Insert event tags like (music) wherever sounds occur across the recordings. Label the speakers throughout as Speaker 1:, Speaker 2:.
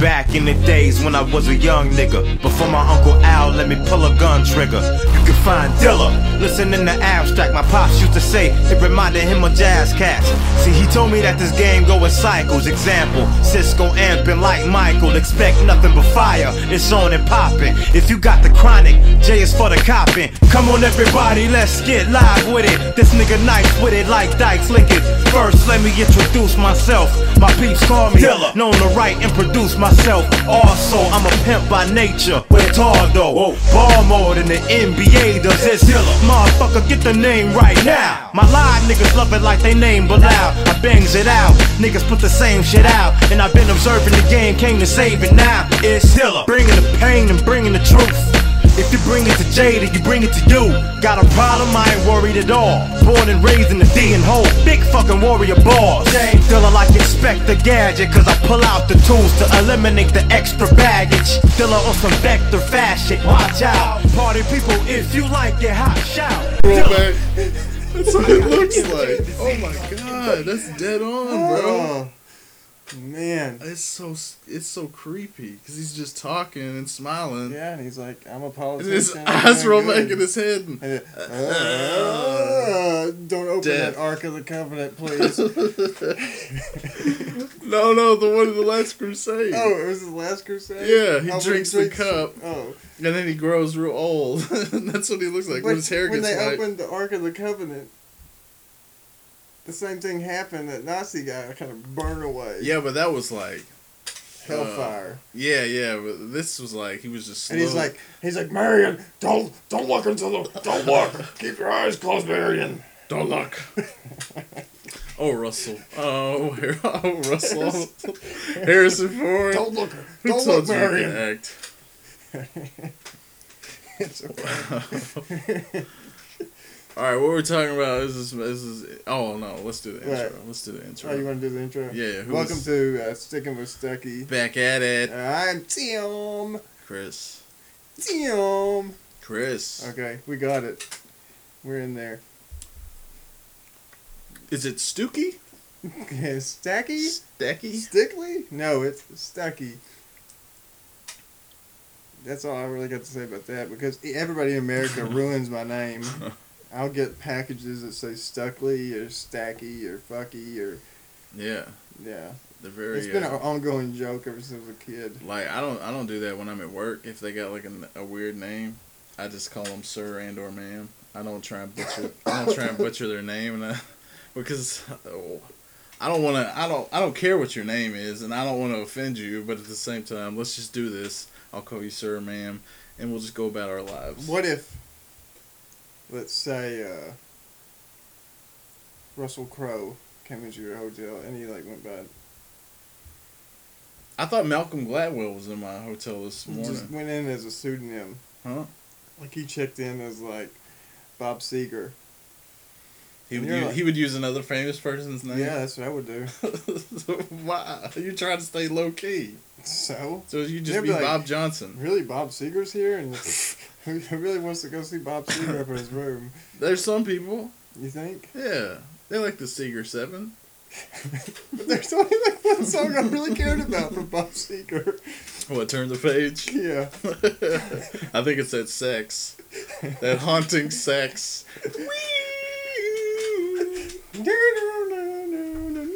Speaker 1: Back in the days when I was a young nigga, before my Uncle Al let me pull a gun trigger. You can find Dilla, listen in the abstract. My pops used to say it reminded him of jazz cats. See, he told me that this game go in cycles. Example, Cisco amping like Michael. Expect nothing but fire, it's on and popping. If you got the chronic, J is for the copping. Come on, everybody, let's get live with it. This nigga nice with it like Dykes Lincoln. First, let me introduce myself. My peeps call me Dilla, known to write and produce myself. Also, I'm a pimp by nature, with Tardo. Ball more than the NBA does this. Dilla, motherfucker, get the name right now. My live niggas love it like they name Bilal. I bangs it out, niggas put the same shit out. And I've been observing the game, came to save it now. It's Dilla, bringing the pain and bringing the truth. If you bring it to Jay, then you bring it to you. Got a problem, I ain't worried at all. Born and raised in the D and hole. Big fucking warrior boss. Same feeling like Inspector Gadget, cause I pull out the tools to eliminate the extra baggage. Still on some vector fashion, watch out. Party people, if you like it, hot shout.
Speaker 2: Throwback. That's what
Speaker 3: (laughs)
Speaker 2: it looks like. Oh my god, that's dead on,
Speaker 3: Oh.
Speaker 2: bro.
Speaker 3: man.
Speaker 2: It's so s- it's so creepy because he's just talking and smiling.
Speaker 3: Yeah, and he's like, I'm a
Speaker 2: And
Speaker 3: politician.
Speaker 2: his
Speaker 3: I'm
Speaker 2: eyes roll
Speaker 3: good.
Speaker 2: back in his head. and-
Speaker 3: And it- "Ah, don't open
Speaker 2: Death.
Speaker 3: that Ark of the
Speaker 2: (laughs)
Speaker 3: Covenant, please.
Speaker 2: No, no, the one in the last crusade.
Speaker 3: oh, it was his last crusade?
Speaker 2: Yeah, he
Speaker 3: Oh, when
Speaker 2: drinks the cup.
Speaker 3: Oh.
Speaker 2: And then he grows real old. (laughs) and that's what he looks like when
Speaker 3: But
Speaker 2: his hair
Speaker 3: when
Speaker 2: gets
Speaker 3: they
Speaker 2: white.
Speaker 3: opened the Ark of the Covenant, the same thing happened. That Nazi guy kind of burned away.
Speaker 2: Yeah, but that was like,
Speaker 3: Hellfire.
Speaker 2: yeah, yeah. But this was like he was just. Slow.
Speaker 3: and he's like, he's like, Marion, don't, don't look into the, don't look. Keep your eyes closed, Marion.
Speaker 2: don't look. oh Russell, oh, (laughs) Har- oh
Speaker 3: (laughs)
Speaker 2: Russell, Harrison Ford.
Speaker 3: Don't look.
Speaker 2: Who
Speaker 3: Don't
Speaker 2: told you
Speaker 3: look,
Speaker 2: you can
Speaker 3: Marion. (laughs)
Speaker 2: act?
Speaker 3: It's okay.
Speaker 2: (laughs) All right, what we're talking about is this. This is. Oh no, let's do the intro. Let's do the intro.
Speaker 3: Oh, you want to do the intro?
Speaker 2: Yeah, yeah, who
Speaker 3: Welcome
Speaker 2: was-
Speaker 3: to uh, Sticking with Stucky.
Speaker 2: Back at it,
Speaker 3: I'm Tim.
Speaker 2: Chris.
Speaker 3: Tim.
Speaker 2: Chris,
Speaker 3: Okay, we got it. We're in there. (laughs)
Speaker 2: is it Stooky?
Speaker 3: Stacky?
Speaker 2: Stacky?
Speaker 3: Stickly? No, it's Stucky. That's all I really got to say about that because everybody in America ruins my name. I'll get packages that say Stuckly or Stacky or Fucky or
Speaker 2: Yeah,
Speaker 3: yeah.
Speaker 2: they're very.
Speaker 3: It's been
Speaker 2: uh,
Speaker 3: an ongoing joke ever since I was a kid.
Speaker 2: Like I don't I don't do that when I'm at work. If they got like an, a weird name, I just call them sir and or ma'am. I don't try and butcher I don't try
Speaker 3: (laughs)
Speaker 2: and butcher their name and I, (laughs) because oh, I don't want to I don't I don't care what your name is and I don't want to offend you, but at the same time, let's just do this. I'll call you sir, ma'am, and we'll just go about our lives.
Speaker 3: What if, let's say, uh, Russell Crowe came into your hotel and he like went by,
Speaker 2: I thought Malcolm Gladwell was in my hotel this morning.
Speaker 3: just went in as a pseudonym,
Speaker 2: Huh?
Speaker 3: Like he checked in as like Bob Seger.
Speaker 2: he would
Speaker 3: you're
Speaker 2: use,
Speaker 3: like-
Speaker 2: he would use another famous person's name. (laughs)
Speaker 3: Yeah, that's what I would do.
Speaker 2: Why? You're trying to stay low key.
Speaker 3: So
Speaker 2: So you just
Speaker 3: They'd
Speaker 2: be,
Speaker 3: be like-
Speaker 2: Bob Johnson.
Speaker 3: (laughs) really, Bob Seger's here, and (laughs) who who really wants to go see Bob Seger up in his room?
Speaker 2: There's some people,
Speaker 3: You think? (laughs)
Speaker 2: yeah, they like the Seeger Seven.
Speaker 3: But there's only like one song I really cared about from Bob Seger.
Speaker 2: What turn the page? (laughs)
Speaker 3: Yeah.
Speaker 2: I think it's that sex, that haunting sex.
Speaker 3: (laughs)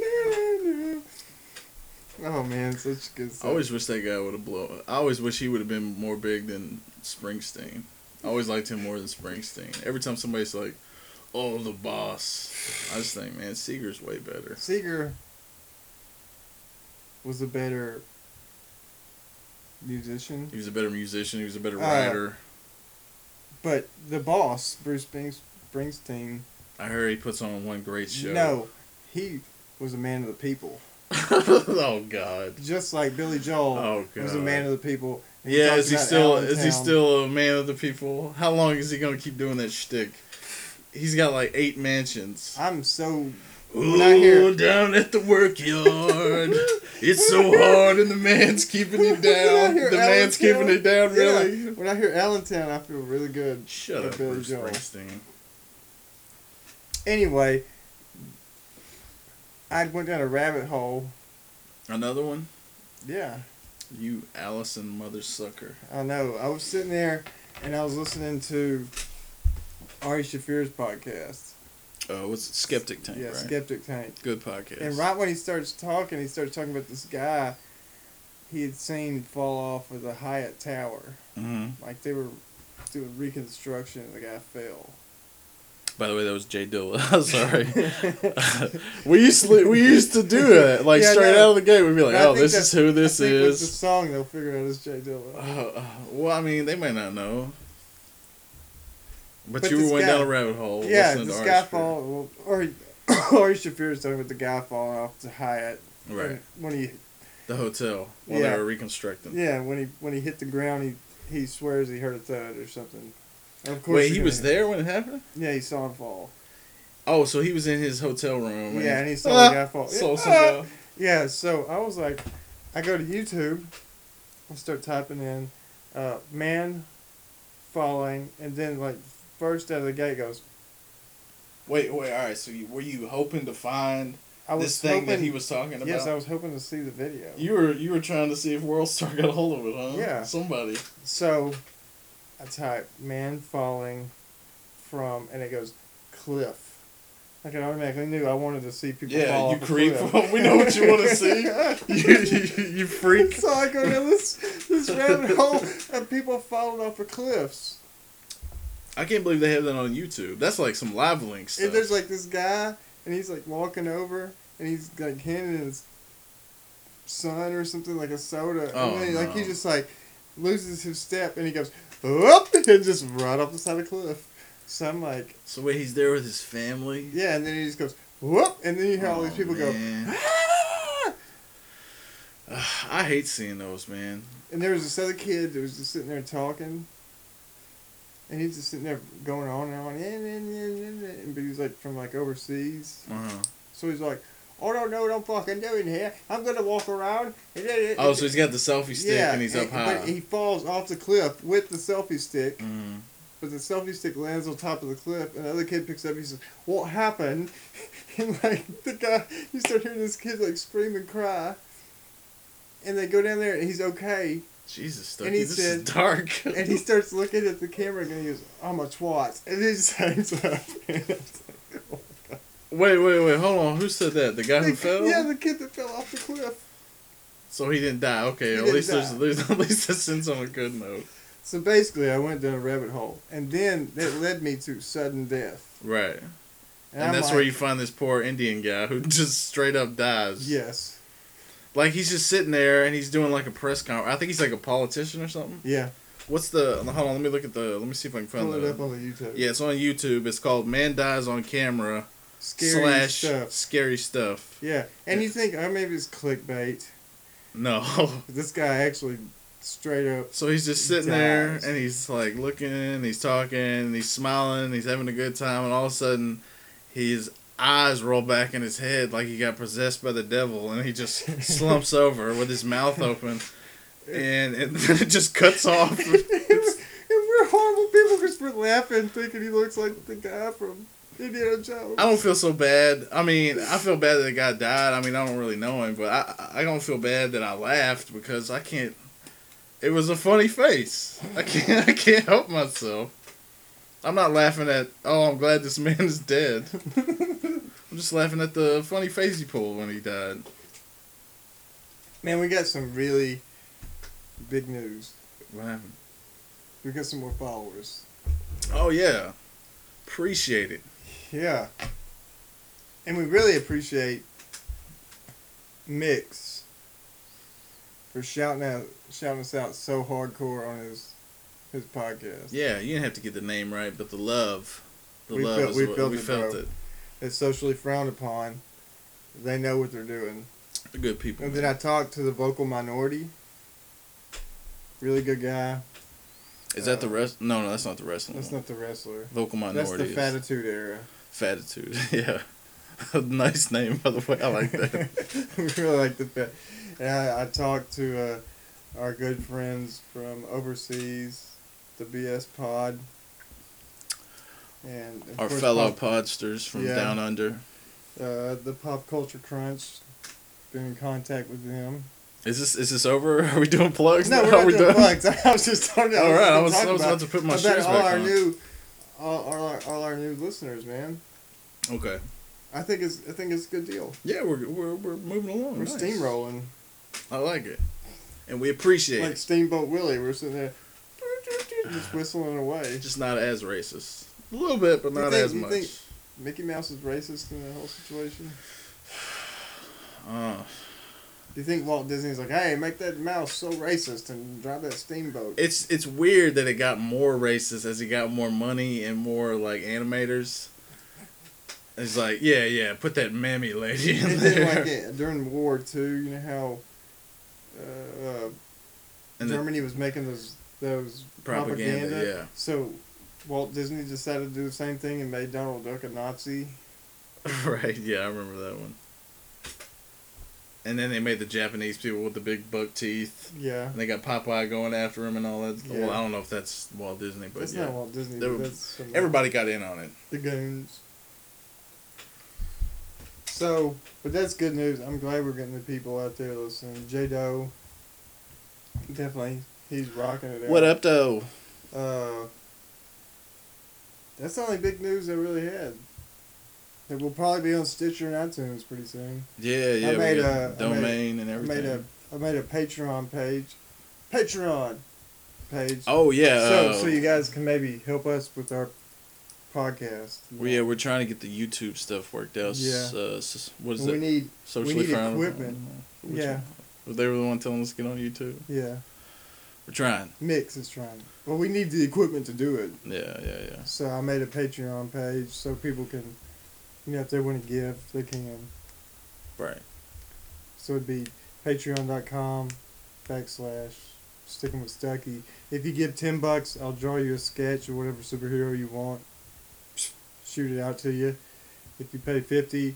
Speaker 3: Oh man, such good
Speaker 2: I
Speaker 3: stuff.
Speaker 2: always wish that guy would have blown. I always wish he would have been more big than Springsteen. I always liked him more than Springsteen. Every time somebody's like, "Oh, the boss," I just think, man, Seeger's way better.
Speaker 3: Seeger was a better musician,
Speaker 2: He was a better musician. He was a better
Speaker 3: Uh,
Speaker 2: writer.
Speaker 3: but the boss, Bruce Springs- Springsteen,
Speaker 2: I heard he puts on one great show.
Speaker 3: no, he was a man of the people,
Speaker 2: (laughs) oh God.
Speaker 3: just like Billy Joel
Speaker 2: Oh,
Speaker 3: was a
Speaker 2: God.
Speaker 3: man of the people. He
Speaker 2: Yeah,
Speaker 3: talked
Speaker 2: is he
Speaker 3: about
Speaker 2: still is he
Speaker 3: Allentown.
Speaker 2: still a man of the people? How long is he gonna keep doing that shtick? He's got like eight mansions.
Speaker 3: I'm so
Speaker 2: Ooh,
Speaker 3: not
Speaker 2: (laughs)
Speaker 3: here. (laughs)
Speaker 2: down at the workyard, It's so hard, and the man's keeping you down.
Speaker 3: When I hear
Speaker 2: The man's
Speaker 3: Allentown-
Speaker 2: keeping it down,
Speaker 3: yeah,
Speaker 2: really.
Speaker 3: When I hear Allentown, I feel really good.
Speaker 2: Shut
Speaker 3: about
Speaker 2: up,
Speaker 3: Billy
Speaker 2: Bruce
Speaker 3: Joel.
Speaker 2: Springsteen.
Speaker 3: Anyway, I went down a rabbit hole.
Speaker 2: Another one.
Speaker 3: Yeah,
Speaker 2: You Allison mother sucker.
Speaker 3: I know. I was sitting there and I was listening to Ari Shafir's podcast.
Speaker 2: Oh, it's Skeptic Tank,
Speaker 3: yeah,
Speaker 2: right?
Speaker 3: Skeptic Tank.
Speaker 2: Good podcast.
Speaker 3: And right when he starts talking, he starts talking about this guy he had seen fall off of the Hyatt Tower.
Speaker 2: hmm
Speaker 3: Like they were doing reconstruction and the guy fell.
Speaker 2: By the way, that was Jay Dilla. (laughs) I'm (laughs)
Speaker 3: (laughs)
Speaker 2: sorry. (laughs) we used to, we used to do that like
Speaker 3: Yeah, I
Speaker 2: straight
Speaker 3: know.
Speaker 2: out of the gate. We'd be like,
Speaker 3: But I
Speaker 2: "Oh,
Speaker 3: think
Speaker 2: this
Speaker 3: that-
Speaker 2: is who this
Speaker 3: I think With the
Speaker 2: is."
Speaker 3: song they'll figure out it's Jay
Speaker 2: (sighs)
Speaker 3: Dilla.
Speaker 2: Uh, uh, well, I mean, they might not know. But,
Speaker 3: But
Speaker 2: you
Speaker 3: this
Speaker 2: went
Speaker 3: guy-
Speaker 2: down a rabbit hole.
Speaker 3: yeah,
Speaker 2: listening Oh, to
Speaker 3: this
Speaker 2: Ari
Speaker 3: guy
Speaker 2: Shaffir.
Speaker 3: fall. Well, Ari, (coughs) Ari Shafir is talking about the guy falling off the Hyatt.
Speaker 2: Right,
Speaker 3: When he
Speaker 2: the hotel while
Speaker 3: Yeah.
Speaker 2: they were reconstructing.
Speaker 3: yeah when he when he hit the ground he he swears he heard a thud or something. And of course
Speaker 2: Wait,
Speaker 3: you're
Speaker 2: he
Speaker 3: gonna-
Speaker 2: was there when it happened.
Speaker 3: Yeah, he saw him fall.
Speaker 2: Oh, so he was in his hotel room.
Speaker 3: Yeah, and he saw
Speaker 2: Ah,
Speaker 3: the guy fall.
Speaker 2: saw
Speaker 3: yeah.
Speaker 2: some guy.
Speaker 3: Yeah, so I was like, I go to YouTube, I start typing in, uh, man falling, and then like first out of the gate goes.
Speaker 2: Wait, wait. All right. So you, were you hoping to find
Speaker 3: I was
Speaker 2: this thing
Speaker 3: hoping,
Speaker 2: that he was talking about?
Speaker 3: Yes, I was hoping to see the video.
Speaker 2: You were you were trying to see if World Star got a hold of it, huh?
Speaker 3: Yeah.
Speaker 2: Somebody.
Speaker 3: So, I type man falling from, and it goes cliff. Like I automatically knew I wanted to see people.
Speaker 2: Yeah,
Speaker 3: fall
Speaker 2: you
Speaker 3: off a
Speaker 2: creep. (laughs)
Speaker 3: cliff.
Speaker 2: We know what you wanna
Speaker 3: (laughs)
Speaker 2: see. You- you- you freak.
Speaker 3: So I go down oh, this this rabbit hole of people falling off of cliffs.
Speaker 2: I can't believe they have that on YouTube. That's like some live link
Speaker 3: And
Speaker 2: stuff.
Speaker 3: there's like this guy, and he's like walking over, and he's like handing his son or something like a soda,
Speaker 2: Oh,
Speaker 3: and then like he
Speaker 2: no.
Speaker 3: just like loses his step, and he goes up (laughs) and just right off the side of the cliff. So I'm like,
Speaker 2: so wait, he's there with his family.
Speaker 3: yeah, and then he just goes whoop, and then you hear all these
Speaker 2: Oh,
Speaker 3: people go.
Speaker 2: man.
Speaker 3: "Ah!"
Speaker 2: Ugh, I hate seeing those, man.
Speaker 3: And there was this other kid that was just sitting there talking, and he's just sitting there going on and on, and, and, and, and, and but he's like from like overseas.
Speaker 2: Uh-huh.
Speaker 3: So he's like, "Oh no, no, don't fucking do it here. I'm gonna walk around."
Speaker 2: Oh, so he's got the selfie stick and he's up high.
Speaker 3: But he falls off the cliff with the selfie stick,
Speaker 2: Mhm.
Speaker 3: but the selfie stick lands on top of the cliff, and the other kid picks it up. He says, "What happened?" (laughs) And like the guy, you start hearing this kid like scream and cry. And they go down there, and he's okay.
Speaker 2: Jesus,
Speaker 3: And
Speaker 2: Stucky,
Speaker 3: he
Speaker 2: this is
Speaker 3: said-
Speaker 2: dark.
Speaker 3: (laughs) And he starts looking at the camera, and he goes, "I'm a twat," and he just (laughs) hangs up.
Speaker 2: wait, wait, wait. Hold on. Who said that? The guy who fell.
Speaker 3: Yeah, the kid that fell off the cliff.
Speaker 2: So he didn't die. Okay. at
Speaker 3: didn't
Speaker 2: least there's,
Speaker 3: die.
Speaker 2: there's (laughs) at least this ends on a good note.
Speaker 3: So basically, I went down a rabbit hole, and then that led me to sudden death.
Speaker 2: Right. And,
Speaker 3: I'm
Speaker 2: that's
Speaker 3: like,
Speaker 2: where you find this poor Indian guy who (laughs) just straight up dies.
Speaker 3: Yes.
Speaker 2: Like he's just sitting there and he's doing like a press conference. I think he's like a politician or something.
Speaker 3: Yeah.
Speaker 2: What's the? Hold on, let me look at the. Let me see if I can find
Speaker 3: Pull it
Speaker 2: the.
Speaker 3: up on the YouTube.
Speaker 2: uh, yeah, it's on YouTube. It's called "Man Dies on Camera"
Speaker 3: Scary
Speaker 2: slash
Speaker 3: stuff.
Speaker 2: scary stuff.
Speaker 3: Yeah, and you think, oh, maybe it's clickbait.
Speaker 2: No, (laughs)
Speaker 3: But this guy actually straight up. (laughs)
Speaker 2: so he's just sitting
Speaker 3: Dies.
Speaker 2: there and he's like looking, and he's talking, and he's smiling, and he's having a good time, and all of a sudden, his eyes roll back in his head like he got possessed by the devil, and he
Speaker 3: (laughs)
Speaker 2: just slumps over with his mouth open, and, and then it (laughs) just cuts off.
Speaker 3: and we're horrible people because we're laughing, thinking he looks like the guy from Indiana Jones.
Speaker 2: I don't feel so bad. I mean, I feel bad that the guy died. I mean, I don't really know him, but I I don't feel bad that I laughed because I can't. It was a funny face. I can't (laughs) I can't help myself. I'm not laughing at. Oh, I'm glad this man is dead. I'm just laughing at the funny face he pulled when he died.
Speaker 3: (laughs) Man, we got some really big news.
Speaker 2: What happened?
Speaker 3: We got some more followers.
Speaker 2: Oh yeah, appreciate it.
Speaker 3: Yeah. And we really appreciate Mix for shouting out shouting us out so hardcore on his his podcast.
Speaker 2: Yeah, you didn't have to get the name right, but the love, the
Speaker 3: We
Speaker 2: love
Speaker 3: felt-
Speaker 2: is
Speaker 3: we
Speaker 2: what
Speaker 3: felt
Speaker 2: we
Speaker 3: it,
Speaker 2: felt
Speaker 3: bro.
Speaker 2: it.
Speaker 3: It's socially frowned upon. They know what they're doing.
Speaker 2: The good people.
Speaker 3: And then I talked to the vocal minority. Really good guy.
Speaker 2: Is that the rest? No, no, that's not the wrestling.
Speaker 3: That's
Speaker 2: one.
Speaker 3: not the wrestler.
Speaker 2: Vocal
Speaker 3: That's the
Speaker 2: minority. is-
Speaker 3: fatitude era.
Speaker 2: (laughs)
Speaker 3: (laughs)
Speaker 2: Fatitude. Yeah. nice name, by the way. I like that.
Speaker 3: we really like the fat. And I, I talked to uh, our good friends from overseas, the BS Pod, and of
Speaker 2: Our
Speaker 3: course,
Speaker 2: fellow
Speaker 3: pop,
Speaker 2: podsters from
Speaker 3: Yeah.
Speaker 2: down under.
Speaker 3: uh, the Pop Culture Crunch. Been in contact
Speaker 2: (laughs)
Speaker 3: with them.
Speaker 2: Is this is this over? (laughs) Are we doing plugs? now?
Speaker 3: No,
Speaker 2: (laughs)
Speaker 3: we're
Speaker 2: Are
Speaker 3: not
Speaker 2: we
Speaker 3: doing
Speaker 2: done?
Speaker 3: plugs. (laughs) I was just talking.
Speaker 2: All right, I was,
Speaker 3: talking
Speaker 2: I was
Speaker 3: about-
Speaker 2: about to put my
Speaker 3: about
Speaker 2: shoes
Speaker 3: all
Speaker 2: back
Speaker 3: our
Speaker 2: on.
Speaker 3: new, all, all, our, all our new listeners, man.
Speaker 2: okay.
Speaker 3: I think it's I think it's a good deal.
Speaker 2: Yeah, we're, we're, we're moving along.
Speaker 3: We're
Speaker 2: nice.
Speaker 3: steamrolling
Speaker 2: I like it. And we appreciate
Speaker 3: like
Speaker 2: it.
Speaker 3: Steamboat Willie. We're sitting there, (laughs) just whistling away.
Speaker 2: Just not as racist. A little bit, but
Speaker 3: You
Speaker 2: not
Speaker 3: think-
Speaker 2: as
Speaker 3: you
Speaker 2: much.
Speaker 3: think- Mickey Mouse is racist in that whole situation.
Speaker 2: Uh,
Speaker 3: Do you think Walt Disney's like, hey, make that mouse so racist and drive that
Speaker 2: (laughs)
Speaker 3: steamboat?
Speaker 2: it's it's weird that it got more racist as he got more money and more like animators. It's like, yeah, yeah, put that mammy lady
Speaker 3: They
Speaker 2: in
Speaker 3: did
Speaker 2: there.
Speaker 3: like it during War Two. You know how uh, uh,
Speaker 2: (laughs) And the-
Speaker 3: Germany was making those those
Speaker 2: Propaganda,
Speaker 3: propaganda,
Speaker 2: yeah.
Speaker 3: So Walt Disney decided to do the same thing and made Donald Duck a Nazi.
Speaker 2: (laughs) Right, yeah, I remember that one. And then they made the Japanese people with the big buck teeth.
Speaker 3: Yeah,
Speaker 2: And they got Popeye going after him and all that. Well,
Speaker 3: Yeah.
Speaker 2: I don't know if that's Walt Disney, but
Speaker 3: that's
Speaker 2: yeah.
Speaker 3: not Walt Disney.
Speaker 2: They
Speaker 3: but
Speaker 2: were-
Speaker 3: that's some-
Speaker 2: Everybody got in on it.
Speaker 3: the goons. So, but that's good news. I'm glad we're getting the people out there listening. J Doe, definitely, he's rocking it. Out.
Speaker 2: What up, though?
Speaker 3: Uh, that's the only big news I really had. It will probably be on Stitcher and iTunes pretty soon.
Speaker 2: Yeah, yeah.
Speaker 3: I
Speaker 2: we
Speaker 3: made
Speaker 2: got
Speaker 3: a- I
Speaker 2: domain and
Speaker 3: I
Speaker 2: everything.
Speaker 3: made a I made a Patreon page, Patreon page.
Speaker 2: oh yeah.
Speaker 3: so
Speaker 2: uh,
Speaker 3: so you guys can maybe help us with our podcast.
Speaker 2: we- yeah, we're trying to get the YouTube stuff worked out. S-
Speaker 3: Yeah.
Speaker 2: uh, s- what is
Speaker 3: we
Speaker 2: it?
Speaker 3: need
Speaker 2: Socially
Speaker 3: need
Speaker 2: frowned upon?
Speaker 3: equipment.
Speaker 2: Which
Speaker 3: yeah
Speaker 2: one? They were the one telling us to get on YouTube.
Speaker 3: yeah.
Speaker 2: We're trying.
Speaker 3: Mix is trying. Well, we need the equipment to do it.
Speaker 2: Yeah, yeah, yeah.
Speaker 3: So I made a Patreon page so people can, you know, if they want to give, they can. (laughs)
Speaker 2: Right.
Speaker 3: So it'd be patreon.com backslash sticking with Stucky. If you give 10 bucks, I'll draw you a sketch or whatever superhero you want. Shoot it out to you. If you pay 50,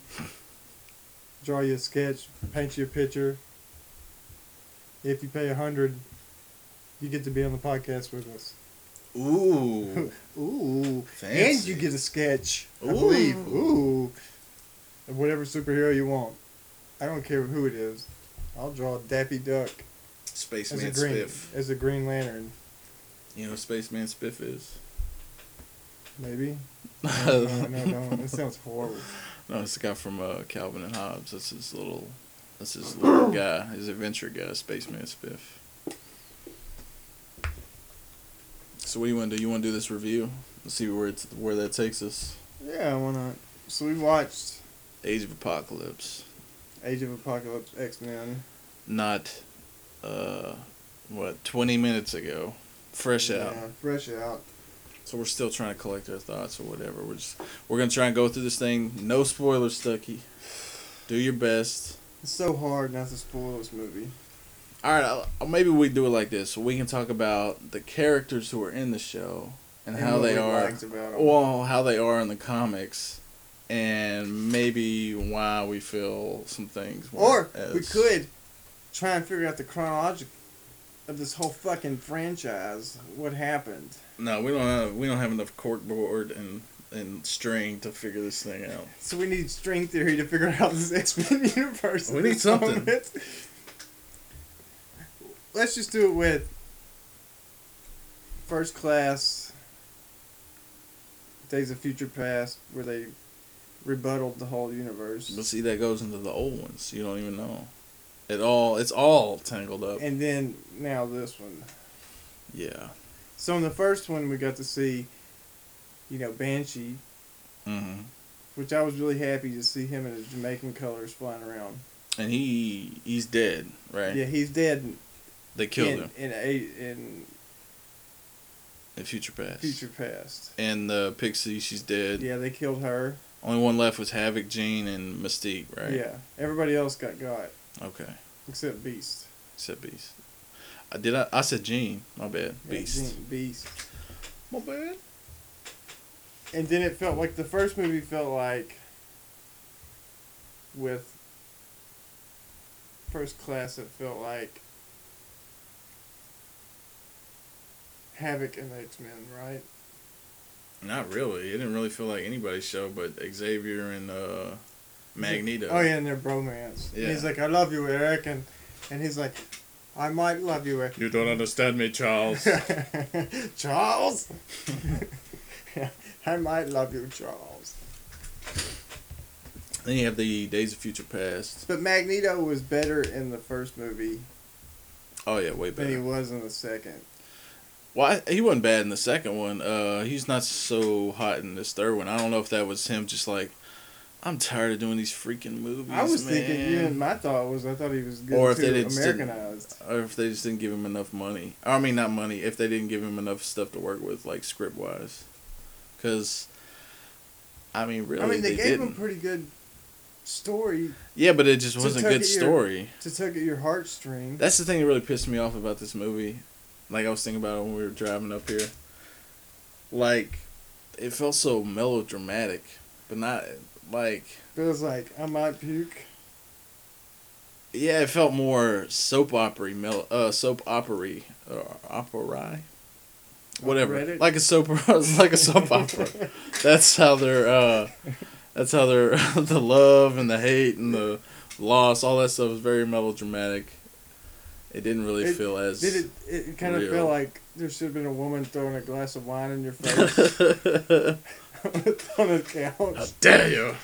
Speaker 3: draw you a sketch, paint you a picture. If you pay 100, you get to be on the podcast with us.
Speaker 2: Ooh.
Speaker 3: Ooh.
Speaker 2: fancy.
Speaker 3: And you get a sketch, I
Speaker 2: Ooh.
Speaker 3: believe. Ooh. Of whatever superhero you want. I don't care who it is. I'll draw Dappy Duck as a
Speaker 2: Spaceman
Speaker 3: green
Speaker 2: Spiff.
Speaker 3: as a Green Lantern,
Speaker 2: You know, what Spaceman Spiff is.
Speaker 3: maybe.
Speaker 2: Oh.
Speaker 3: No, no, no,
Speaker 2: no,
Speaker 3: no. It sounds horrible.
Speaker 2: it's the guy from uh, Calvin and Hobbes. That's his little. That's his little guy. His adventure guy, Spaceman Spiff. So what do you want to do? You want to do this review? Let's see where it's where that takes us.
Speaker 3: Yeah, why not? So we watched
Speaker 2: Age of Apocalypse,
Speaker 3: Age of Apocalypse X Men.
Speaker 2: not, uh, what twenty minutes ago, fresh out.
Speaker 3: Fresh out.
Speaker 2: So we're still trying to collect our thoughts or whatever. We're just we're gonna try and go through this thing. No spoilers, Stucky. Do your best.
Speaker 3: It's so hard not to spoil this movie.
Speaker 2: All right, I'll- I'll, maybe we do it like this. We can talk about the characters who are in the show and, how
Speaker 3: what
Speaker 2: they
Speaker 3: we
Speaker 2: are.
Speaker 3: liked about 'em.
Speaker 2: Well, how they are in the comics, and maybe why we feel some things.
Speaker 3: Or
Speaker 2: weren't
Speaker 3: we
Speaker 2: as-
Speaker 3: could try and figure out the chronology of this whole fucking franchise. What happened?
Speaker 2: No, we don't have we don't have enough corkboard and and string to figure this thing out.
Speaker 3: So we need string theory to figure out this (laughs) X Men universe.
Speaker 2: We
Speaker 3: at
Speaker 2: need
Speaker 3: this
Speaker 2: something.
Speaker 3: moment. Let's just do it with First Class, Days of Future Past, where they rebutted the whole universe,
Speaker 2: But see, that goes into the old ones. You don't even know. It all it's all tangled up.
Speaker 3: and then now this one.
Speaker 2: Yeah.
Speaker 3: So in the first one, we got to see, you know, Banshee,
Speaker 2: hmm
Speaker 3: which I was really happy to see him in his Jamaican colors flying around.
Speaker 2: And he he's dead, right?
Speaker 3: Yeah, he's dead.
Speaker 2: They killed
Speaker 3: in,
Speaker 2: him
Speaker 3: in a in
Speaker 2: in Future Past.
Speaker 3: future past.
Speaker 2: And the Pixie, she's dead.
Speaker 3: Yeah, they killed her.
Speaker 2: Only one left was Havoc, Jean, and Mystique, right?
Speaker 3: Yeah, everybody else got got
Speaker 2: Okay.
Speaker 3: except Beast.
Speaker 2: Except Beast. I did. I, I said Jean. My bad.
Speaker 3: Yeah,
Speaker 2: Beast.
Speaker 3: Jean- Beast.
Speaker 2: My bad.
Speaker 3: And then it felt like the first movie felt like with first class that felt like Havoc and X Men, right?
Speaker 2: Not really. It didn't really feel like anybody's show, but Xavier and uh, Magneto.
Speaker 3: Oh yeah, and their bromance. And
Speaker 2: Yeah.
Speaker 3: he's like, "I love you, Eric," and and he's like, "I might love you, Eric."
Speaker 2: You don't understand me,
Speaker 3: (laughs)
Speaker 2: Charles.
Speaker 3: Charles, (laughs) I might love you, Charles.
Speaker 2: then you have the Days of Future Past.
Speaker 3: But Magneto was better in the first movie
Speaker 2: Oh yeah, way
Speaker 3: than he
Speaker 2: better.
Speaker 3: was in the second.
Speaker 2: Well, I- he wasn't bad in the second one. Uh, he's not so hot in this third one. I don't know if that was him just like, I'm tired of doing these freaking movies.
Speaker 3: I was thinking you
Speaker 2: man."
Speaker 3: and my thought was I thought he was good
Speaker 2: Or
Speaker 3: or
Speaker 2: if they didn't-
Speaker 3: Americanized.
Speaker 2: or if they just didn't give him enough money. I mean, not money. If they didn't give him enough stuff to work with, like script wise, because I mean, really,
Speaker 3: I mean, they,
Speaker 2: they,
Speaker 3: gave
Speaker 2: didn't.
Speaker 3: him a pretty good story
Speaker 2: yeah, but it just
Speaker 3: to
Speaker 2: wasn't a
Speaker 3: tug
Speaker 2: good
Speaker 3: at your-
Speaker 2: story.
Speaker 3: to tug at your heartstring.
Speaker 2: That's the thing that really pissed me off about this movie. Like I was thinking about it when we were driving up here. Like, it felt so melodramatic, but not like.
Speaker 3: But it was like I might puke.
Speaker 2: Yeah, it felt more soap opera, mel- uh, soap opery, or opera, whatever.
Speaker 3: Operatic?
Speaker 2: Like a soap, (laughs) like a
Speaker 3: (laughs)
Speaker 2: soap opera. That's how they're. Uh, that's how they're. (laughs) the love and the hate and the loss, all that stuff was very melodramatic. It didn't really
Speaker 3: It-
Speaker 2: feel as.
Speaker 3: Did
Speaker 2: (laughs)
Speaker 3: it? It kind of
Speaker 2: Real.
Speaker 3: felt like there should have been a woman throwing a glass of wine in
Speaker 2: (laughs)
Speaker 3: your face (laughs) on a
Speaker 2: How
Speaker 3: couch.
Speaker 2: dare you!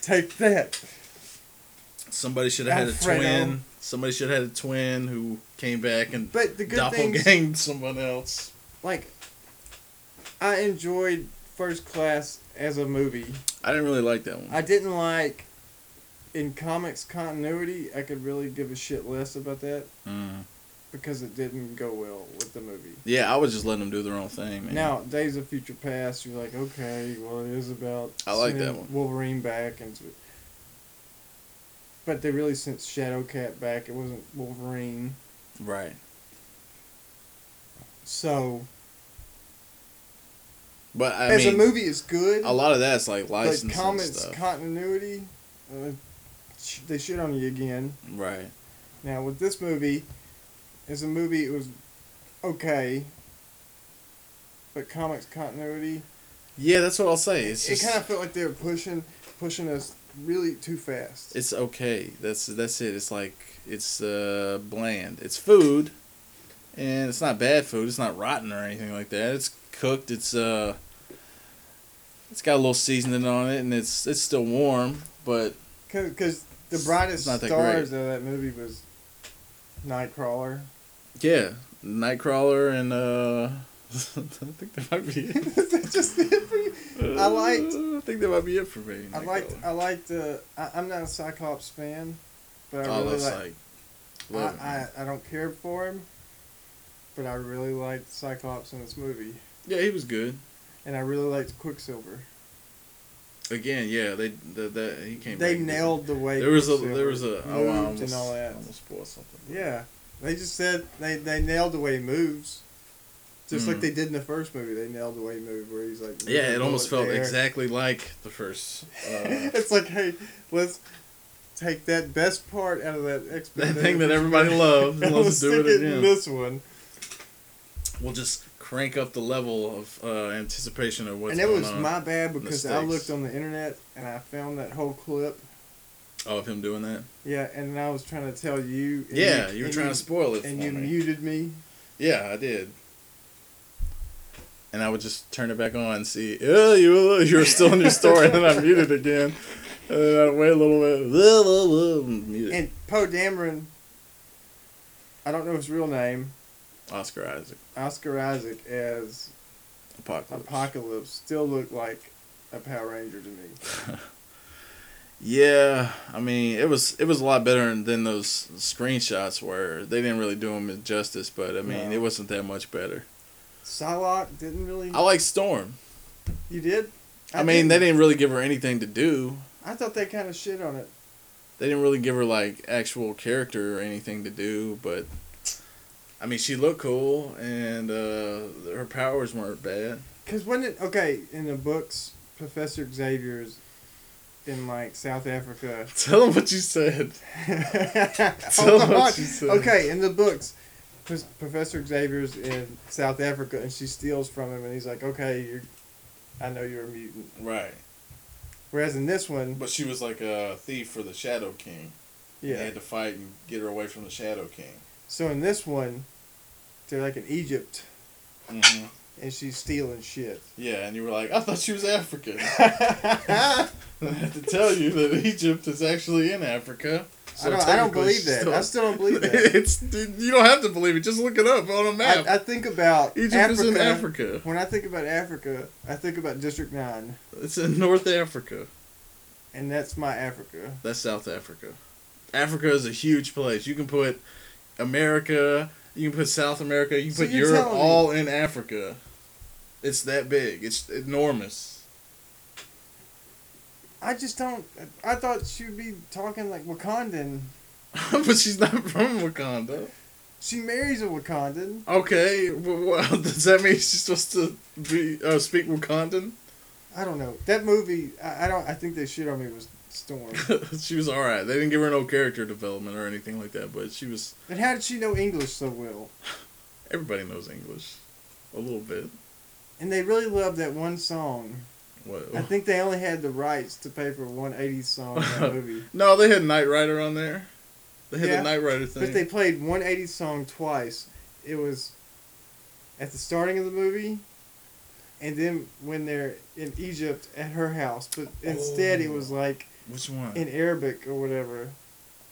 Speaker 3: Take that.
Speaker 2: Somebody should have had a
Speaker 3: Alfredo.
Speaker 2: twin. Somebody should have had a twin who came back and
Speaker 3: But the good thing,
Speaker 2: doppelganged someone else.
Speaker 3: like, I enjoyed First Class as a movie.
Speaker 2: I didn't really like that one.
Speaker 3: I didn't like in comics continuity. I could really give a shit less about that
Speaker 2: Mm.
Speaker 3: because it didn't go well with the movie.
Speaker 2: Yeah, I was just letting them do their own thing, man.
Speaker 3: Now, Days of Future Past, you're like, okay, well, it is about
Speaker 2: I like that
Speaker 3: sending
Speaker 2: one.
Speaker 3: Wolverine back, and so- but they really sent Shadowcat back. It wasn't Wolverine,
Speaker 2: right?
Speaker 3: so
Speaker 2: But I
Speaker 3: as
Speaker 2: mean,
Speaker 3: a movie, it's good.
Speaker 2: a lot of that's like
Speaker 3: but
Speaker 2: licensing
Speaker 3: comments
Speaker 2: stuff,
Speaker 3: continuity, uh, sh- they shit on you again.
Speaker 2: right?
Speaker 3: Now with this movie, as a movie, it was okay, but comics continuity.
Speaker 2: Yeah, that's what I'll say. It's
Speaker 3: it
Speaker 2: just,
Speaker 3: kind of felt like they were pushing pushing us really too fast.
Speaker 2: it's okay. That's that's it. It's like it's uh bland. It's food, and it's not bad food. It's not rotten or anything like that. It's cooked. It's uh, it's got a little seasoning on it, and it's it's still warm, but
Speaker 3: because the
Speaker 2: It's
Speaker 3: brightest
Speaker 2: not that
Speaker 3: stars of that movie was Nightcrawler. (laughs)
Speaker 2: yeah, Nightcrawler and uh. (laughs) I think that might be it.
Speaker 3: (laughs) Is that just it for you? I liked-
Speaker 2: Uh, I think that might be it for me.
Speaker 3: I liked.
Speaker 2: Nightcrawler.
Speaker 3: I liked. Uh, I, I'm not a Cyclops fan, but I
Speaker 2: Oh,
Speaker 3: really
Speaker 2: that's
Speaker 3: like.
Speaker 2: like. love it,
Speaker 3: I,
Speaker 2: man.
Speaker 3: I I don't care for him, but I really liked Cyclops in this movie,
Speaker 2: yeah, he was good.
Speaker 3: and I really liked Quicksilver.
Speaker 2: Again, yeah, they the, the, he came.
Speaker 3: They
Speaker 2: back.
Speaker 3: nailed the way.
Speaker 2: There was a
Speaker 3: Quicksilver
Speaker 2: there was a oh, I
Speaker 3: moved
Speaker 2: almost,
Speaker 3: and all that.
Speaker 2: almost spoiled something.
Speaker 3: Yeah, they just said they they nailed the way he moves, just
Speaker 2: Mhm.
Speaker 3: like they did in the first movie. They nailed the way he moved, where he's like.
Speaker 2: Yeah, it almost felt
Speaker 3: there. (laughs)
Speaker 2: exactly like the first. Uh,
Speaker 3: it's like, hey, let's take that best part out of that X
Speaker 2: that thing that
Speaker 3: (laughs)
Speaker 2: everybody loves.
Speaker 3: and
Speaker 2: Let's do
Speaker 3: stick
Speaker 2: it
Speaker 3: in
Speaker 2: again.
Speaker 3: this one,
Speaker 2: We'll just crank up the level of uh, anticipation of what's
Speaker 3: and it
Speaker 2: going
Speaker 3: was
Speaker 2: on.
Speaker 3: my bad because I
Speaker 2: Mistakes.
Speaker 3: looked on the internet and I found that whole clip.
Speaker 2: oh, of him doing that.
Speaker 3: Yeah, and then I was trying to tell you. and
Speaker 2: yeah, you were
Speaker 3: and
Speaker 2: trying to spoil it.
Speaker 3: And
Speaker 2: for
Speaker 3: you
Speaker 2: me.
Speaker 3: muted me.
Speaker 2: Yeah, I did. And I would just turn it back on and see, oh, you, you were still in your story, and then I muted again. And then I'd wait a little bit, blah, blah, blah, and (laughs) mute it.
Speaker 3: And Poe Dameron, I don't know his real name,
Speaker 2: Oscar Isaac,
Speaker 3: Oscar Isaac as
Speaker 2: Apocalypse.
Speaker 3: Apocalypse still looked like a Power Ranger to me.
Speaker 2: yeah, I mean, it was it was a lot better than those screenshots where they didn't really do him justice, but I mean,
Speaker 3: No.
Speaker 2: it wasn't that much better.
Speaker 3: Psylocke didn't really.
Speaker 2: I like Storm.
Speaker 3: You did?
Speaker 2: I, mean, they didn't really give her anything to do.
Speaker 3: I thought they kind of shit on it.
Speaker 2: they didn't really give her like actual character or anything to do, but I mean she looked cool and uh, her powers weren't bad. (laughs)
Speaker 3: Because when it. Okay, in the books, Professor Xavier's in like
Speaker 2: (laughs)
Speaker 3: South Africa.
Speaker 2: Tell him what you said.
Speaker 3: Hold
Speaker 2: what
Speaker 3: on.
Speaker 2: she said.
Speaker 3: Okay, in the books, Pres- Professor Xavier's in South Africa, and she steals from him, and he's like, "Okay, you're, I know you're a mutant."
Speaker 2: Right.
Speaker 3: Whereas in this one,
Speaker 2: But she was like a thief for the Shadow King. Yeah. They
Speaker 3: yeah.
Speaker 2: had to fight and get her away from the Shadow King.
Speaker 3: So in this one, they're like in Egypt,
Speaker 2: hmm
Speaker 3: and she's stealing shit. (laughs)
Speaker 2: Yeah, and you were like, I thought she was African. (laughs)
Speaker 3: I
Speaker 2: I have to tell you that Egypt is actually in Africa.
Speaker 3: don't, I don't
Speaker 2: technically
Speaker 3: believe
Speaker 2: she's
Speaker 3: that.
Speaker 2: still-
Speaker 3: I still don't believe that.
Speaker 2: (laughs) it's you don't have to believe it. Just look it up on a map.
Speaker 3: I, I think about
Speaker 2: Egypt
Speaker 3: Africa,
Speaker 2: is in Africa.
Speaker 3: When I think about Africa, I think about District Nine,
Speaker 2: It's in North Africa.
Speaker 3: and that's my Africa.
Speaker 2: That's South Africa. Africa is a huge place. You can put America, you can put South America, you can
Speaker 3: So
Speaker 2: put
Speaker 3: you're
Speaker 2: Europe
Speaker 3: telling me-
Speaker 2: all in Africa. It's that big. It's enormous. (laughs)
Speaker 3: I just don't. I thought she'd be talking like Wakandan.
Speaker 2: but she's not from Wakanda.
Speaker 3: She marries a Wakandan.
Speaker 2: Okay, well, well, (laughs) does that mean she's supposed to be uh, speak Wakandan?
Speaker 3: I don't know. That movie, I, I don't. I think they shit on me was Storm.
Speaker 2: (laughs) she was all right. They didn't give her no character development or anything like that, but she was.
Speaker 3: and how did she know English so well?
Speaker 2: Everybody knows English, a little bit.
Speaker 3: And they really loved that one song.
Speaker 2: What? oh.
Speaker 3: I think they only had the rights to pay for one '80s song in
Speaker 2: (laughs)
Speaker 3: that movie.
Speaker 2: No, they had Knight Rider on there. They had
Speaker 3: Yeah,
Speaker 2: the Knight Rider thing.
Speaker 3: But they played one '80s song twice. It was at the starting of the movie, and then when they're in Egypt at her house. But instead, it
Speaker 2: Oh.
Speaker 3: was like
Speaker 2: Which one?
Speaker 3: in Arabic or whatever.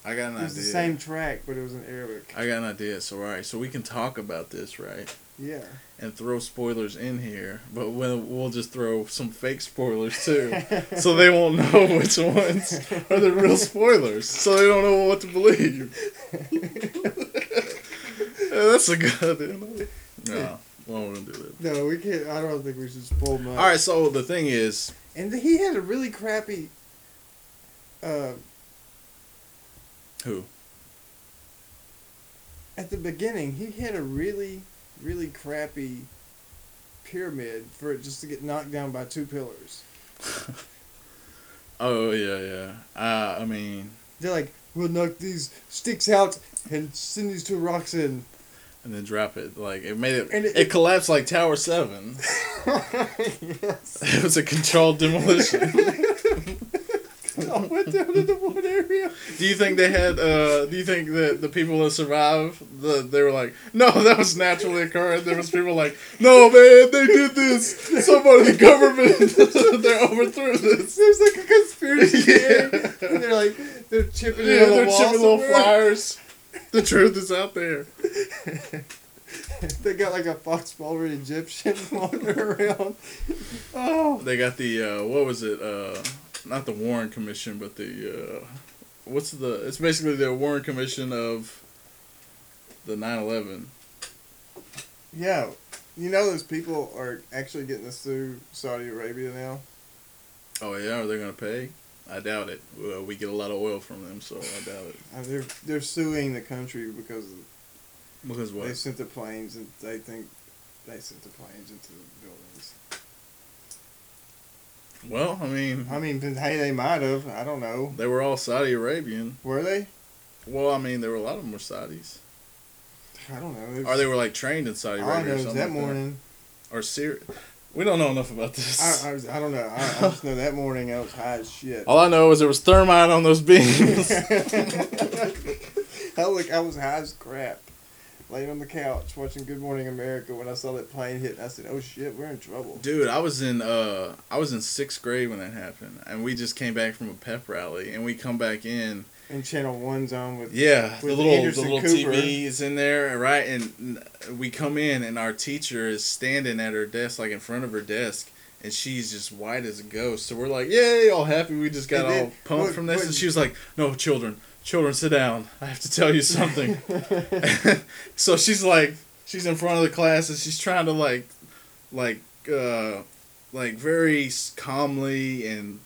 Speaker 2: I got an
Speaker 3: It
Speaker 2: idea.
Speaker 3: was the same track, but it was in Arabic.
Speaker 2: I got an idea. So all right, so we can talk about this, right?
Speaker 3: Yeah. (laughs)
Speaker 2: And throw spoilers in here, but we'll, we'll just throw some fake spoilers too, so
Speaker 3: (laughs)
Speaker 2: they won't know which ones are the real spoilers, so they don't know what to believe. (laughs) Yeah, that's a good. No, well, we don't do that.
Speaker 3: No, we can't. I don't think we should spoil much.
Speaker 2: All right. So the thing is,
Speaker 3: And he had a really crappy. Uh,
Speaker 2: who?
Speaker 3: at the beginning, he had a really, really crappy pyramid for it just to get knocked down by two pillars.
Speaker 2: Oh yeah, yeah. Uh, I mean,
Speaker 3: They're like, we'll knock these sticks out and send these two rocks in. (laughs)
Speaker 2: and then drop it. Like it made it.
Speaker 3: And
Speaker 2: it,
Speaker 3: it-
Speaker 2: collapsed like Tower Seven. (laughs)
Speaker 3: yes. (laughs)
Speaker 2: it was a controlled demolition.
Speaker 3: I went down into one area.
Speaker 2: do you think they had? Uh, do you think that the people that survived, the, they were like, no, that was naturally occurring. There was people like, no, man, they did this. Somebody, the government, (laughs) they overthrew this.
Speaker 3: There's like a conspiracy
Speaker 2: (laughs) Yeah.
Speaker 3: theory. And they're like, they're chipping
Speaker 2: Yeah,
Speaker 3: in on
Speaker 2: they're
Speaker 3: the wall
Speaker 2: chipping little
Speaker 3: somewhere.
Speaker 2: flyers. The truth is out there.
Speaker 3: (laughs) They got like a foxball Egyptian (laughs) walking around. Oh,
Speaker 2: They got the uh, what was it? Uh, not the Warren Commission, but the uh, what's the? It's basically the Warren Commission of the 9/11.
Speaker 3: yeah. You know those people are actually getting to sue Saudi Arabia now.
Speaker 2: Oh yeah, are they gonna pay? I doubt it. Well, we get a lot of oil from them, so I doubt it.
Speaker 3: Uh, They're they're suing the country because
Speaker 2: Because
Speaker 3: they
Speaker 2: what?
Speaker 3: sent the planes and they think they sent the planes into the buildings.
Speaker 2: Well, I mean,
Speaker 3: I mean, then, hey, they might have. I don't know.
Speaker 2: they were all Saudi Arabian.
Speaker 3: Were they?
Speaker 2: Well, I mean, there were a lot of them were Saudis,
Speaker 3: I don't know.
Speaker 2: or they were like trained in Saudi
Speaker 3: All I
Speaker 2: Arabia
Speaker 3: know
Speaker 2: or
Speaker 3: is
Speaker 2: something.
Speaker 3: that
Speaker 2: like
Speaker 3: morning.
Speaker 2: that. or Syria. We don't know enough about this.
Speaker 3: I, I, was- I don't know. I, I just know that morning I was high as
Speaker 2: (laughs)
Speaker 3: shit.
Speaker 2: all I know is there was thermite on those beams.
Speaker 3: (laughs) I look, I was high as crap, laying on the couch watching Good Morning America when I saw that plane hit. And I said, "Oh shit, we're in trouble."
Speaker 2: Dude, I was in uh I was in sixth grade when that happened, and we just came back from a pep rally, and we come back in.
Speaker 3: And Channel One's on with (laughs)
Speaker 2: Yeah, the
Speaker 3: With
Speaker 2: little
Speaker 3: Anderson
Speaker 2: the little
Speaker 3: Cooper.
Speaker 2: TV is in there, right? And n- we come in, and our teacher is standing at her desk, like in front of her desk, and she's just white as a ghost. So we're like, yay, all happy. We just got
Speaker 3: And then-
Speaker 2: all pumped
Speaker 3: what-
Speaker 2: from this,
Speaker 3: what-
Speaker 2: and she was like, no, children, children, sit down. I have to tell you
Speaker 3: (laughs)
Speaker 2: something. (laughs) so she's like, she's in front of the class, and she's trying to like, like, uh, like very s- calmly and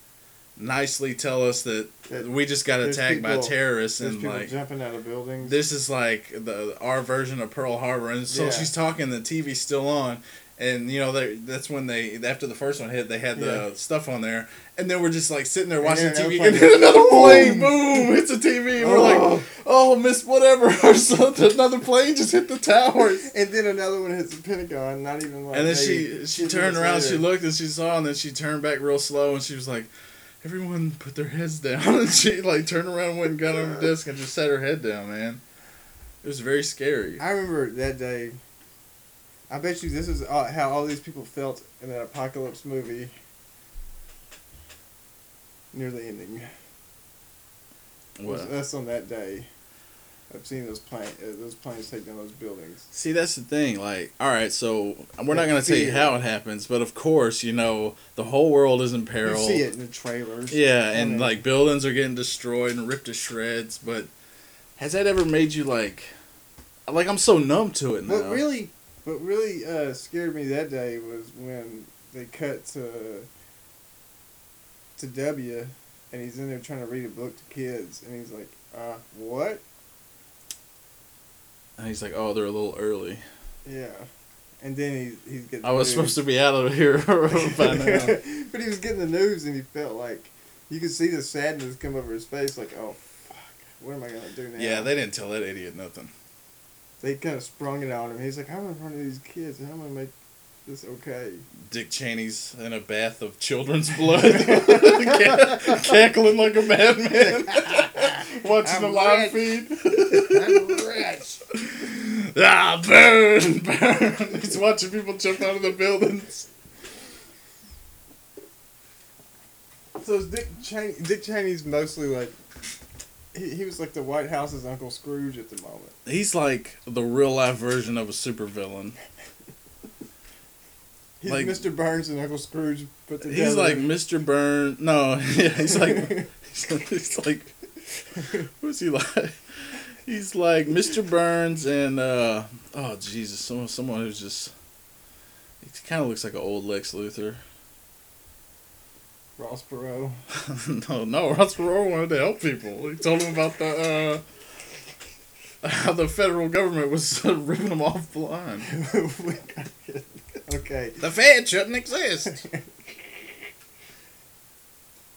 Speaker 2: nicely tell us that.
Speaker 3: That
Speaker 2: We just got
Speaker 3: there's
Speaker 2: attacked by
Speaker 3: people-
Speaker 2: terrorists
Speaker 3: there's
Speaker 2: and
Speaker 3: people
Speaker 2: like
Speaker 3: jumping out of buildings.
Speaker 2: this is like the our version of Pearl Harbor, and so
Speaker 3: Yeah.
Speaker 2: she's talking. The TV's still on, And you know they, that's when they after the first one hit they had the stuff on there and then we're just like sitting there watching
Speaker 3: then
Speaker 2: TV
Speaker 3: an
Speaker 2: and then another plane boom hits a TV and we're like oh miss whatever (laughs) or something another plane just hit the (laughs) towers
Speaker 3: (laughs) And then another one hits the Pentagon, not even like.
Speaker 2: and then she
Speaker 3: maybe
Speaker 2: she
Speaker 3: 10
Speaker 2: turned
Speaker 3: minutes
Speaker 2: around,
Speaker 3: later.
Speaker 2: she looked, and she saw, and then she turned back real slow, and she was like, "Everyone, put their heads down." (laughs) And she like turned around, and went and got on the desk, and just set her head down. Man, it was very scary.
Speaker 3: I remember that day. I bet you this is uh, how all these people felt in that apocalypse movie. Near the ending.
Speaker 2: What?
Speaker 3: That's on that day. I've seen those plane, uh, those planes take down those buildings.
Speaker 2: See, that's the thing. Like, all right, so we're not gonna tell you
Speaker 3: Fear.
Speaker 2: how it happens, but of course, you know, the whole world is in
Speaker 3: You
Speaker 2: peril.
Speaker 3: see it in the trailers.
Speaker 2: Yeah, and
Speaker 3: Mhm.
Speaker 2: like buildings are getting destroyed and ripped to shreds. But has that ever made you like, like I'm so numb to it now?
Speaker 3: What really, what really uh, scared me that day was when they cut to to W, and he's in there trying to read a book to kids, and he's like, "Uh, what?
Speaker 2: And he's like, oh, they're a little early.
Speaker 3: Yeah." And then he he's getting.
Speaker 2: I was supposed to be out of here (laughs) by
Speaker 3: (laughs)
Speaker 2: now.
Speaker 3: but he was getting the news, and he felt like you could see the sadness come over his face, like, "Oh, fuck, what am I gonna do now?"
Speaker 2: Yeah, they didn't tell that idiot nothing.
Speaker 3: they kind of sprung it on him. He's like, "I'm in front of these kids, and I'm gonna make this okay."
Speaker 2: (laughs) Dick Cheney's in a bath of children's blood, (laughs) Ca- cackling like a
Speaker 3: (laughs)
Speaker 2: madman, watching
Speaker 3: I'm
Speaker 2: the live
Speaker 3: rich.
Speaker 2: feed.
Speaker 3: (laughs) rich.
Speaker 2: ah, burn, burn! He's watching people jump out of the buildings.
Speaker 3: So is Dick Cheney, Dick Cheney's mostly like he, he was like the White House's Uncle Scrooge at the moment.
Speaker 2: He's like the real life version of a supervillain.
Speaker 3: He's
Speaker 2: Like-
Speaker 3: Mr. Burns and Uncle Scrooge put together.
Speaker 2: He's like Mr. Burn. No, (laughs) yeah, he's like he's like, he's like who's he like? He's like Mr. Burns and uh oh Jesus, someone someone who's just he kind of looks like an old Lex Luthor.
Speaker 3: (laughs) Ross
Speaker 2: (laughs)
Speaker 3: Perot. (laughs)
Speaker 2: no, no, Ross Perot wanted to help people. He told him about the uh (laughs) how the federal government was (laughs) ripping them off blind.
Speaker 3: okay, (laughs)
Speaker 2: The Fed shouldn't exist.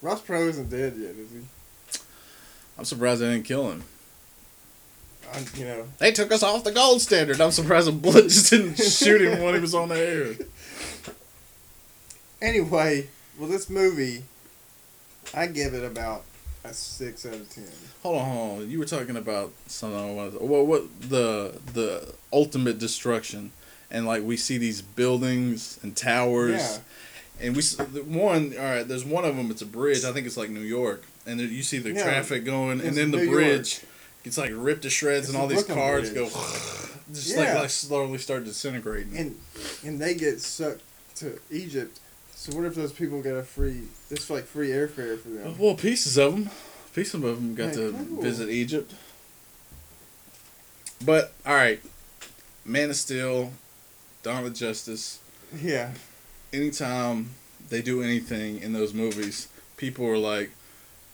Speaker 3: Ross Perot isn't dead yet, is he?
Speaker 2: I'm surprised they didn't kill him.
Speaker 3: I'm, you know,
Speaker 2: They took us off the gold standard. I'm surprised a bullet just didn't shoot him when he was on the air.
Speaker 3: Anyway, well, this movie, I give it about a six out of ten.
Speaker 2: Hold on, hold on. You were talking about something. I wanted. To, what what the the ultimate destruction, and like we see these buildings and towers,
Speaker 3: Yeah.
Speaker 2: and we s- the one. All right, there's one of them. It's a bridge. I think it's like New York, and there, you see the
Speaker 3: Yeah.
Speaker 2: traffic going, and
Speaker 3: It's
Speaker 2: then the
Speaker 3: New York.
Speaker 2: bridge. It's like ripped to shreds,
Speaker 3: It's
Speaker 2: and
Speaker 3: the
Speaker 2: all these
Speaker 3: Brooklyn
Speaker 2: cars
Speaker 3: Bridge.
Speaker 2: go, (laughs) just like,
Speaker 3: Yeah.
Speaker 2: like slowly start disintegrating.
Speaker 3: And and they get sucked to Egypt. So what if those people got a free? It's like free airfare for them.
Speaker 2: well, pieces of them, pieces of them got
Speaker 3: Yeah,
Speaker 2: to
Speaker 3: cool.
Speaker 2: visit Egypt. But all right, Man of Steel, Dawn of Justice.
Speaker 3: Yeah.
Speaker 2: Anytime they do anything in those movies, people are like,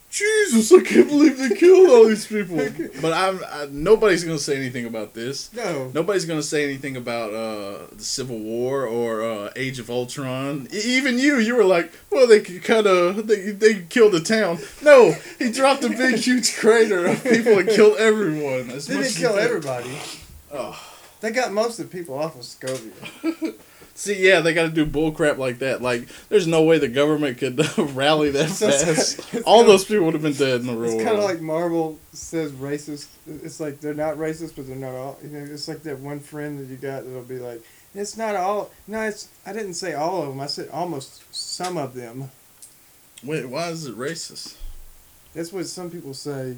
Speaker 2: "Jesus, I can't believe they killed all these people." But I'm I, nobody's gonna say anything about this.
Speaker 3: No.
Speaker 2: Nobody's gonna say anything about uh, the Civil War or uh, Age of Ultron. E- even you, you were like, "Well, they kind of they they killed the town." No, he dropped a big, huge crater of people and killed everyone. As
Speaker 3: They
Speaker 2: much
Speaker 3: didn't
Speaker 2: as
Speaker 3: kill
Speaker 2: they-
Speaker 3: everybody. They got most of the people off of Scovia.
Speaker 2: See, yeah, they got to do bullcrap like that. Like, there's no way the government could (laughs) rally that
Speaker 3: So it's-
Speaker 2: fast.
Speaker 3: it's
Speaker 2: All
Speaker 3: kinda-
Speaker 2: those people would have been dead in the real
Speaker 3: It's kind
Speaker 2: world.
Speaker 3: of like Marvel says racist. It's like they're not racist, but they're not all. You know, it's like that one friend that you got that'll be like, "It's not all." No, it's. I didn't say all of them. I said almost some of them.
Speaker 2: Wait, why is it racist? (laughs)
Speaker 3: That's what some people say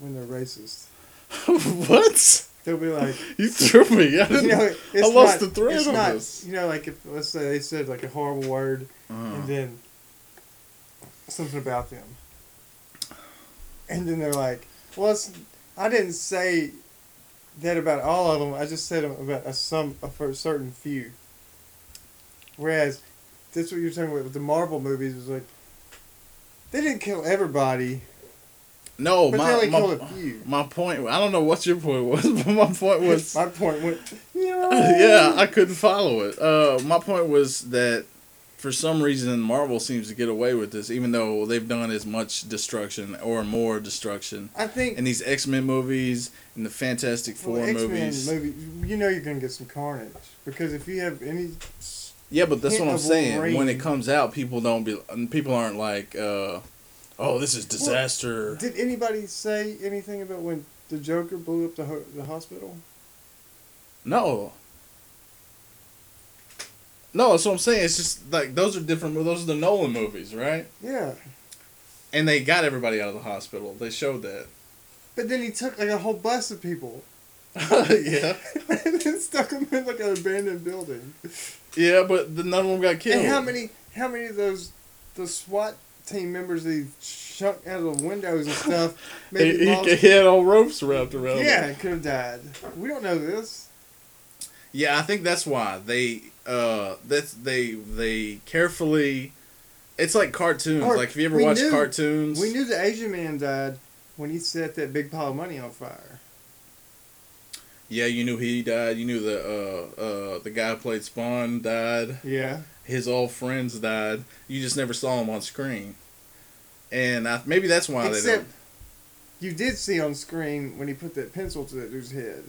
Speaker 3: when they're racist.
Speaker 2: what?
Speaker 3: They'll be like,
Speaker 2: You threw me. I, didn't,
Speaker 3: (laughs) you know, it's
Speaker 2: I lost
Speaker 3: not-
Speaker 2: the thread
Speaker 3: it's
Speaker 2: on
Speaker 3: not,
Speaker 2: this.
Speaker 3: You know, like if let's say they said like a horrible word,
Speaker 2: Uh,
Speaker 3: and then something about them. And then they're like, "Well, it's, I didn't say that about all of them. I just said about a some a for a certain few." Whereas, that's what you're talking about with the Marvel movies was like, they didn't kill everybody,
Speaker 2: no,
Speaker 3: but
Speaker 2: my,
Speaker 3: they only
Speaker 2: my,
Speaker 3: killed a few.
Speaker 2: (laughs)
Speaker 3: (laughs)
Speaker 2: My point, I don't know what your point was, but my point was
Speaker 3: My point went.
Speaker 2: (laughs) yeah, I couldn't follow it. Uh, my point was that for some reason Marvel seems to get away with this, even though they've done as much destruction or more destruction
Speaker 3: I think
Speaker 2: in these X Men movies and the Fantastic Four
Speaker 3: well, X-Men
Speaker 2: movies.
Speaker 3: movie, you know you're gonna get some carnage because if you have any,
Speaker 2: Yeah, but that's
Speaker 3: hit
Speaker 2: what I'm
Speaker 3: of
Speaker 2: saying. When
Speaker 3: Wolverine.
Speaker 2: it comes out, people don't be and people aren't like, uh, "Oh, this is disaster."
Speaker 3: did anybody say anything about when the Joker blew up the ho- the hospital?
Speaker 2: no. No, that's what I'm saying. It's just like those are different. Those are the Nolan movies, right?
Speaker 3: Yeah,
Speaker 2: And they got everybody out of the hospital. They showed that. (laughs)
Speaker 3: but then he took like a whole bus of people (laughs)
Speaker 2: yeah.
Speaker 3: and then stuck them in like an abandoned building.
Speaker 2: Yeah, but the, none of them got killed.
Speaker 3: And how many how many of those the SWAT team members they chucked out of the windows and stuff
Speaker 2: (laughs) He,
Speaker 3: maybe
Speaker 2: he,
Speaker 3: lost?
Speaker 2: he had all ropes wrapped around him.
Speaker 3: Yeah, could have died. We don't know this.
Speaker 2: Yeah, I think that's why they uh that's they they carefully it's like cartoons.
Speaker 3: Or-
Speaker 2: like if you ever
Speaker 3: we
Speaker 2: watch
Speaker 3: knew-
Speaker 2: cartoons
Speaker 3: We knew the Asian man died when he set that big pile of money on fire.
Speaker 2: Yeah, you knew he died, you knew the uh uh the guy who played Spawn died,
Speaker 3: Yeah.
Speaker 2: his old friends died. You just never saw him on screen. And I, maybe that's why they
Speaker 3: Except
Speaker 2: don't
Speaker 3: you did see on screen when he put that pencil to that dude's head.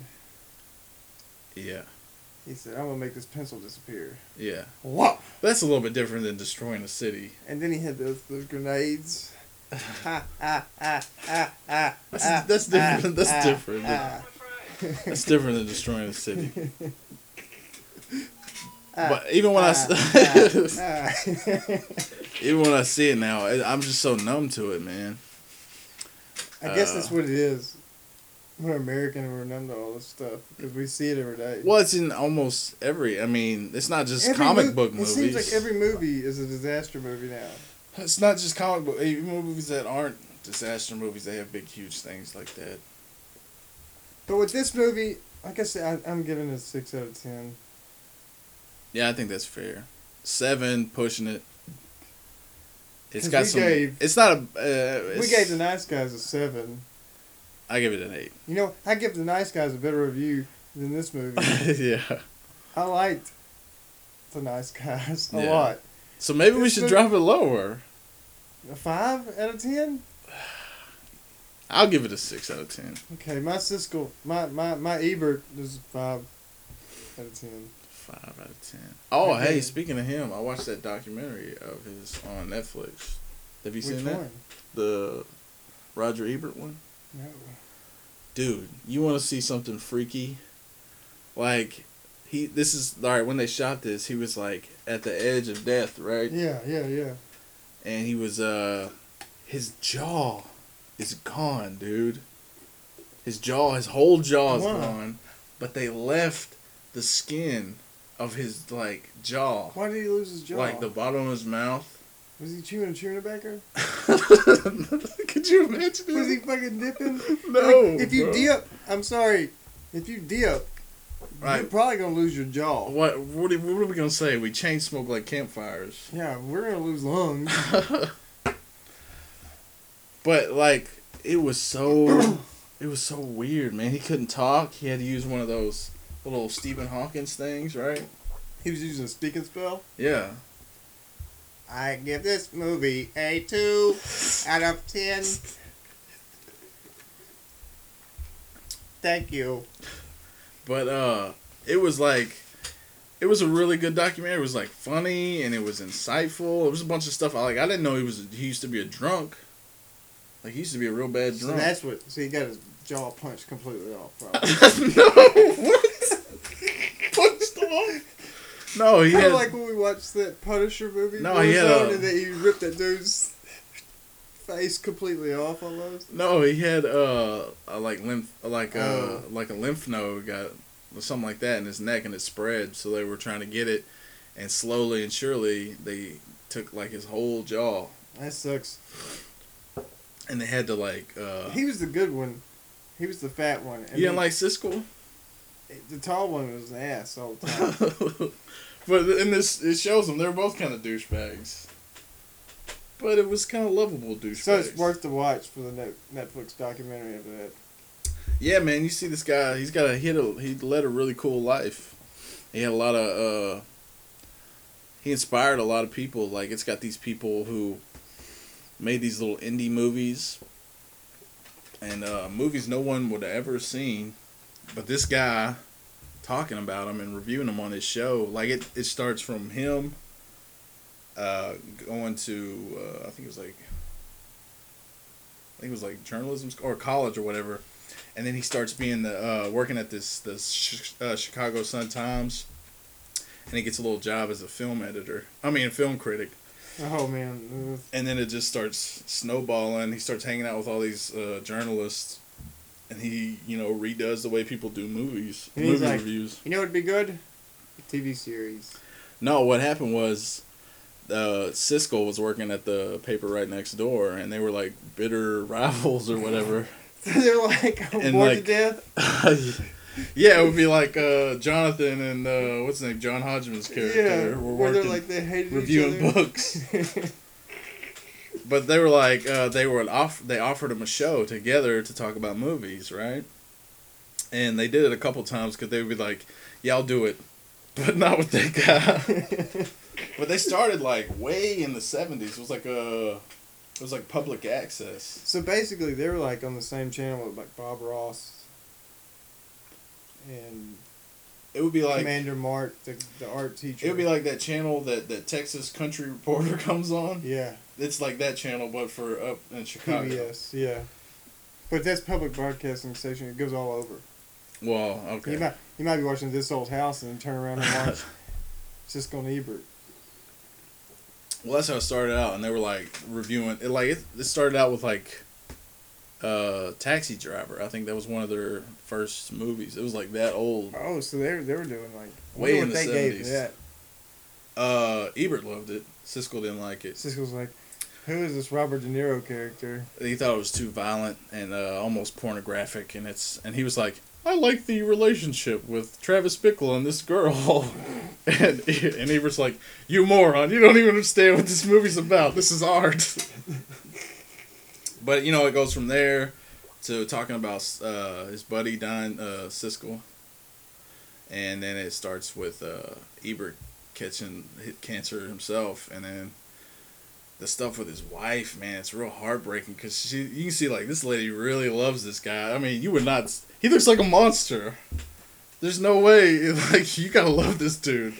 Speaker 2: Yeah,
Speaker 3: He said, I'm gonna make this pencil disappear.
Speaker 2: yeah.
Speaker 3: Whoa!
Speaker 2: That's a little bit different than destroying a city.
Speaker 3: And then he had those, those grenades. (laughs) ah, ah, ah, ah, ah,
Speaker 2: That's,
Speaker 3: ah,
Speaker 2: that's different.
Speaker 3: ah,
Speaker 2: that's
Speaker 3: ah,
Speaker 2: different.
Speaker 3: ah,
Speaker 2: That's different than destroying a
Speaker 3: (laughs)
Speaker 2: city.
Speaker 3: ah,
Speaker 2: but even when I
Speaker 3: ah,
Speaker 2: s-
Speaker 3: ah, ah.
Speaker 2: (laughs) even when I see it now, I- I'm just so numb to it, man.
Speaker 3: I guess
Speaker 2: Uh,
Speaker 3: that's what it is. We're American and we're numb to all this stuff because we see it every day.
Speaker 2: Well, it's in almost every. I mean, it's not just
Speaker 3: Every
Speaker 2: comic
Speaker 3: mov-
Speaker 2: book
Speaker 3: it
Speaker 2: movies.
Speaker 3: seems like every movie is a disaster movie now.
Speaker 2: It's not just comic book. Even movies that aren't disaster movies, they have big, huge things like that.
Speaker 3: But with this movie, like I said, I, I'm giving it a six out of ten.
Speaker 2: Yeah, I think that's fair. Seven pushing it. It's
Speaker 3: 'Cause
Speaker 2: got
Speaker 3: we
Speaker 2: some.
Speaker 3: gave-
Speaker 2: it's not a. Uh,
Speaker 3: we
Speaker 2: it's-
Speaker 3: gave the nice guys a seven.
Speaker 2: I give it an
Speaker 3: (laughs)
Speaker 2: eight. (laughs)
Speaker 3: You know, I give the nice guys a better review than this movie.
Speaker 2: yeah.
Speaker 3: I liked the nice guys a
Speaker 2: Yeah.
Speaker 3: lot.
Speaker 2: So maybe we
Speaker 3: This
Speaker 2: should
Speaker 3: movie-
Speaker 2: drop it lower.
Speaker 3: A five out of ten.
Speaker 2: I'll give it a six out of ten.
Speaker 3: Okay, my Siskel, my my my Ebert is five out of ten.
Speaker 2: Five out of ten. Oh,
Speaker 3: Okay.
Speaker 2: hey, speaking of him, I watched that documentary of his on Netflix. Have you
Speaker 3: Which
Speaker 2: seen that?
Speaker 3: one?
Speaker 2: The Roger Ebert one?
Speaker 3: No.
Speaker 2: Dude, you want to see something freaky? Like, he. This is all right. When they shot this, he was like at the edge of death, right?
Speaker 3: Yeah, yeah, yeah.
Speaker 2: And he was uh, his jaw is gone, dude. His jaw, his whole jaw is
Speaker 3: Why?
Speaker 2: gone, but they left the skin of his like jaw.
Speaker 3: Why did he lose his jaw?
Speaker 2: like the bottom of his
Speaker 3: (laughs)
Speaker 2: mouth.
Speaker 3: was he chewing a chewing tobacco?
Speaker 2: (laughs) Could you imagine?
Speaker 3: Was he
Speaker 2: it? (laughs)
Speaker 3: fucking dipping?
Speaker 2: No.
Speaker 3: Like, if you
Speaker 2: bro.
Speaker 3: dip, I'm sorry. If you dip, you're
Speaker 2: right?
Speaker 3: probably gonna lose your jaw.
Speaker 2: What what are, what are we gonna say? We chain smoke like campfires.
Speaker 3: Yeah, we're gonna lose lungs.
Speaker 2: (laughs) but like it was so (clears throat) it was so weird, man. He couldn't talk. He had to use one of those little Stephen Hawkins things, right?
Speaker 3: he was using a speaking spell.
Speaker 2: Yeah.
Speaker 3: I give this movie a two out of ten. Thank you.
Speaker 2: But uh it was like it was a really good documentary. It was like funny and it was insightful. It was a bunch of stuff I like I didn't know he was he used to be a drunk. Like he used to be a real bad
Speaker 3: So
Speaker 2: drunk.
Speaker 3: that's what. So he got his jaw punched completely off. Probably.
Speaker 2: no, (laughs) what? Punched him off? No,
Speaker 3: (laughs)
Speaker 2: he
Speaker 3: Kind
Speaker 2: had
Speaker 3: of like when we watched that Punisher movie.
Speaker 2: No,
Speaker 3: Warzone,
Speaker 2: he had a-
Speaker 3: and that he ripped that dude's face completely off almost.
Speaker 2: no, he had uh a, like lymph like uh
Speaker 3: Oh.
Speaker 2: like a lymph node got or something like that in his neck and it spread. So they were trying to get it, and slowly and surely they took like his whole jaw
Speaker 3: That sucks.
Speaker 2: and they had to like uh
Speaker 3: He was the good one. He was the fat one. And
Speaker 2: you didn't
Speaker 3: the-
Speaker 2: like Siskel,
Speaker 3: the tall one was an ass all the time.
Speaker 2: (laughs) but in this it shows them they're both kind of douchebags. But it was kind of lovable douchebags.
Speaker 3: so it's worth the watch for the Net- Netflix documentary of that.
Speaker 2: Yeah, man, you see this guy. He's got a he had a he led a really cool life. He had a lot of. Uh, he inspired a lot of people. Like it's got these people who made these little indie movies and uh, movies no one would have ever seen, but this guy talking about them and reviewing them on his show, like it, it starts from him uh, going to uh, I think it was like I think it was like journalism sc- or college or whatever, and then he starts being the uh, working at this the sh- uh, Chicago Sun Times, and he gets a little job as a film editor. I mean, film critic
Speaker 3: Oh man,
Speaker 2: and then it just starts snowballing. He starts hanging out with all these uh, journalists, and he you know redoes the way people do movies,
Speaker 3: And he's
Speaker 2: movie
Speaker 3: like-
Speaker 2: reviews.
Speaker 3: you know what'd be good? A
Speaker 2: (laughs)
Speaker 3: TV series. (laughs)
Speaker 2: No, what happened was, uh, Siskel was working at the paper right next door, and they were like bitter (laughs) rivals or whatever.
Speaker 3: They're like bored
Speaker 2: And,
Speaker 3: to
Speaker 2: like-
Speaker 3: death.
Speaker 2: (laughs) yeah, it would be like uh, Jonathan and uh, what's his name, John Hodgman's character,
Speaker 3: Yeah,
Speaker 2: were
Speaker 3: where they're
Speaker 2: working
Speaker 3: like they hated each
Speaker 2: reviewing
Speaker 3: other.
Speaker 2: books.
Speaker 3: (laughs)
Speaker 2: But they were like, uh, they were an off. They offered him a show together to talk about movies, right? And they did it a couple times because they would be like, "Yeah, I'll do it," (laughs) but not with that
Speaker 3: (laughs)
Speaker 2: guy. but they started like way in the seventies. It was like a, it was like public access.
Speaker 3: so basically, they were like on the same channel with like Bob Ross and
Speaker 2: It would be like
Speaker 3: Commander Mark, the, the art teacher.
Speaker 2: it would be like that channel that that Texas Country Reporter (laughs) comes on.
Speaker 3: yeah,
Speaker 2: It's like that channel, but for up in Chicago.
Speaker 3: PBS, yeah. But that's public broadcasting station. It goes all over.
Speaker 2: Well, okay.
Speaker 3: You might you might be watching this old house and then turn around
Speaker 2: (laughs)
Speaker 3: and watch Siskel and Ebert.
Speaker 2: Well, that's how it started out, and they were like reviewing it. Like it, it started out with like uh Taxi Driver. I think that was one of their first movies. It was like that old.
Speaker 3: Oh, so they they were doing like I
Speaker 2: Way
Speaker 3: wonder
Speaker 2: in the
Speaker 3: for
Speaker 2: 70s. Uh Ebert loved it. Siskel didn't like it.
Speaker 3: Siskel's like, who is this Robert De Niro character?
Speaker 2: He thought it was too violent and uh, almost pornographic, and it's and he was like, I like the relationship with Travis Bickle and this girl. (laughs) And, and Ebert's like, You moron, you don't even understand what this movie's about. This is art. (laughs) but, you know, it goes from there to talking about uh, his buddy, Don uh, Siskel. And then it starts with uh, Ebert catching hit cancer himself. And then the stuff with his wife, man, it's real heartbreaking because she, you can see, like, this lady really loves this guy. I mean, you would not, he looks like a monster. There's no way, (laughs) like, you gotta love this dude.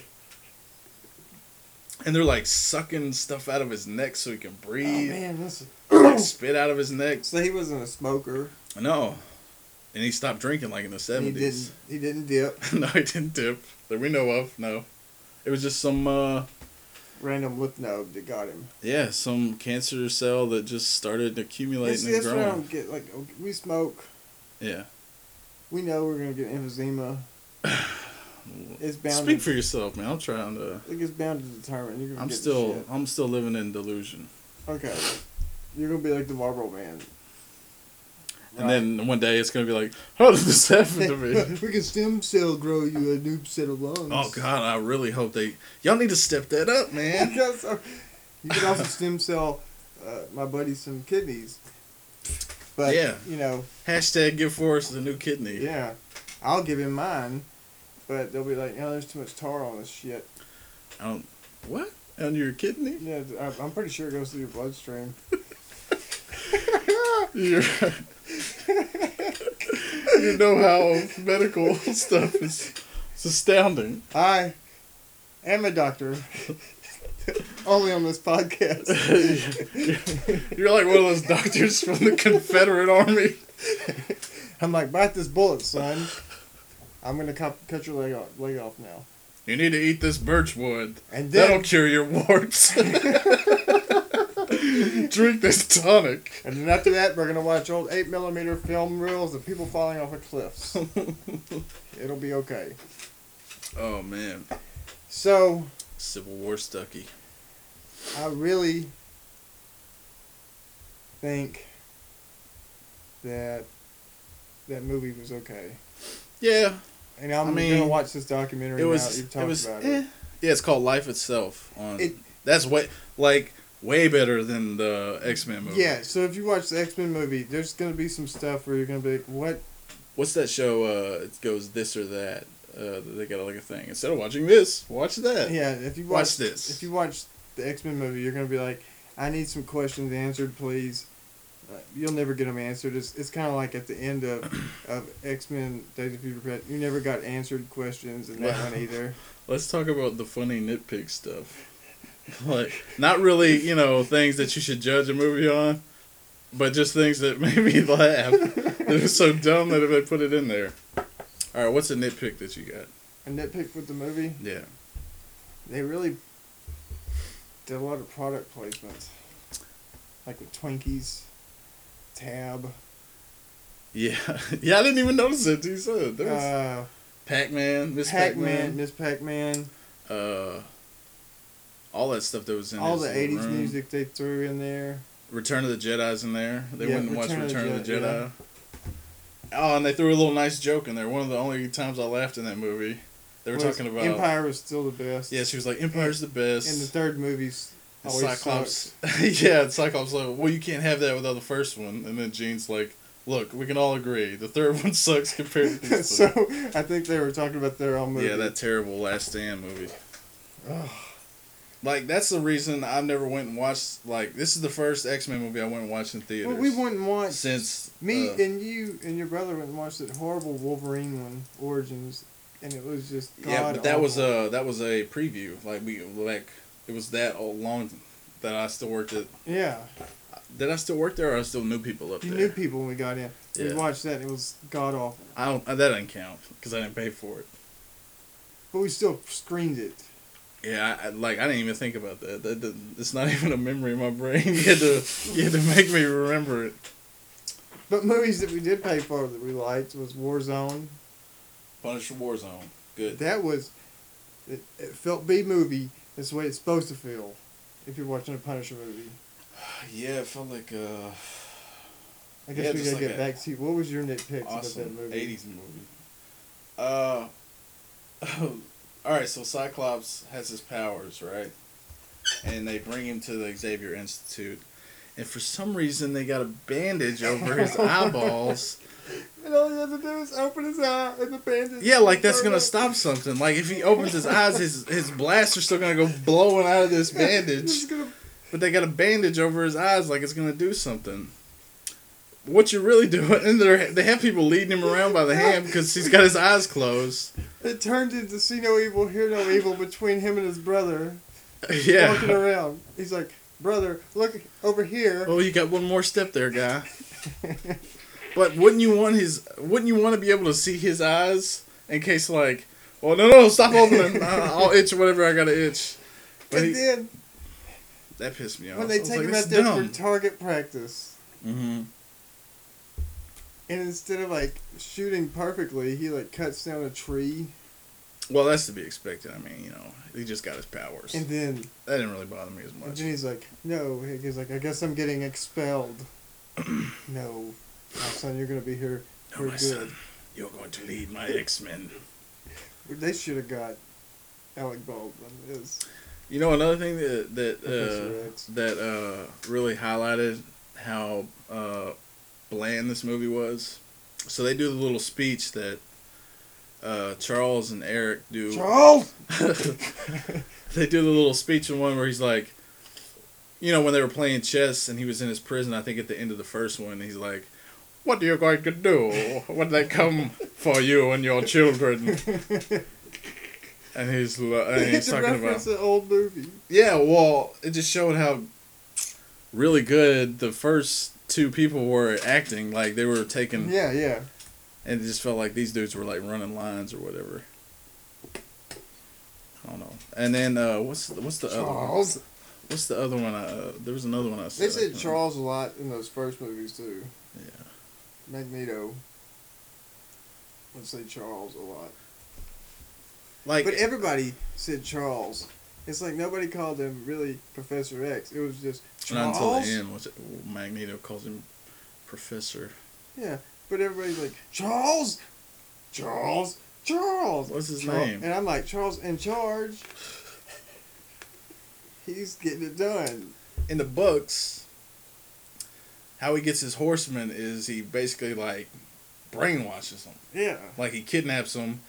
Speaker 2: And they're like sucking stuff out of his neck so he can
Speaker 3: Oh
Speaker 2: breathe
Speaker 3: man, listen.
Speaker 2: like (coughs) spit out of his neck.
Speaker 3: So he wasn't a smoker.
Speaker 2: No, and he stopped drinking like in the
Speaker 3: and He
Speaker 2: seventies. (laughs)
Speaker 3: didn't. He didn't dip.
Speaker 2: no, he didn't dip that we know of. No, it was just some uh
Speaker 3: Random lymph node that got him.
Speaker 2: yeah some cancer cell that just started
Speaker 3: That's,
Speaker 2: accumulating and
Speaker 3: that's what I
Speaker 2: growing.
Speaker 3: don't get. Like okay, we smoke,
Speaker 2: Yeah,
Speaker 3: we know we're gonna get
Speaker 2: (sighs)
Speaker 3: emphysema. It's bound.
Speaker 2: speak
Speaker 3: to,
Speaker 2: for yourself, man. I'm trying to.
Speaker 3: like it's bound to determine. You're gonna
Speaker 2: I'm
Speaker 3: get the
Speaker 2: still
Speaker 3: shit.
Speaker 2: I'm still living in delusion.
Speaker 3: okay. You're gonna be like the Marlboro Man.
Speaker 2: And then one day it's gonna be like, (laughs) how did this happen to
Speaker 3: (laughs)
Speaker 2: me?
Speaker 3: we can stem cell grow you a new set of lungs.
Speaker 2: oh God, I really hope they y'all need to step that up,
Speaker 3: (laughs)
Speaker 2: man.
Speaker 3: That's so- you can also stem cell uh, my buddy some kidneys. But
Speaker 2: Yeah.
Speaker 3: you know,
Speaker 2: Hashtag give Forrest a new kidney.
Speaker 3: yeah, I'll give him mine. But they'll be like, "No, there's too much tar on this shit."
Speaker 2: I don't. What? On your kidney?
Speaker 3: Yeah, I- I'm pretty sure it goes through your bloodstream.
Speaker 2: You're, you know how medical stuff is. It's astounding.
Speaker 3: I am
Speaker 2: (laughs)
Speaker 3: a doctor, (laughs) only on this podcast. (laughs)
Speaker 2: You're like one of those doctors from the Confederate Army.
Speaker 3: I'm like, bite this bullet, son. I'm gonna cop- cut your leg off, leg off now.
Speaker 2: You need to eat this birch wood.
Speaker 3: And then
Speaker 2: That'll cure your warts.
Speaker 3: (laughs)
Speaker 2: Drink this tonic.
Speaker 3: And then after that, we're gonna watch old eight millimeter film reels of people falling off of cliffs. It'll be okay.
Speaker 2: Oh man,
Speaker 3: So
Speaker 2: Civil War Stucky.
Speaker 3: I really think that that movie was okay,
Speaker 2: Yeah,
Speaker 3: and I'm
Speaker 2: I mean,
Speaker 3: gonna watch this documentary.
Speaker 2: it
Speaker 3: now that
Speaker 2: was.
Speaker 3: you've
Speaker 2: It
Speaker 3: talked
Speaker 2: was.
Speaker 3: about
Speaker 2: eh.
Speaker 3: it.
Speaker 2: Yeah, it's called Life Itself. On
Speaker 3: It-
Speaker 2: that's way like way better than the X Men movie.
Speaker 3: Yeah. So if you watch the X Men movie, there's gonna be some stuff where you're gonna be like, "What?
Speaker 2: What's that show? Uh, it goes this or that. Uh, they got like a thing. Instead of watching this, watch that.
Speaker 3: Yeah, if you watch,
Speaker 2: Watch this.
Speaker 3: if you watch the X Men movie, you're gonna be like, I need some questions answered, please. Uh, you'll never get them answered. It's, it's kind of like at the
Speaker 2: (coughs)
Speaker 3: end of of X Men Days of Future Past, you never got answered questions in that
Speaker 2: (laughs)
Speaker 3: one either.
Speaker 2: Let's talk about the funny nitpick stuff. (laughs) Like, not really, you know, things that you should judge a movie on, but just things that (laughs) made me laugh. it was so dumb that if I put it in there. All right, what's a nitpick that you got?
Speaker 3: A nitpick with the movie,
Speaker 2: Yeah.
Speaker 3: they really did a lot of product placements, like with Twinkies, Tab,
Speaker 2: Yeah. (laughs) yeah, I didn't even notice it. You said there was
Speaker 3: uh,
Speaker 2: Pac Man, Miss Pac
Speaker 3: Pac Man,
Speaker 2: Man,
Speaker 3: Miss Pac Man,
Speaker 2: uh, all that stuff that was in
Speaker 3: all
Speaker 2: his
Speaker 3: the
Speaker 2: little
Speaker 3: '80s
Speaker 2: room.
Speaker 3: music they threw in there.
Speaker 2: Return of the Jedi's in there. They
Speaker 3: Yeah,
Speaker 2: wouldn't watch
Speaker 3: Return of the
Speaker 2: Return of the
Speaker 3: Jedi,
Speaker 2: Jedi. Oh, and they threw a little nice joke in there. One of the only times I laughed in that movie. They were
Speaker 3: Was-
Speaker 2: talking about
Speaker 3: Empire was still the best.
Speaker 2: Yeah, she was like, Empire's the best.
Speaker 3: And the third movie's
Speaker 2: And
Speaker 3: always Cyclops.
Speaker 2: Cyclops. (laughs) yeah, and Cyclops like, well, you can't have that without the first one. And then Jean's like, look, we can all agree the third one (laughs) sucks compared to these
Speaker 3: (laughs) (laughs) so
Speaker 2: two.
Speaker 3: I think they were talking about their own movie.
Speaker 2: Yeah, that terrible Last Stand movie. Like that's the reason I've never went and watched. Like this is the first X Men movie I went and watched in theaters
Speaker 3: Well, we wouldn't watch
Speaker 2: since
Speaker 3: me
Speaker 2: uh,
Speaker 3: and you and your brother went and watched that horrible Wolverine one Origins, and it was just God
Speaker 2: yeah, but that was
Speaker 3: awful.
Speaker 2: a that was a preview. Like we like it was that all long that I still worked at.
Speaker 3: yeah.
Speaker 2: That I still worked there, or I still knew people up
Speaker 3: You
Speaker 2: there.
Speaker 3: knew people when we got in. We
Speaker 2: Yeah.
Speaker 3: watched that. and It was god awful,
Speaker 2: I don't. That doesn't count because I didn't pay for it.
Speaker 3: but we still screened it.
Speaker 2: Yeah, I, I- like I didn't even think about that. That doesn't- it's not (laughs) even a memory in my brain. (laughs) You had to you had to make me remember it.
Speaker 3: But movies that we did pay for that we liked was Warzone.
Speaker 2: Punisher Warzone. Good.
Speaker 3: That was it, it felt B movie. That's the way it's supposed to feel if you're watching a Punisher movie.
Speaker 2: yeah, it felt like uh
Speaker 3: I guess
Speaker 2: Yeah,
Speaker 3: we
Speaker 2: just
Speaker 3: gotta
Speaker 2: like
Speaker 3: get
Speaker 2: a-
Speaker 3: back to you. What was your nitpicks
Speaker 2: awesome
Speaker 3: about that movie?
Speaker 2: eighties movie. Uh, (laughs) all right. So Cyclops has his powers, right? And they bring him to the Xavier Institute, and for some reason they got a bandage over
Speaker 3: (laughs)
Speaker 2: his eyeballs.
Speaker 3: And all he had to do was open his eye and the bandage.
Speaker 2: Yeah, like that's gonna stop something. Like if he opens his eyes, his his blasts are still gonna go blowing out of this bandage.
Speaker 3: It's gonna-
Speaker 2: But they got a bandage over his eyes, like it's gonna do something. What you're really doing, (laughs) and they're- they have people leading him around by the hand because he's got his eyes closed.
Speaker 3: It turned into see no evil, hear no evil between him and his brother walking
Speaker 2: Yeah.
Speaker 3: around. He's like, brother, look over here. (laughs)
Speaker 2: Oh, you got one more step there, guy. but wouldn't you want his? Wouldn't you want to be able to see his eyes in case like, well, no, no, stop
Speaker 3: (laughs)
Speaker 2: opening. Uh, I'll itch whatever I gotta itch. But
Speaker 3: and
Speaker 2: he,
Speaker 3: then
Speaker 2: that pissed me off.
Speaker 3: when they
Speaker 2: I was
Speaker 3: take
Speaker 2: like,
Speaker 3: him
Speaker 2: "That's
Speaker 3: out there
Speaker 2: dumb."
Speaker 3: for target practice,
Speaker 2: Mm-hmm.
Speaker 3: and instead of like shooting perfectly, he like cuts down a tree,
Speaker 2: Well, that's to be expected. I mean, you know, he just got his powers.
Speaker 3: and then
Speaker 2: that didn't really bother me as
Speaker 3: and
Speaker 2: much.
Speaker 3: then he's like, no, he's like, I guess I'm
Speaker 2: (clears throat)
Speaker 3: getting expelled. no, my son, you're gonna be here.
Speaker 2: No,
Speaker 3: for
Speaker 2: Oh, my
Speaker 3: good.
Speaker 2: son, you're going to lead my X Men.
Speaker 3: They should have got Alec Baldwin as
Speaker 2: You know, another thing that that
Speaker 3: Professor X.
Speaker 2: uh, that uh, really highlighted how uh, bland this movie was. So they do the little speech that uh, Charles and Eric do.
Speaker 3: Charles.
Speaker 2: (laughs)
Speaker 3: (laughs)
Speaker 2: they do the little speech in one where he's like, you know, when they were playing chess and he was in his prison, I think at the end of the first one, he's like, What are you going to do when they come for you and your children? And he's, lo- and he's
Speaker 3: it's a
Speaker 2: talking
Speaker 3: reference
Speaker 2: about.
Speaker 3: (laughs) to an old movie.
Speaker 2: Yeah, well, it just showed how really good the first two people were at acting. Like, they were taking.
Speaker 3: Yeah, yeah.
Speaker 2: And it just felt like these dudes were like running lines or whatever. I don't know. And then uh, what's what's the other one?
Speaker 3: Charles.
Speaker 2: What's the other one? I, uh, there was another one I said.
Speaker 3: They
Speaker 2: I
Speaker 3: said
Speaker 2: can't
Speaker 3: Charles a lot in those first movies too.
Speaker 2: remember. Yeah.
Speaker 3: Magneto. Would say Charles a lot,
Speaker 2: Like,
Speaker 3: but everybody said Charles. It's like nobody called him really Professor X. It was just
Speaker 2: not until
Speaker 3: Charles.
Speaker 2: the end, was it, Magneto calls him Professor.
Speaker 3: Yeah, but everybody's like Charles, Charles, Charles.
Speaker 2: What's his
Speaker 3: Charles.
Speaker 2: name?
Speaker 3: And I'm like Charles in charge. He's getting it done.
Speaker 2: In the books, how he gets his horsemen is he basically like brainwashes them.
Speaker 3: Yeah.
Speaker 2: Like he kidnaps them,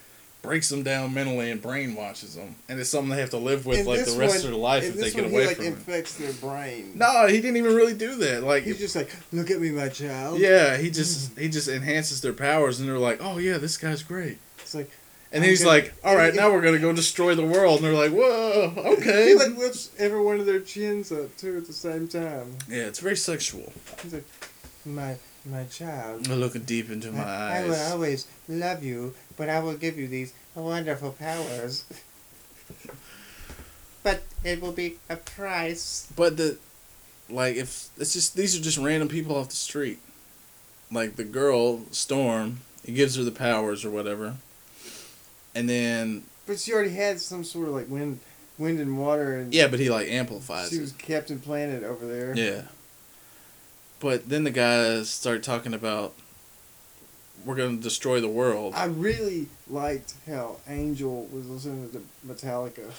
Speaker 2: breaks them down mentally and brainwashes them, and it's something they have to live with
Speaker 3: In
Speaker 2: like
Speaker 3: this
Speaker 2: the rest
Speaker 3: one-
Speaker 2: of their life
Speaker 3: in
Speaker 2: if they
Speaker 3: this
Speaker 2: get
Speaker 3: one,
Speaker 2: away
Speaker 3: he, like,
Speaker 2: from it.
Speaker 3: infects their brain.
Speaker 2: No, he didn't even really do that. Like,
Speaker 3: He's just like, look at me, my child.
Speaker 2: yeah, he just he just enhances their powers, and they're like, oh yeah, this guy's great.
Speaker 3: It's like
Speaker 2: And
Speaker 3: I'm
Speaker 2: then he's
Speaker 3: gonna-
Speaker 2: like, all
Speaker 3: (laughs)
Speaker 2: right,
Speaker 3: and-
Speaker 2: now we're gonna go destroy the world, and they're like, whoa, okay.
Speaker 3: he like lifts every one of their chins up too at the same time.
Speaker 2: yeah, it's very sexual.
Speaker 3: He's like, my my child.
Speaker 2: I'm looking deep into my
Speaker 3: I, I will
Speaker 2: eyes.
Speaker 3: always love you, but I will give you these wonderful
Speaker 2: (laughs)
Speaker 3: powers. but it will be a price.
Speaker 2: But the, like, if it's just these are just random people off the street, like the girl Storm, he gives her the powers or whatever, and then
Speaker 3: But she already had some sort of like wind, wind and water, and
Speaker 2: yeah, but he like amplifies
Speaker 3: she
Speaker 2: it.
Speaker 3: was Captain Planet over there.
Speaker 2: Yeah. But then the guys start talking about we're gonna destroy the world.
Speaker 3: I really liked how Angel was listening to Metallica.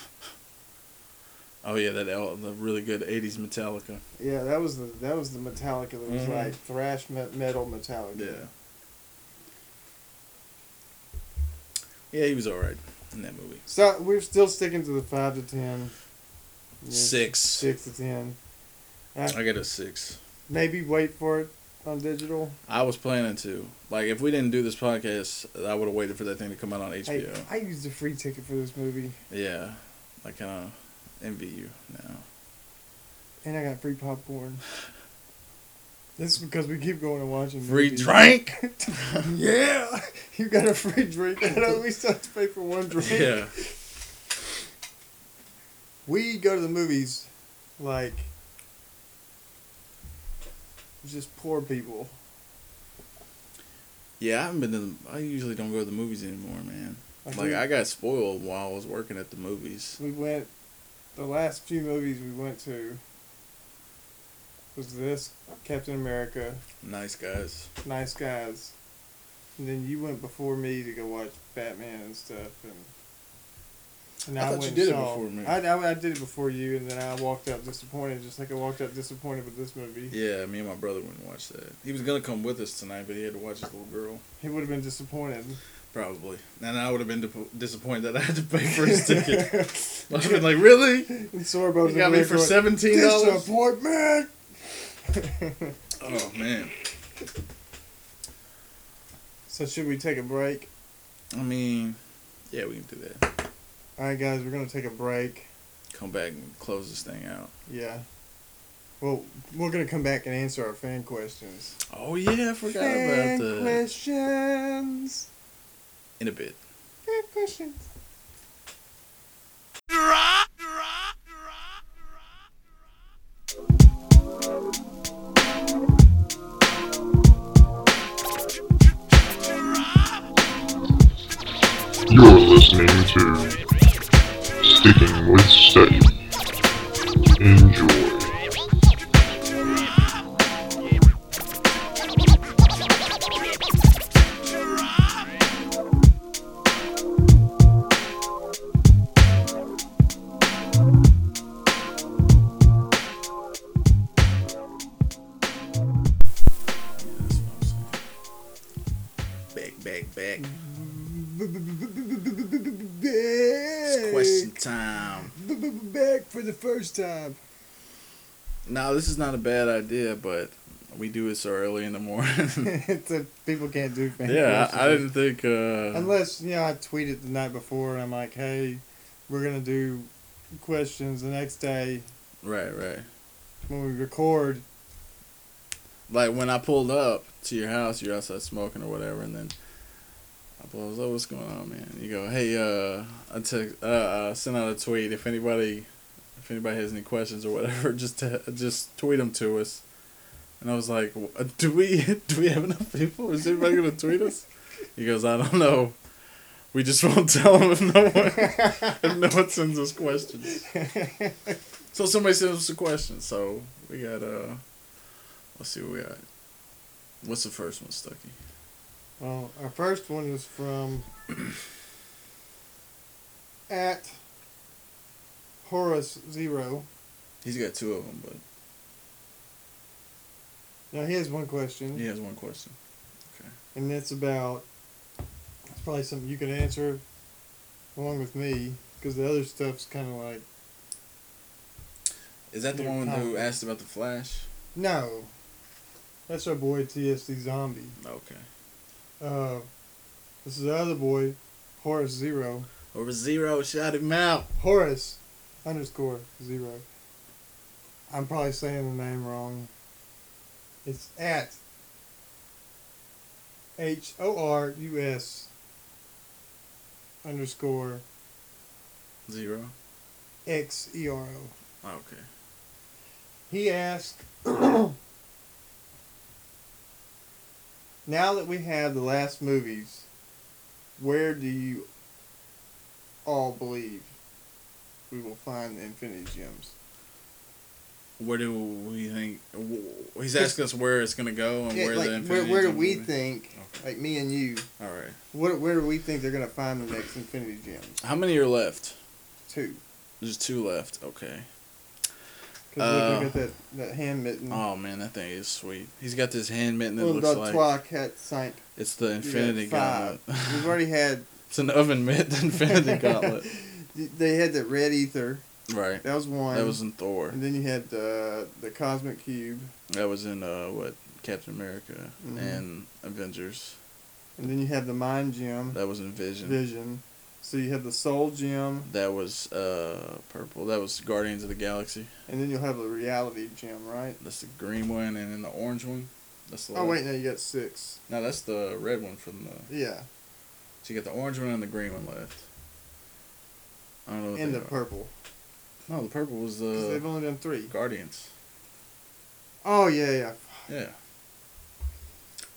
Speaker 2: Oh yeah, that L, the really good '80s Metallica.
Speaker 3: Yeah, that was the that was the Metallica that was
Speaker 2: Mhm.
Speaker 3: like thrash me- metal Metallica.
Speaker 2: Yeah, he was alright in that movie.
Speaker 3: So we're still sticking to the five to ten. Yeah,
Speaker 2: Six.
Speaker 3: Six to ten.
Speaker 2: I got a six.
Speaker 3: Maybe wait for it on digital.
Speaker 2: I was planning to like if we didn't do this podcast, I would have waited for that thing to come out on
Speaker 3: Hey,
Speaker 2: HBO.
Speaker 3: I used a free ticket for this movie,
Speaker 2: Yeah, I kind of envy you now.
Speaker 3: and I got
Speaker 2: (laughs)
Speaker 3: free popcorn. This is because we keep going and watching.
Speaker 2: Free
Speaker 3: movies.
Speaker 2: drink.
Speaker 3: (laughs) yeah, (laughs) you got a free drink. I know we still have to pay for one drink.
Speaker 2: (laughs) yeah.
Speaker 3: we go to the movies like just poor people.
Speaker 2: Yeah, I haven't been to. The, I usually don't go to the movies anymore, man.
Speaker 3: Like,
Speaker 2: Like
Speaker 3: we,
Speaker 2: I got spoiled while I was working at the movies.
Speaker 3: we went the last few movies we went to was this Captain America,
Speaker 2: Nice guys.
Speaker 3: Nice Guys, and then you went before me to go watch Batman and stuff and. And
Speaker 2: I thought you
Speaker 3: went and
Speaker 2: did it
Speaker 3: saw-
Speaker 2: before me.
Speaker 3: I, I, I did it before you, and then I walked out disappointed, just like I walked out disappointed with this movie.
Speaker 2: Yeah, me and my brother wouldn't watch that. He was gonna come with us tonight, but he had to watch his little girl.
Speaker 3: He would have been disappointed.
Speaker 2: Probably. And I would have been dip- disappointed that I had to pay for
Speaker 3: (laughs)
Speaker 2: his ticket. I'd have been like, really?
Speaker 3: And Sorbo's
Speaker 2: You got
Speaker 3: over
Speaker 2: me
Speaker 3: there
Speaker 2: for
Speaker 3: going,
Speaker 2: seventeen dollars?
Speaker 3: Disappointment.
Speaker 2: Oh man.
Speaker 3: (laughs) so should we take a break?
Speaker 2: I mean, yeah, we can do that.
Speaker 3: All right, guys, we're gonna take a break.
Speaker 2: Come back and close this thing out.
Speaker 3: Yeah. Well, we're gonna come back and answer our fan questions.
Speaker 2: Oh yeah, I forgot
Speaker 3: Fan
Speaker 2: about the
Speaker 3: questions.
Speaker 2: in a bit.
Speaker 3: Fan questions.
Speaker 4: You're listening to Sticking with State. Enjoy.
Speaker 2: Yeah, that's what I'm saying. Back, back, back. It's question time.
Speaker 3: Back for the first time. (laughs)
Speaker 2: Now this is not a bad idea, but we do it so early in the
Speaker 3: (laughs)
Speaker 2: morning. (laughs)
Speaker 3: it's a, people can't do fan
Speaker 2: yeah,
Speaker 3: questions.
Speaker 2: I, I didn't think. Uh,
Speaker 3: Unless, you know, I tweeted the night before and I'm like, hey, we're going to do questions the next day
Speaker 2: right, right.
Speaker 3: when we record. (laughs)
Speaker 2: Like when I pulled up to your house, you're outside smoking or whatever, and then I pulled up. What's going on, man? You go, hey, uh, I text, uh, uh, sent out a tweet. If anybody, if anybody has any questions or whatever, (laughs) just t- just tweet them to us. And I was like, w- uh, do we (laughs) do we have enough people? Is anybody gonna tweet us? He goes, I don't know. We just won't (laughs) tell them if no one if no one sends us questions. So somebody sent us a question. So we got uh, let's see what we got. What's the first one, Stucky?
Speaker 3: well, our first one is from (clears throat) at Horace Zero.
Speaker 2: He's got two of them, but
Speaker 3: Now, he has one question,
Speaker 2: he has one question.
Speaker 3: and it's about, it's probably something you can answer. along with me because the other stuff's kind of like
Speaker 2: Is that the
Speaker 3: Your
Speaker 2: woman who
Speaker 3: comment.
Speaker 2: asked about the Flash?
Speaker 3: no. That's our boy TSD Zombie.
Speaker 2: Okay.
Speaker 3: Uh, this is the other boy, Horace Zero.
Speaker 2: Over zero, shot him out.
Speaker 3: Horace underscore Zero. I'm probably saying the name wrong. It's at H O R U S underscore
Speaker 2: Zero.
Speaker 3: X E R O.
Speaker 2: Okay.
Speaker 3: He asked, (clears throat) now that we have the last movies, where do you all believe we will find the Infinity Gems?
Speaker 2: Where do we think? wh- He's asking us where it's gonna go and
Speaker 3: Yeah,
Speaker 2: where
Speaker 3: like,
Speaker 2: the
Speaker 3: where,
Speaker 2: Infinity
Speaker 3: where do
Speaker 2: Gem
Speaker 3: we
Speaker 2: will be.
Speaker 3: think,
Speaker 2: Okay.
Speaker 3: like me and you,
Speaker 2: All right.
Speaker 3: what, where do we think they're going to find the next Infinity Gems?
Speaker 2: How many are left?
Speaker 3: Two.
Speaker 2: There's two left. Okay.
Speaker 3: Because
Speaker 2: Uh,
Speaker 3: look at that, that hand mitten.
Speaker 2: Oh man, that thing is sweet. He's got this hand mitten that
Speaker 3: Mm. Little
Speaker 2: looks like
Speaker 3: dog twa cat saint.
Speaker 2: it's the
Speaker 3: You got
Speaker 2: Infinity Gauntlet. (laughs)
Speaker 3: five. We've already had
Speaker 2: it's an oven mitt (laughs)
Speaker 3: (laughs)
Speaker 2: Infinity Gauntlet.
Speaker 3: they had the red ether.
Speaker 2: Right.
Speaker 3: That was one.
Speaker 2: That was in Thor.
Speaker 3: And then you had the the cosmic cube,
Speaker 2: That was in uh what Captain America
Speaker 3: Mhm.
Speaker 2: and Avengers.
Speaker 3: and then you had the mind gem,
Speaker 2: That was in Vision.
Speaker 3: vision. So you have the soul gem,
Speaker 2: That was uh purple. That was Guardians of the Galaxy.
Speaker 3: and then you'll have the reality gem, right?
Speaker 2: That's the green one, and then the orange one. That's the
Speaker 3: Oh wait, no, you got six.
Speaker 2: No, that's the red one from the.
Speaker 3: Yeah,
Speaker 2: So you got the orange one and the green one left. I don't know. What
Speaker 3: and
Speaker 2: they
Speaker 3: the
Speaker 2: are. Uh,
Speaker 3: purple.
Speaker 2: No, the purple was
Speaker 3: 'Cause
Speaker 2: the
Speaker 3: they've only done three.
Speaker 2: Guardians.
Speaker 3: Oh yeah, yeah.
Speaker 2: Yeah.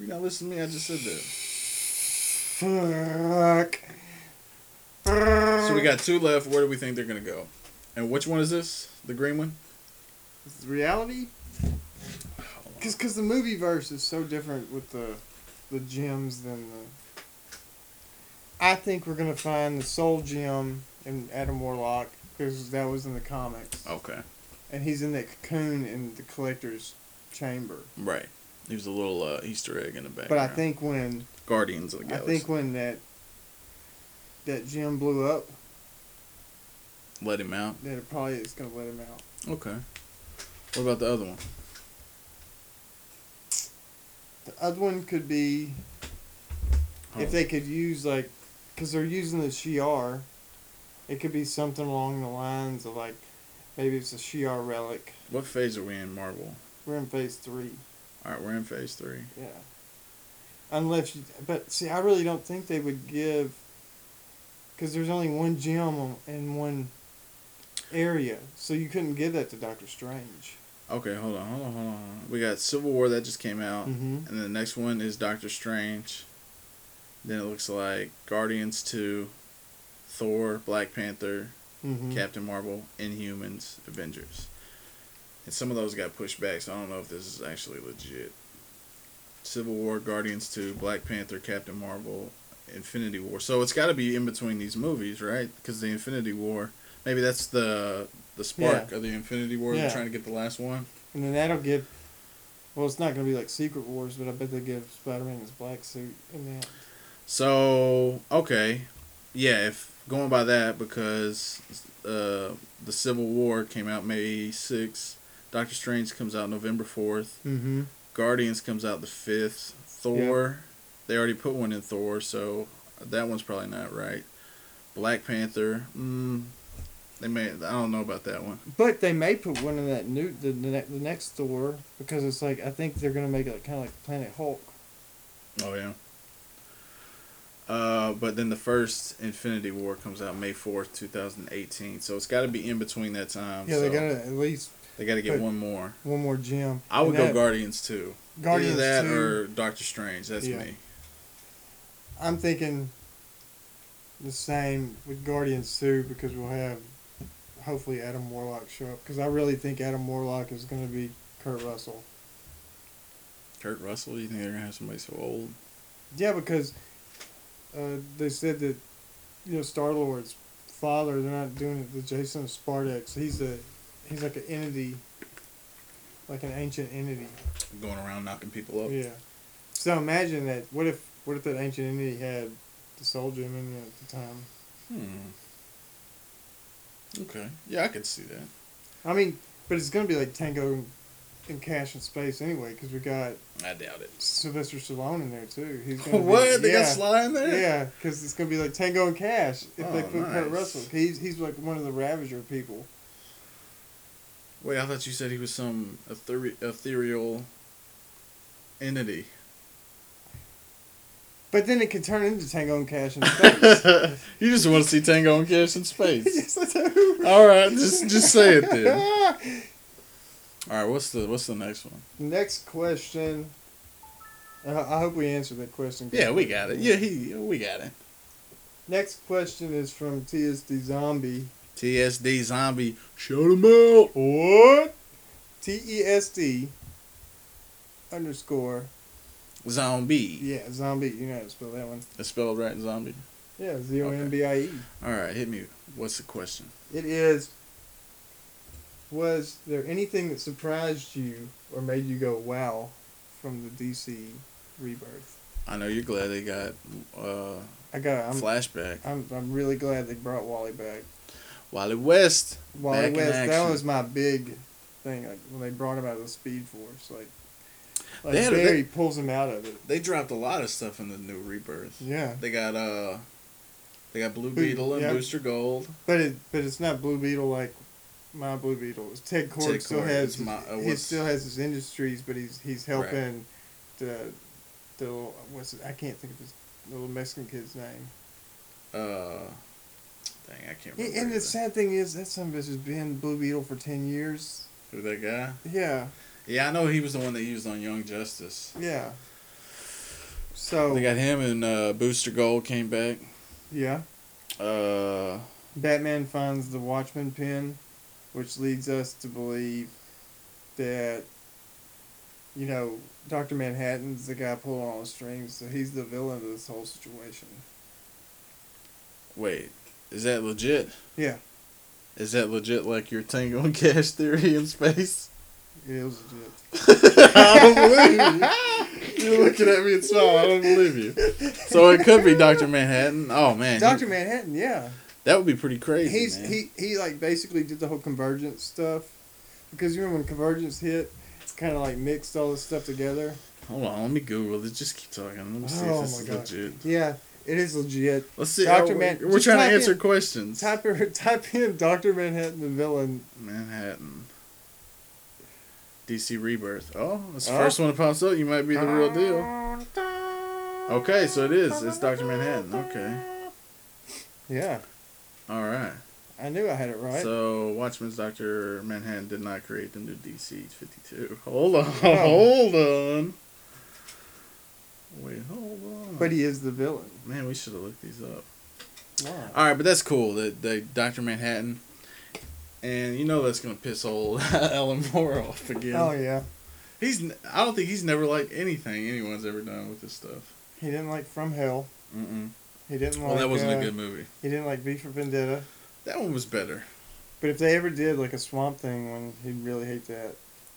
Speaker 2: You not listen to me? I just said that.
Speaker 3: Fuck.
Speaker 2: So
Speaker 3: So
Speaker 2: we got two left. Where do we think they're gonna go? And which one is this? The green one?
Speaker 3: reality. Cause, cause the movie verse is so different with the, the gems than the. I think we're gonna find the soul gem in Adam Warlock because that was in the comics,
Speaker 2: Okay.
Speaker 3: and he's in that cocoon in the collector's chamber.
Speaker 2: Right. He was a little uh, Easter egg in the back.
Speaker 3: But I think when
Speaker 2: Guardians of the
Speaker 3: I
Speaker 2: Galaxy.
Speaker 3: think when that that gem blew up,
Speaker 2: Let him out.
Speaker 3: that it probably is gonna let him out.
Speaker 2: Okay. What about the other one?
Speaker 3: The other one could be
Speaker 2: Oh.
Speaker 3: if they could use like because they're using the shiar it could be something along the lines of like maybe it's a shiar relic
Speaker 2: What phase are we in, Marvel?
Speaker 3: we're in phase three
Speaker 2: All right, we're in phase three.
Speaker 3: yeah unless you but see i really don't think they would give because there's only one gem on- in one area so you couldn't give that to doctor strange
Speaker 2: Okay, hold on, hold on, hold on. hold on. We got Civil War that just came out,
Speaker 3: Mhm.
Speaker 2: and the next one is Doctor Strange. Then it looks like Guardians two, Thor, Black Panther,
Speaker 3: mm-hmm.
Speaker 2: Captain Marvel, Inhumans, Avengers. And some of those got pushed back, so I don't know if this is actually legit. Civil War, Guardians 2, Black Panther, Captain Marvel, Infinity War. So it's got to be in between these movies, right? Because the Infinity War, maybe that's the the spark of the Infinity War. They're
Speaker 3: Yeah.
Speaker 2: trying to get the last one.
Speaker 3: and then that'll give well it's not going to be like secret wars but i bet they give spider-man his black suit and that
Speaker 2: So okay, yeah. If going by that, because uh, the Civil War came out May sixth, Doctor Strange comes out November fourth.
Speaker 3: mm-hmm
Speaker 2: Guardians comes out the fifth. Thor, they already put one in Thor, so that one's probably not right. Black Panther, mm, they may. I don't know about that one.
Speaker 3: But they may put one in that new the the, ne- the next door because it's like I think they're gonna make it kind of like Planet Hulk.
Speaker 2: Oh yeah. Uh, but then the first Infinity War comes out May fourth, two thousand eighteen. So it's got to be in between that time.
Speaker 3: Yeah,
Speaker 2: so
Speaker 3: they gotta at least
Speaker 2: They got to get
Speaker 3: put-
Speaker 2: one more.
Speaker 3: one more gem.
Speaker 2: I would
Speaker 3: And
Speaker 2: go
Speaker 3: that-
Speaker 2: Guardians too.
Speaker 3: Guardians
Speaker 2: Either that
Speaker 3: two.
Speaker 2: or Doctor Strange. That's
Speaker 3: Yeah.
Speaker 2: me.
Speaker 3: I'm thinking the same with Guardians two because we'll have hopefully Adam Warlock show up because I really think Adam Warlock is gonna be Kurt Russell.
Speaker 2: Kurt Russell. You think they're gonna have somebody so old?
Speaker 3: Yeah, because uh, they said that you know Star Lord's father. They're not doing it. The Jason of Spartax. He's a he's like an entity, like an ancient entity.
Speaker 2: Going around knocking people up.
Speaker 3: Yeah. So imagine that. What if what if that ancient entity had the soul gem in it at the time?
Speaker 2: Hmm. Okay. Yeah, I could see that.
Speaker 3: I mean, but it's gonna be like Tango and Cash in space anyway, because we got
Speaker 2: I doubt it.
Speaker 3: Sylvester Stallone in there too. He's
Speaker 2: (laughs)
Speaker 3: gonna
Speaker 2: what?
Speaker 3: Be,
Speaker 2: They
Speaker 3: yeah,
Speaker 2: got Sly in there?
Speaker 3: yeah, (laughs) because it's gonna be like Tango and Cash if
Speaker 2: Oh,
Speaker 3: they put Kurt
Speaker 2: nice.
Speaker 3: Russell. He's he's like one of the Ravager people.
Speaker 2: Wait, I thought you said he was some ether- ethereal (laughs) entity.
Speaker 3: But then it could turn into Tango and Cash in
Speaker 2: (laughs)
Speaker 3: space.
Speaker 2: you just want to see Tango and Cash in space.
Speaker 3: (laughs) yes, I do.
Speaker 2: All right, just just say it then. All right, what's the what's the next one?
Speaker 3: (laughs) Next question. And I I hope we answered that question.
Speaker 2: Yeah, we got it. Yeah, he we got it.
Speaker 3: Next question is from TSD Zombie.
Speaker 2: TSD zombie, shout him out.
Speaker 3: What? T E S D underscore.
Speaker 2: Zombie.
Speaker 3: Yeah, zombie. You know how to spell that one.
Speaker 2: It's spelled right, zombie.
Speaker 3: Yeah, Z O M B I E.
Speaker 2: All right, hit me. What's the question?
Speaker 3: It is. Was there anything that surprised you or made you go wow from the DC rebirth?
Speaker 2: I know you're glad they got uh,
Speaker 3: I got. I'm,
Speaker 2: flashback.
Speaker 3: I'm. I'm really glad they brought Wally back.
Speaker 2: Wally West.
Speaker 3: Wally
Speaker 2: Back in
Speaker 3: West. That
Speaker 2: action.
Speaker 3: was my big thing. Like when they brought him out of the Speed Force, like, like
Speaker 2: They had a-
Speaker 3: Barry pulls him out of it.
Speaker 2: They dropped a lot of stuff in the new Rebirth.
Speaker 3: Yeah,
Speaker 2: They got uh, they got Blue
Speaker 3: Who-
Speaker 2: Beetle and
Speaker 3: yeah.
Speaker 2: Booster Gold.
Speaker 3: but it but it's not Blue Beetle like my Blue Beetle. It's Ted Cord
Speaker 2: Ted
Speaker 3: still
Speaker 2: Kord
Speaker 3: has
Speaker 2: is
Speaker 3: his-
Speaker 2: my- uh,
Speaker 3: he
Speaker 2: was-
Speaker 3: still has his industries, but he's he's helping the the little- what's it, I can't think of his the little Mexican kid's name.
Speaker 2: Uh, dang, I can't remember.
Speaker 3: and the
Speaker 2: either.
Speaker 3: sad thing is that son of bitch has been Blue Beetle for ten years.
Speaker 2: Who that guy?
Speaker 3: Yeah,
Speaker 2: Yeah, I know he was the one they used on Young Justice.
Speaker 3: yeah. So
Speaker 2: They got him and uh, Booster Gold came back.
Speaker 3: yeah.
Speaker 2: Uh,
Speaker 3: Batman finds the Watchman pin, which leads us to believe that, you know, Dr. Manhattan's the guy pulling all the strings, so he's the villain of this whole situation.
Speaker 2: wait, is that legit?
Speaker 3: Yeah.
Speaker 2: Is that legit? Like your Tango and Cash theory in space?
Speaker 3: It was legit.
Speaker 2: (laughs) I don't believe you. You're looking at me and smiling. I don't believe you. (laughs) So it could be Doctor Manhattan. Oh man,
Speaker 3: Dr. Manhattan, yeah.
Speaker 2: that would be pretty crazy.
Speaker 3: He's
Speaker 2: man.
Speaker 3: he, he like basically did the whole convergence stuff. Because you remember when convergence hit, it's kinda like mixed all this stuff together.
Speaker 2: Hold on, let me Google it. Just keep talking. Let me see
Speaker 3: Oh,
Speaker 2: if this
Speaker 3: my
Speaker 2: is
Speaker 3: God.
Speaker 2: legit.
Speaker 3: Yeah, it is legit.
Speaker 2: Let's see.
Speaker 3: Dr.
Speaker 2: oh,
Speaker 3: Man-
Speaker 2: we're
Speaker 3: just
Speaker 2: trying
Speaker 3: type
Speaker 2: to
Speaker 3: in-
Speaker 2: answer questions.
Speaker 3: Type (laughs) type in Dr. Manhattan the villain
Speaker 2: Manhattan. DC Rebirth. Oh, that's the
Speaker 3: Oh.
Speaker 2: first one that pops up. You might be the real deal. Okay, so it is. It's Dr. Manhattan. Okay.
Speaker 3: Yeah.
Speaker 2: All right.
Speaker 3: I knew I had it right.
Speaker 2: So Watchmen's Dr. Manhattan did not create the new DC 52. Hold on.
Speaker 3: Oh.
Speaker 2: Hold on. Wait, hold on.
Speaker 3: But he is the villain.
Speaker 2: Man, we should have looked these up.
Speaker 3: Wow.
Speaker 2: All right, but that's cool. That the Dr. Manhattan. And you know that's going to piss old (laughs) Alan Moore off again.
Speaker 3: Oh yeah.
Speaker 2: He's. n- I don't think he's never liked anything anyone's ever done with this stuff.
Speaker 3: He didn't like From Hell.
Speaker 2: Mm-mm.
Speaker 3: He didn't like.
Speaker 2: Well, that wasn't
Speaker 3: uh,
Speaker 2: a good movie.
Speaker 3: He didn't like V for Vendetta.
Speaker 2: That one was better.
Speaker 3: But if they ever did like a Swamp Thing one, he'd really hate that.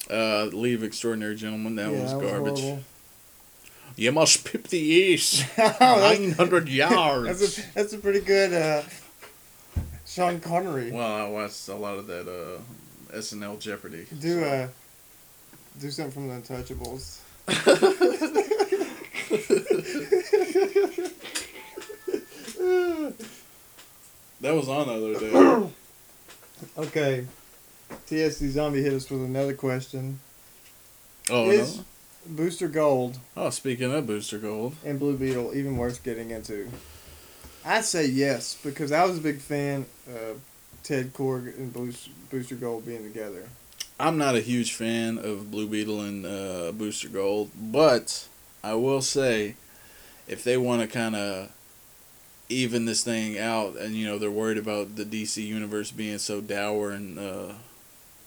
Speaker 2: Uh, Leave Extraordinary Gentleman. That one
Speaker 3: Yeah,
Speaker 2: was garbage.
Speaker 3: horrible.
Speaker 2: you must pip the
Speaker 3: (laughs)
Speaker 2: east
Speaker 3: Oh, that's-
Speaker 2: nine
Speaker 3: (laughs)
Speaker 2: hundred
Speaker 3: That's
Speaker 2: yards.
Speaker 3: a that's a pretty good uh, Sean Connery.
Speaker 2: well, I watched a lot of that uh, SNL Jeopardy. (laughs)
Speaker 3: Do uh, do something from the Untouchables. (laughs)
Speaker 2: That was on the other
Speaker 3: (coughs)
Speaker 2: day. Oh,
Speaker 3: Okay. TSD Zombie hit us with another question.
Speaker 2: Oh,
Speaker 3: Is-
Speaker 2: no.
Speaker 3: Booster Gold
Speaker 2: oh, speaking of Booster Gold,
Speaker 3: and Blue Beetle even worth getting into? I say yes because I was a big fan of Ted Korg and Boos- Booster Gold being together.
Speaker 2: I'm not a huge fan of Blue Beetle and uh, Booster Gold, but I will say, if they want to kind of even this thing out, and you know they're worried about the DC universe being so dour and uh,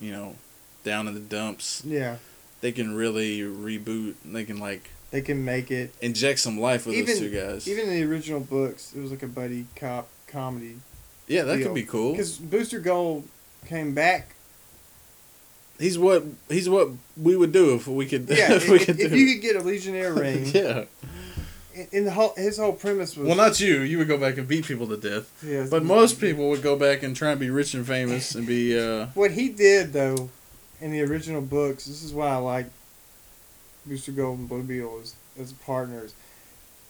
Speaker 2: you know down in the dumps,
Speaker 3: Yeah,
Speaker 2: they can really reboot. and They can like
Speaker 3: they can make it.
Speaker 2: inject some life with
Speaker 3: Even-
Speaker 2: those two guys.
Speaker 3: Even in the original books, it was like a buddy cop comedy
Speaker 2: yeah, that
Speaker 3: deal.
Speaker 2: could be cool.
Speaker 3: because Booster Gold came back.
Speaker 2: He's what he's what (laughs) we would do if we could. (laughs)
Speaker 3: Yeah,
Speaker 2: if
Speaker 3: if,
Speaker 2: we could
Speaker 3: if
Speaker 2: do. (laughs)
Speaker 3: you could get a Legionnaire ring
Speaker 2: yeah,
Speaker 3: in- in the whole, his whole premise was
Speaker 2: Well, not you. You would go back and beat people to death.
Speaker 3: Yeah,
Speaker 2: But most people would go back and try and be rich and famous and be. Uh,
Speaker 3: What he did though, in the original books, this is why I like Booster Gold and Blue Beetle as, as partners,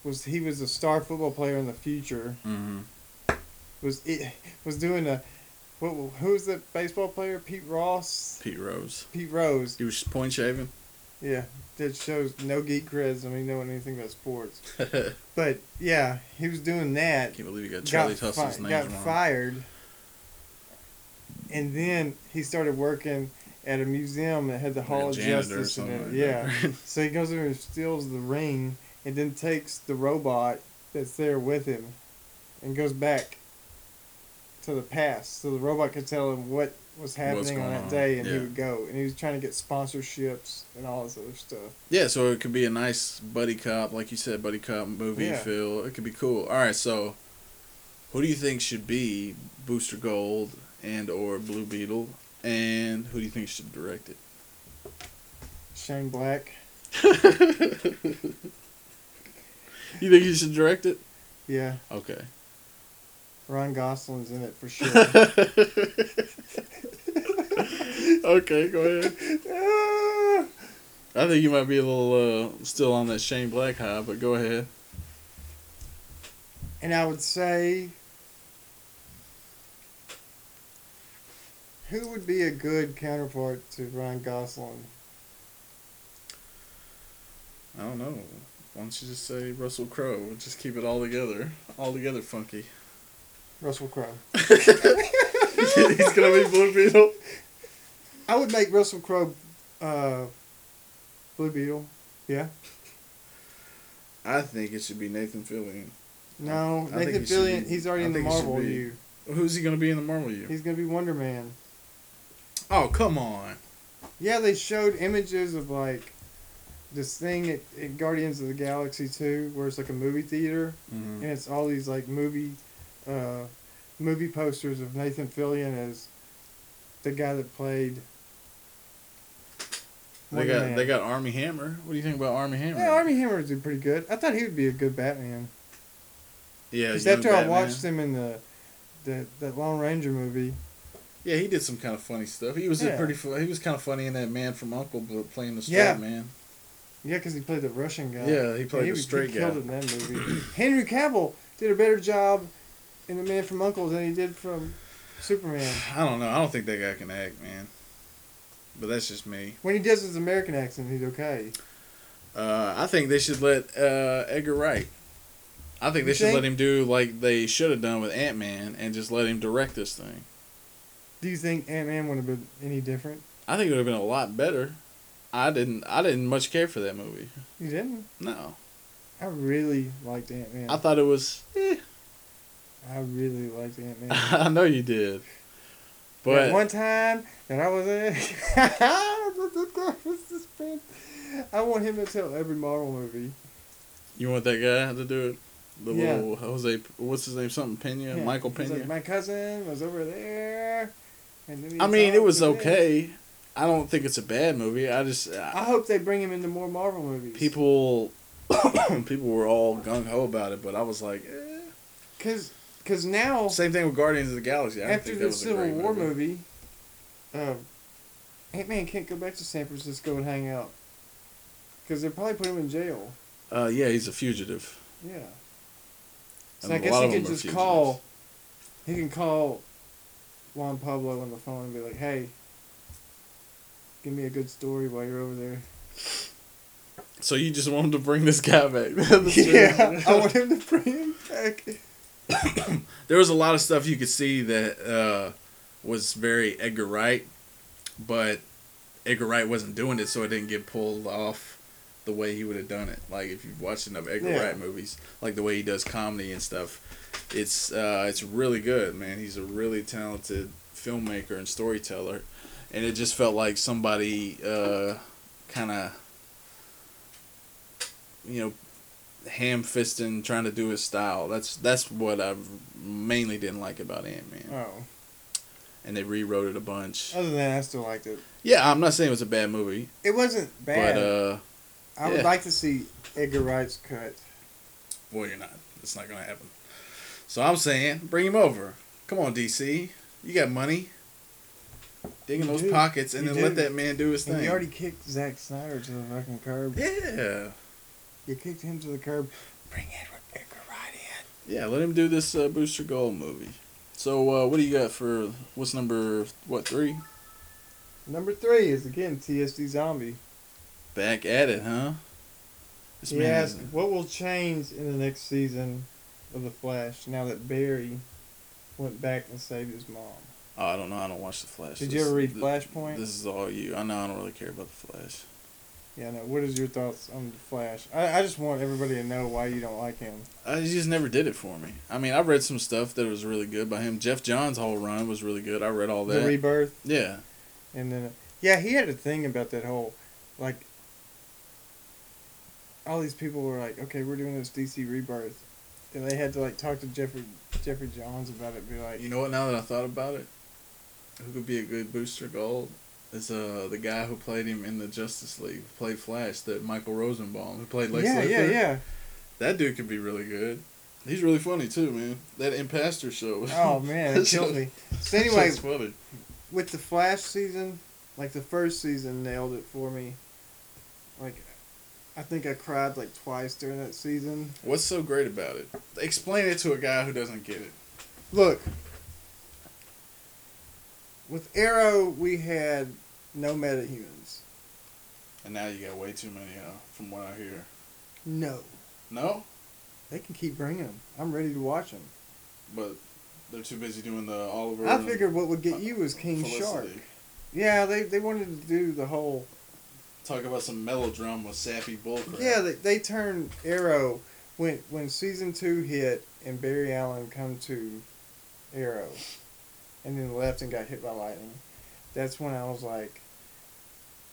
Speaker 3: was he was a star football player in the future. Was it was doing a what who was the baseball player? Pete Ross,
Speaker 2: Pete Rose.
Speaker 3: Pete Rose.
Speaker 2: He was point shaving.
Speaker 3: Yeah, that shows no geek creds. I mean, knowing anything about sports, but yeah, he was doing that.
Speaker 2: Can't believe you got Charlie
Speaker 3: got,
Speaker 2: Tussle's
Speaker 3: fi-
Speaker 2: name
Speaker 3: got
Speaker 2: wrong.
Speaker 3: fired, and then he started working at a museum that had the Hall of
Speaker 2: janitor or
Speaker 3: Justice in
Speaker 2: something
Speaker 3: it.
Speaker 2: like
Speaker 3: yeah,
Speaker 2: that. (laughs)
Speaker 3: so he goes over and steals the ring, and then takes the robot that's there with him, and goes back to the past, so the robot could tell him what was happening on
Speaker 2: going
Speaker 3: that
Speaker 2: on,
Speaker 3: day, and he
Speaker 2: yeah.
Speaker 3: would go. And he was trying to get sponsorships and all this other stuff.
Speaker 2: Yeah, so it could be a nice buddy cop, like you said, buddy cop movie
Speaker 3: Yeah.
Speaker 2: feel. It could be cool. All right, so who do you think should be Booster Gold and or Blue Beetle, and who do you think should direct it?
Speaker 3: Shane Black.
Speaker 2: You think he should direct it?
Speaker 3: Yeah,
Speaker 2: Okay.
Speaker 3: Ron Gosling's in it for sure.
Speaker 2: (laughs) okay, go ahead.
Speaker 3: Ah!
Speaker 2: I think you might be a little uh, still on that Shane Black high, but go ahead.
Speaker 3: And I would say, who would be a good counterpart to Ryan Gosling?
Speaker 2: I don't know. Why don't you just say Russell Crowe? Just keep it all together, all together (laughs) funky.
Speaker 3: Russell Crowe.
Speaker 2: He's gonna be Blue Beetle.
Speaker 3: I would make Russell Crowe uh, Blue Beetle. Yeah.
Speaker 2: I think it should be Nathan Fillion.
Speaker 3: No,
Speaker 2: I think
Speaker 3: Nathan
Speaker 2: he should
Speaker 3: Fillion.
Speaker 2: be-
Speaker 3: he's already
Speaker 2: I
Speaker 3: in the
Speaker 2: think he should
Speaker 3: Marvel
Speaker 2: be.
Speaker 3: U.
Speaker 2: Who's he gonna be in the Marvel U?
Speaker 3: He's gonna be Wonder Man.
Speaker 2: Oh come on!
Speaker 3: Yeah, they showed images of like this thing at, at Guardians of the Galaxy Two, where it's like a movie theater. and it's all these like movie uh, movie posters of Nathan Fillion as the guy that played
Speaker 2: They
Speaker 3: Wonder
Speaker 2: got
Speaker 3: Man.
Speaker 2: they got Army Hammer. What do you think about Army Hammer?
Speaker 3: yeah, Army Hammer would do pretty good. I thought he would be a good Batman.
Speaker 2: Yeah,
Speaker 3: Because
Speaker 2: young
Speaker 3: after
Speaker 2: Batman.
Speaker 3: I watched him in the, the that Lone Ranger movie,
Speaker 2: Yeah, he did some kind of funny stuff. He was a
Speaker 3: Yeah.
Speaker 2: pretty. fu- He was kind of funny in that Man from Uncle but playing the straight
Speaker 3: Yeah.
Speaker 2: man.
Speaker 3: yeah, because he played the Russian guy.
Speaker 2: Yeah, he played
Speaker 3: And
Speaker 2: the
Speaker 3: was-
Speaker 2: straight
Speaker 3: he
Speaker 2: guy.
Speaker 3: Killed it in that movie. (clears throat) Henry Cavill did a better job in The Man from Uncle than he did from Superman.
Speaker 2: I don't know. I don't think that guy can act, man. But that's just me.
Speaker 3: When he does his American accent, he's okay.
Speaker 2: Uh, I think they should let uh, Edgar Wright. I think
Speaker 3: You
Speaker 2: they should
Speaker 3: think?
Speaker 2: let him do like they should have done with Ant Man and just let him direct this thing.
Speaker 3: Do you think Ant Man would have been any different?
Speaker 2: I think it would have been a lot better. I didn't. I didn't much care for that movie.
Speaker 3: You didn't.
Speaker 2: No,
Speaker 3: I really liked Ant Man.
Speaker 2: I
Speaker 3: I,
Speaker 2: thought it was. (laughs) eh.
Speaker 3: really liked Ant
Speaker 2: (laughs)
Speaker 3: Man.
Speaker 2: I know you did, but
Speaker 3: But one time that I was in, (laughs) I want him to tell every Marvel movie.
Speaker 2: you want that guy to do it. The
Speaker 3: Yeah.
Speaker 2: little Jose, what's his name? Something Pena,
Speaker 3: Yeah,
Speaker 2: Michael
Speaker 3: he's
Speaker 2: Pena.
Speaker 3: Like, My cousin was over there. And then he
Speaker 2: I mean,
Speaker 3: saw
Speaker 2: it was
Speaker 3: this."
Speaker 2: okay. I don't think it's a bad movie. I just I,
Speaker 3: I hope they bring him into more Marvel movies.
Speaker 2: people (coughs) people were all gung ho about it, but I was like, eh.
Speaker 3: because because now
Speaker 2: same thing with Guardians of the Galaxy. I
Speaker 3: after
Speaker 2: After think that
Speaker 3: the
Speaker 2: was a
Speaker 3: Civil
Speaker 2: great
Speaker 3: War
Speaker 2: movie.
Speaker 3: movie, um, Ant Man can't go back to San Francisco and hang out because they probably put him in jail.
Speaker 2: Uh, yeah, he's a fugitive.
Speaker 3: Yeah. So
Speaker 2: And
Speaker 3: I
Speaker 2: a
Speaker 3: guess
Speaker 2: lot
Speaker 3: he
Speaker 2: of
Speaker 3: can
Speaker 2: them are
Speaker 3: just call. He can call Juan Pablo on the phone and be like, "Hey, give me a good story while you're
Speaker 2: (laughs)
Speaker 3: over there."
Speaker 2: So you just want him to bring this guy back? (laughs)
Speaker 3: (laughs)
Speaker 2: That's true.
Speaker 3: yeah, I want him to bring him back.
Speaker 2: there was a lot of stuff you could see that uh, was very Edgar Wright, but Edgar Wright wasn't doing it, so it didn't get pulled off the way he would have done it. Like if you've watched enough Edgar
Speaker 3: Yeah.
Speaker 2: Wright movies, like the way he does comedy and stuff, it's uh, it's really good, man. He's a really talented filmmaker and storyteller, and it just felt like somebody uh, kind of you know ham fisting trying to do his style. That's that's what I mainly didn't like about Ant Man.
Speaker 3: Oh,
Speaker 2: And they rewrote it a bunch.
Speaker 3: other than that, I still liked it.
Speaker 2: Yeah, I'm not saying it was a bad movie,
Speaker 3: It wasn't bad.
Speaker 2: but uh,
Speaker 3: I would
Speaker 2: yeah.
Speaker 3: like to see Edgar Wright's cut.
Speaker 2: Well, you're not. It's not going to happen. So I'm saying, bring him over. Come on, DC. You got money. Dig in
Speaker 3: You
Speaker 2: those
Speaker 3: do.
Speaker 2: pockets and
Speaker 3: You
Speaker 2: then let
Speaker 3: do.
Speaker 2: that man do his
Speaker 3: And
Speaker 2: thing.
Speaker 3: you already kicked Zack Snyder to the fucking curb.
Speaker 2: yeah.
Speaker 3: You kicked him to the curb.
Speaker 2: Bring Edward Edgar right in. Yeah, let him do this uh, Booster Gold movie. So uh, what do you got for what's number what three?
Speaker 3: Number three is again TSD Zombie.
Speaker 2: Back at it, huh? This
Speaker 3: He
Speaker 2: man
Speaker 3: asked, "What will change in the next season of the Flash now that Barry went back and saved his mom?"
Speaker 2: Oh, I don't know. I don't watch the Flash.
Speaker 3: Did you ever read Flashpoint?
Speaker 2: This is all you. I know. I don't really care about the Flash.
Speaker 3: Yeah, no. What is your thoughts on the Flash? I, I just want everybody to know why you don't like him.
Speaker 2: I Uh, he just never did it for me. I mean, I read some stuff that was really good by him. Jeff Johns' whole run was really good. I read all that.
Speaker 3: The rebirth.
Speaker 2: yeah,
Speaker 3: And then, yeah, he had a thing about that whole, like, all these people were like, okay, we're doing this DC rebirth, and they had to like talk to Jeffrey Jeffrey Johns about it, be like,
Speaker 2: you know what? Now that I thought about it, who could be a good Booster Gold is uh the guy who played him in the Justice League, who played Flash, that Michael Rosenbaum, who played Lex
Speaker 3: yeah,
Speaker 2: Luthor.
Speaker 3: yeah, yeah.
Speaker 2: That dude could be really good. He's really funny too, man. That Impastor show. was-
Speaker 3: Oh man,
Speaker 2: (laughs)
Speaker 3: it killed me. So
Speaker 2: that
Speaker 3: anyway,
Speaker 2: shit's funny.
Speaker 3: with the Flash season, like the first season nailed it for me. Like, I think I cried like twice during that season.
Speaker 2: What's so great about it? Explain it to a guy who doesn't get it.
Speaker 3: Look, with Arrow, we had no metahumans.
Speaker 2: And now you got way too many, uh, from what I hear.
Speaker 3: No.
Speaker 2: No,
Speaker 3: They can keep bringing them. I'm ready to watch them.
Speaker 2: but they're too busy doing the Oliver.
Speaker 3: I
Speaker 2: and
Speaker 3: figured what would get you was King
Speaker 2: Felicity.
Speaker 3: Shark. Yeah, they, they wanted to do the whole.
Speaker 2: Talk about some melodrama, sappy bullcrap.
Speaker 3: Yeah, they, they turned Arrow when when season two hit and Barry Allen come to Arrow, and then left and got hit by lightning. That's when I was like,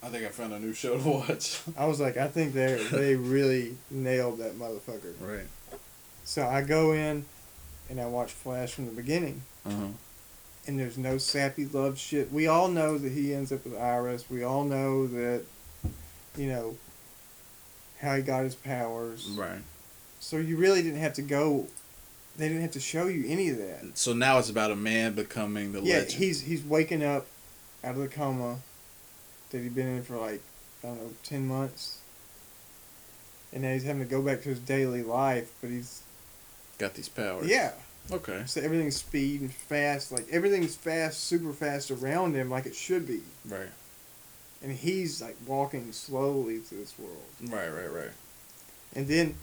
Speaker 2: I think I found a new show to (laughs) watch.
Speaker 3: I was like, I think they
Speaker 2: (laughs)
Speaker 3: they really nailed that motherfucker.
Speaker 2: Right.
Speaker 3: So I go in, and I watch Flash from the beginning.
Speaker 2: Uh-huh.
Speaker 3: and there's no sappy love shit. We all know that he ends up with Iris. We all know that, you know, how he got his powers.
Speaker 2: Right.
Speaker 3: So you really didn't have to go. They didn't have to show you any of that.
Speaker 2: So now it's about a man becoming the
Speaker 3: yeah,
Speaker 2: legend.
Speaker 3: he's he's waking up out of the coma that he'd been in for like I don't know ten months, and now he's having to go back to his daily life. But he's
Speaker 2: got these powers.
Speaker 3: yeah.
Speaker 2: Okay.
Speaker 3: So everything's speed and fast. Like everything's fast, super fast around him, like it should be.
Speaker 2: Right.
Speaker 3: and he's like walking slowly to this world.
Speaker 2: Right. Right. Right.
Speaker 3: And then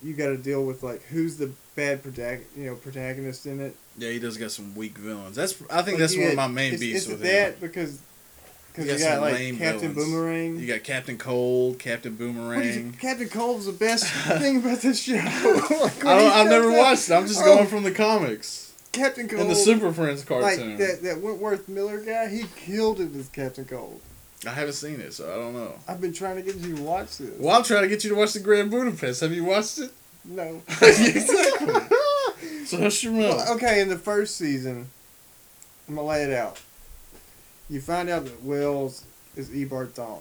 Speaker 3: you got to deal with like who's the bad protag- you know protagonist in it.
Speaker 2: Yeah, he does got some weak villains. That's I think
Speaker 3: Like,
Speaker 2: that's
Speaker 3: you
Speaker 2: one of my
Speaker 3: got-
Speaker 2: main
Speaker 3: it's,
Speaker 2: beefs
Speaker 3: it's
Speaker 2: with
Speaker 3: that
Speaker 2: him.
Speaker 3: because because
Speaker 2: You
Speaker 3: you,
Speaker 2: got
Speaker 3: got
Speaker 2: some
Speaker 3: like
Speaker 2: lame
Speaker 3: Captain
Speaker 2: villains.
Speaker 3: Boomerang.
Speaker 2: You got Captain Cold, Captain
Speaker 3: What is it?
Speaker 2: Boomerang.
Speaker 3: Captain Cold's
Speaker 2: (laughs)
Speaker 3: the best thing about this show. (laughs) Like,
Speaker 2: I don't,
Speaker 3: when he
Speaker 2: I've
Speaker 3: comes
Speaker 2: never
Speaker 3: up,
Speaker 2: watched it. I'm just
Speaker 3: oh,
Speaker 2: going from the comics
Speaker 3: Captain Cold
Speaker 2: and the Super Friends
Speaker 3: like
Speaker 2: cartoon.
Speaker 3: that that Wentworth Miller guy. He killed it as Captain Cold.
Speaker 2: I haven't seen it, so I don't know.
Speaker 3: I've been trying to get you to watch this.
Speaker 2: Well, I'm trying to get you to watch the Grand Budapest. Have you watched it?
Speaker 3: No.
Speaker 2: (laughs) Exactly. So hush your mouth.
Speaker 3: (laughs) Well, okay, in the first season, I'm gonna lay it out. You find out that Wells is Ebert Thawne.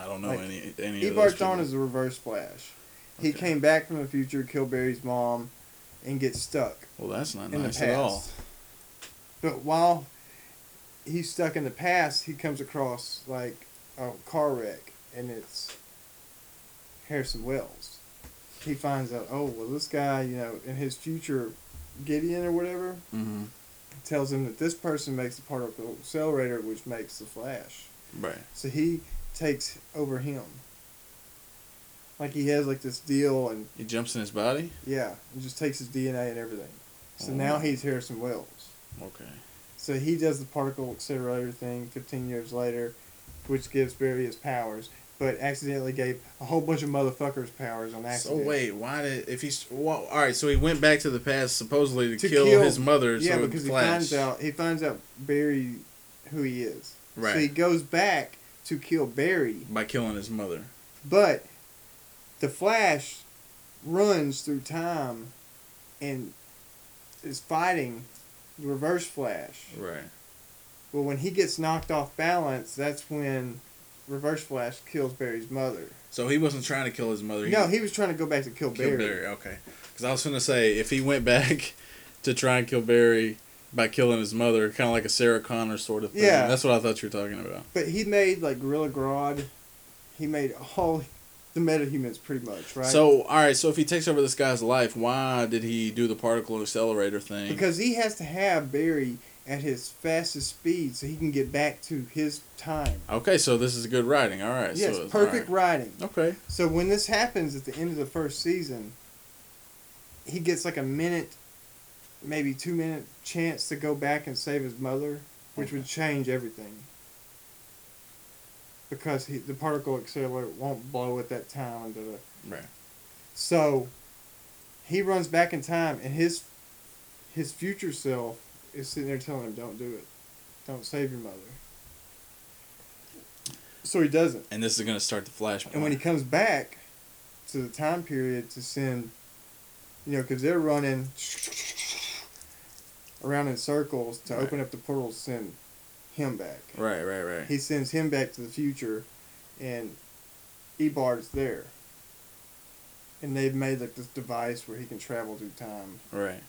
Speaker 2: I don't know
Speaker 3: like,
Speaker 2: any any. of those
Speaker 3: Ebert Thawne
Speaker 2: people.
Speaker 3: is the reverse Flash. He
Speaker 2: Okay.
Speaker 3: came back from the future, killed Barry's mom, and gets stuck
Speaker 2: Well, that's not
Speaker 3: in
Speaker 2: nice
Speaker 3: the
Speaker 2: at all.
Speaker 3: past. But while he's stuck in the past, he comes across like a car wreck, and it's Harrison Wells. He finds out, oh well, this guy, you know, in his future, Gideon or whatever,
Speaker 2: Mm-hmm.
Speaker 3: tells him that this person makes the particle accelerator, which makes the Flash.
Speaker 2: Right.
Speaker 3: So he takes over him. Like he has like this deal, and
Speaker 2: He jumps in his body.
Speaker 3: yeah, and just takes his DNA and everything. So
Speaker 2: Oh.
Speaker 3: now he's Harrison Wells.
Speaker 2: Okay.
Speaker 3: So he does the particle accelerator thing 15 years later, which gives Barry his powers, but accidentally gave a whole bunch of motherfuckers powers on
Speaker 2: So
Speaker 3: accident.
Speaker 2: wait, why did if he's well, all right? So he went back to the past supposedly to,
Speaker 3: To
Speaker 2: kill,
Speaker 3: kill-
Speaker 2: his mother.
Speaker 3: yeah,
Speaker 2: so it
Speaker 3: because he
Speaker 2: flashed.
Speaker 3: finds out he finds out Barry who he is.
Speaker 2: Right.
Speaker 3: So he goes back to kill Barry.
Speaker 2: by killing his mother.
Speaker 3: But the Flash runs through time and is fighting the Reverse Flash.
Speaker 2: Right.
Speaker 3: Well, when he gets knocked off balance, that's when Reverse Flash kills Barry's mother.
Speaker 2: So he wasn't trying to kill his mother.
Speaker 3: No, he was trying to go back to kill
Speaker 2: killed
Speaker 3: Barry.
Speaker 2: Barry. Okay, because I was gonna say if he went back (laughs) to try and kill Barry by killing his mother, kind of like a Sarah Connor sort of thing.
Speaker 3: Yeah.
Speaker 2: that's what I thought you were talking about.
Speaker 3: But he made like Gorilla Grodd. He made all (laughs) the metahumans pretty much, right?
Speaker 2: So all right, so if he takes over this guy's life, why did he do the particle accelerator thing?
Speaker 3: because he has to have Barry at his fastest speed so he can get back to his time.
Speaker 2: okay, so this is good writing. All right,
Speaker 3: yes,
Speaker 2: so it's-
Speaker 3: perfect
Speaker 2: all
Speaker 3: riding.
Speaker 2: right. Okay,
Speaker 3: So when this happens at the end of the first season, he gets like a minute, maybe two minute chance to go back and save his mother, which would change everything. Because he, the particle accelerator won't blow at that time. And da, da.
Speaker 2: Right.
Speaker 3: So he runs back in time, and his his future self is sitting there telling him, "Don't do it. Don't save your mother." So he doesn't.
Speaker 2: and this is gonna start the flashback.
Speaker 3: And when he comes back to the time period to send, you know, because they're running around in circles to
Speaker 2: Right.
Speaker 3: open up the portal to send him back.
Speaker 2: right, right, right.
Speaker 3: He sends him back to the future, and Ebard's there. And they've made like this device where he can travel through time.
Speaker 2: Right.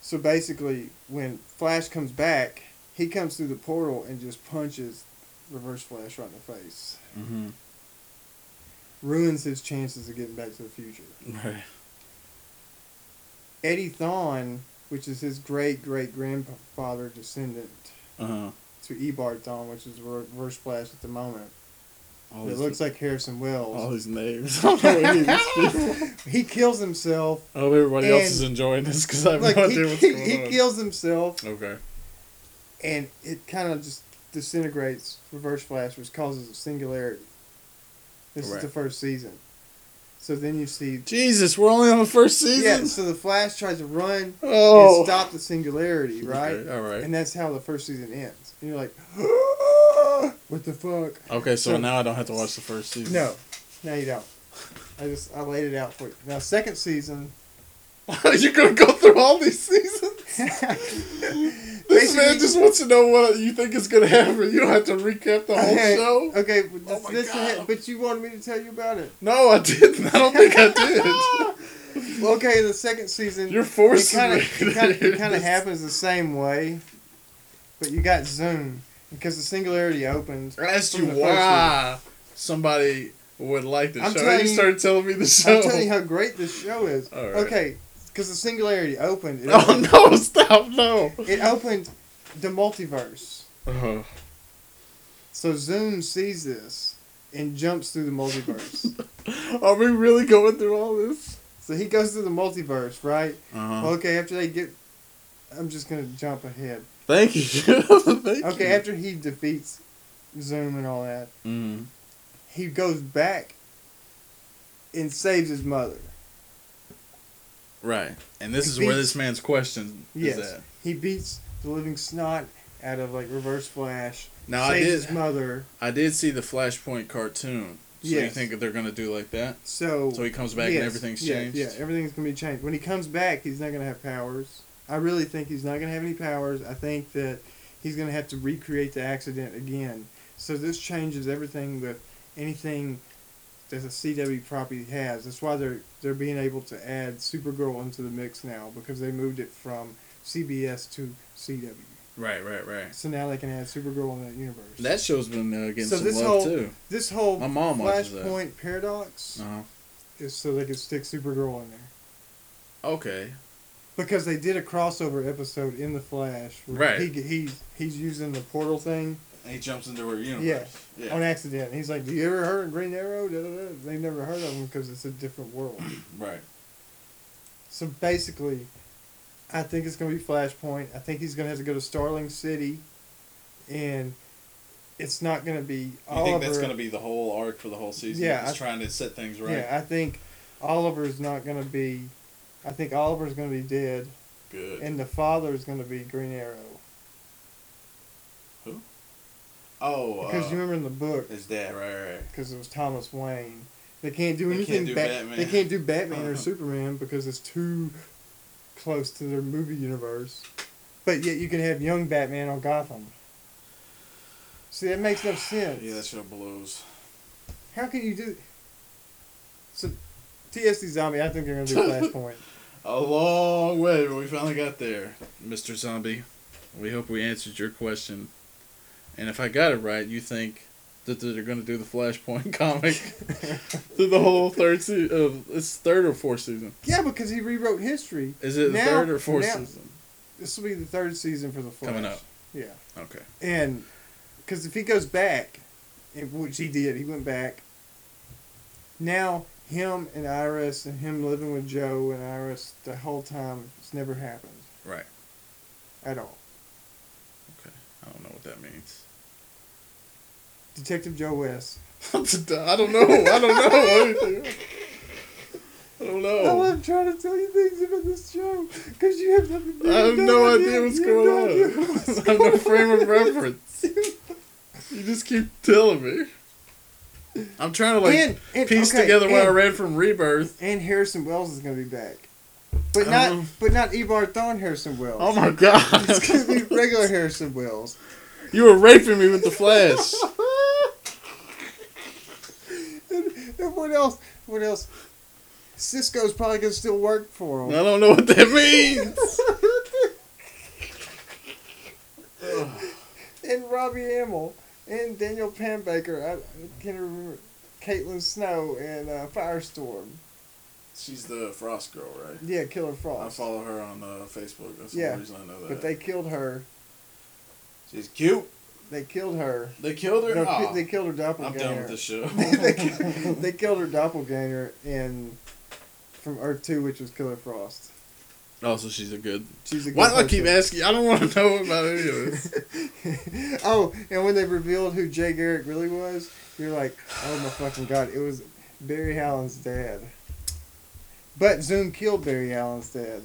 Speaker 3: So basically, when Flash comes back, he comes through the portal and just punches Reverse Flash right in the face.
Speaker 2: Mm-hmm.
Speaker 3: Ruins his chances of getting back to the future.
Speaker 2: Right.
Speaker 3: Eddie Thawne, which is his great great grandfather descendant
Speaker 2: Uh huh.
Speaker 3: to Ebard Thawne, which is Re- Reverse Flash at the moment.
Speaker 2: All
Speaker 3: it
Speaker 2: these-
Speaker 3: looks like Harrison
Speaker 2: all
Speaker 3: Wells.
Speaker 2: these names. (laughs)
Speaker 3: (laughs)
Speaker 2: I don't know what Oh, it is.
Speaker 3: he kills himself.
Speaker 2: I hope everybody else
Speaker 3: And-
Speaker 2: is enjoying this because I have
Speaker 3: Like
Speaker 2: no
Speaker 3: he,
Speaker 2: idea what's
Speaker 3: he,
Speaker 2: going
Speaker 3: he
Speaker 2: on.
Speaker 3: kills himself,
Speaker 2: okay.
Speaker 3: and it kind of just disintegrates Reverse Flash, which causes a singularity. This
Speaker 2: Right.
Speaker 3: is the first season. So then you see.
Speaker 2: Jesus, we're only on the first season.
Speaker 3: Yeah, so the Flash tries to run
Speaker 2: Oh.
Speaker 3: and stop the singularity, right?
Speaker 2: Okay, all right.
Speaker 3: And that's how the first season ends. And you're like, (gasps) what the fuck?
Speaker 2: Okay, so,
Speaker 3: So-
Speaker 2: now I don't have to watch the first season. (laughs)
Speaker 3: No, no, you don't. I just I laid it out for you. Now, second season, (laughs)
Speaker 2: You're going to go through all these seasons? This man
Speaker 3: Basically-
Speaker 2: just wants to know what you think is going to happen. You don't have to recap the whole
Speaker 3: (laughs) okay,
Speaker 2: show.
Speaker 3: okay, but
Speaker 2: Oh
Speaker 3: this,
Speaker 2: my
Speaker 3: this
Speaker 2: God.
Speaker 3: ha- but you wanted me to tell you about it.
Speaker 2: No, I didn't. I don't think
Speaker 3: (laughs)
Speaker 2: I
Speaker 3: Okay, the second season,
Speaker 2: did. You're forcing
Speaker 3: kind of
Speaker 2: me.
Speaker 3: it kind of it kind of happens the same way, but you got Zoom because the
Speaker 2: (laughs)
Speaker 3: singularity opens.
Speaker 2: I asked you
Speaker 3: from the first
Speaker 2: why somebody would like the
Speaker 3: I'm
Speaker 2: show.
Speaker 3: telling
Speaker 2: you
Speaker 3: you-
Speaker 2: started telling me the show.
Speaker 3: I'm telling you how great this show is.
Speaker 2: All right.
Speaker 3: Okay, because the singularity opened. It opened,
Speaker 2: (laughs) (laughs) Oh no! Stop! No.
Speaker 3: it opened the multiverse. Uh-huh.
Speaker 2: Oh,
Speaker 3: So Zoom sees this and jumps through
Speaker 2: (laughs)
Speaker 3: the multiverse.
Speaker 2: are we really going through all this?
Speaker 3: so he goes through the multiverse, right?
Speaker 2: Uh-huh.
Speaker 3: Okay, after they get. I'm just gonna jump ahead.
Speaker 2: Thank you. (laughs) Thank
Speaker 3: Okay,
Speaker 2: you.
Speaker 3: after he defeats Zoom and all that,
Speaker 2: Mm.
Speaker 3: he goes back and saves his mother.
Speaker 2: Right, and this is where
Speaker 3: Beats-
Speaker 2: this man's question
Speaker 3: Yes.
Speaker 2: is at.
Speaker 3: He beats the living snot out of like Reverse Flash,
Speaker 2: Now I
Speaker 3: saves
Speaker 2: did,
Speaker 3: his mother.
Speaker 2: I did see the Flashpoint cartoon. So you
Speaker 3: Yes.
Speaker 2: think that they're gonna do like that?
Speaker 3: So
Speaker 2: So he comes back
Speaker 3: Yes,
Speaker 2: and everything's
Speaker 3: yeah,
Speaker 2: changed.
Speaker 3: Yeah, everything's gonna be changed. When he comes back, he's not gonna have powers. I really think he's not gonna have any powers. I think that he's gonna have to recreate the accident again. So this changes everything with anything that the CW property has. That's why they're they're being able to add Supergirl into the mix now because they moved it from CBS to CW.
Speaker 2: Right, right, right.
Speaker 3: So now they can add Supergirl in that universe.
Speaker 2: That show's been uh, getting
Speaker 3: So
Speaker 2: some
Speaker 3: this
Speaker 2: love
Speaker 3: whole-
Speaker 2: too.
Speaker 3: this whole
Speaker 2: My mom watches that.
Speaker 3: Flashpoint paradox
Speaker 2: Uh-huh.
Speaker 3: is so they can stick Supergirl in there.
Speaker 2: Okay.
Speaker 3: Because they did a crossover episode in the Flash.
Speaker 2: Right.
Speaker 3: He, he he's using the portal thing
Speaker 2: he jumps into her universe.
Speaker 3: Yeah. on accident. He's like, "Do you ever heard of Green Arrow?" Da, da, da. They never heard of him because it's a different
Speaker 2: (clears throat)
Speaker 3: world.
Speaker 2: Right.
Speaker 3: so basically, I think it's gonna be Flashpoint. I think he's gonna have to go to Starling City, and it's not gonna be
Speaker 2: You
Speaker 3: Oliver.
Speaker 2: think that's gonna be the whole arc for the whole season?
Speaker 3: Yeah,
Speaker 2: He's
Speaker 3: I-
Speaker 2: trying to set things right.
Speaker 3: Yeah, I think Oliver's not gonna be. I think Oliver's gonna be dead,
Speaker 2: Good.
Speaker 3: and the father's gonna be Green Arrow.
Speaker 2: oh,
Speaker 3: Because
Speaker 2: uh,
Speaker 3: you remember in the book,
Speaker 2: his dad. Right, right, right.
Speaker 3: because it was Thomas Wayne. They can't do
Speaker 2: They can't
Speaker 3: anything.
Speaker 2: do
Speaker 3: Bat-
Speaker 2: Batman.
Speaker 3: They can't do Batman or
Speaker 2: Uh-huh.
Speaker 3: Superman because it's too close to their movie universe. But yet you can have young Batman on Gotham. See, that makes no sense.
Speaker 2: Yeah, that shit blows.
Speaker 3: How can you do? So, TSD Zombie, I think they're
Speaker 2: (laughs)
Speaker 3: gonna do Flashpoint. (laughs)
Speaker 2: A long way, but we finally got there, Mr. Zombie. We hope we answered your question. And if I got it right, you think that they're going to do the Flashpoint (laughs)
Speaker 3: (laughs)
Speaker 2: comic through the whole third season? Uh, it's third or fourth season.
Speaker 3: yeah, because he rewrote history.
Speaker 2: Is it the
Speaker 3: Now-
Speaker 2: third or fourth
Speaker 3: now-
Speaker 2: season?
Speaker 3: This will be the third season for the Flash.
Speaker 2: Coming up.
Speaker 3: Yeah,
Speaker 2: Okay.
Speaker 3: and because if he goes back, and which he did, he went back. Now him and Iris and him living with Joe and Iris the whole time, it's never happened
Speaker 2: Right.
Speaker 3: at all.
Speaker 2: I don't know what that means. (laughs)
Speaker 3: Detective Joe West.
Speaker 2: I
Speaker 3: (laughs)
Speaker 2: don't know. Oh, I don't know. I don't know.
Speaker 3: I love trying to tell you things about this show because you have nothing.
Speaker 2: I have no idea what's going on. (laughs) I have no frame of reference. You just keep telling me. I'm trying to like
Speaker 3: And- and-
Speaker 2: piece
Speaker 3: okay,
Speaker 2: together what I
Speaker 3: and-
Speaker 2: read from Rebirth.
Speaker 3: (laughs) And Harrison Wells is going to be back, but
Speaker 2: I
Speaker 3: not
Speaker 2: don't know.
Speaker 3: but not Evar Thorne Harrison Wells.
Speaker 2: Um, Oh my god.
Speaker 3: It's going to be regular Harrison Wells.
Speaker 2: (laughs) you were raping me with the flash.
Speaker 3: And, and what else? What else? Cisco's probably going to still work for him.
Speaker 2: I don't know what that means.
Speaker 3: (laughs) and Robbie Amell and Daniel Panbaker. I, I can't remember. Caitlin Snow and uh, Firestorm.
Speaker 2: She's the Frost girl, right?
Speaker 3: Yeah, Killer Frost.
Speaker 2: follow her on uh, Facebook. That's
Speaker 3: the Yeah, reason
Speaker 2: I know
Speaker 3: But they killed her.
Speaker 2: She's cute.
Speaker 3: They killed her.
Speaker 2: They killed
Speaker 3: No, ki- they killed her doppelganger.
Speaker 2: show.
Speaker 3: (laughs) they, ki-
Speaker 2: (laughs)
Speaker 3: they killed her doppelganger in from Earth Two, which was Killer Frost.
Speaker 2: oh, so she's a good.
Speaker 3: She's a
Speaker 2: Why do I
Speaker 3: good
Speaker 2: keep
Speaker 3: person.
Speaker 2: asking? I don't want to know about any of this.
Speaker 3: (laughs) oh, and when they revealed who Jay Garrick really was, you're like, oh my fucking god, it was Barry Allen's dad. But Zoom killed Barry Allen's dad.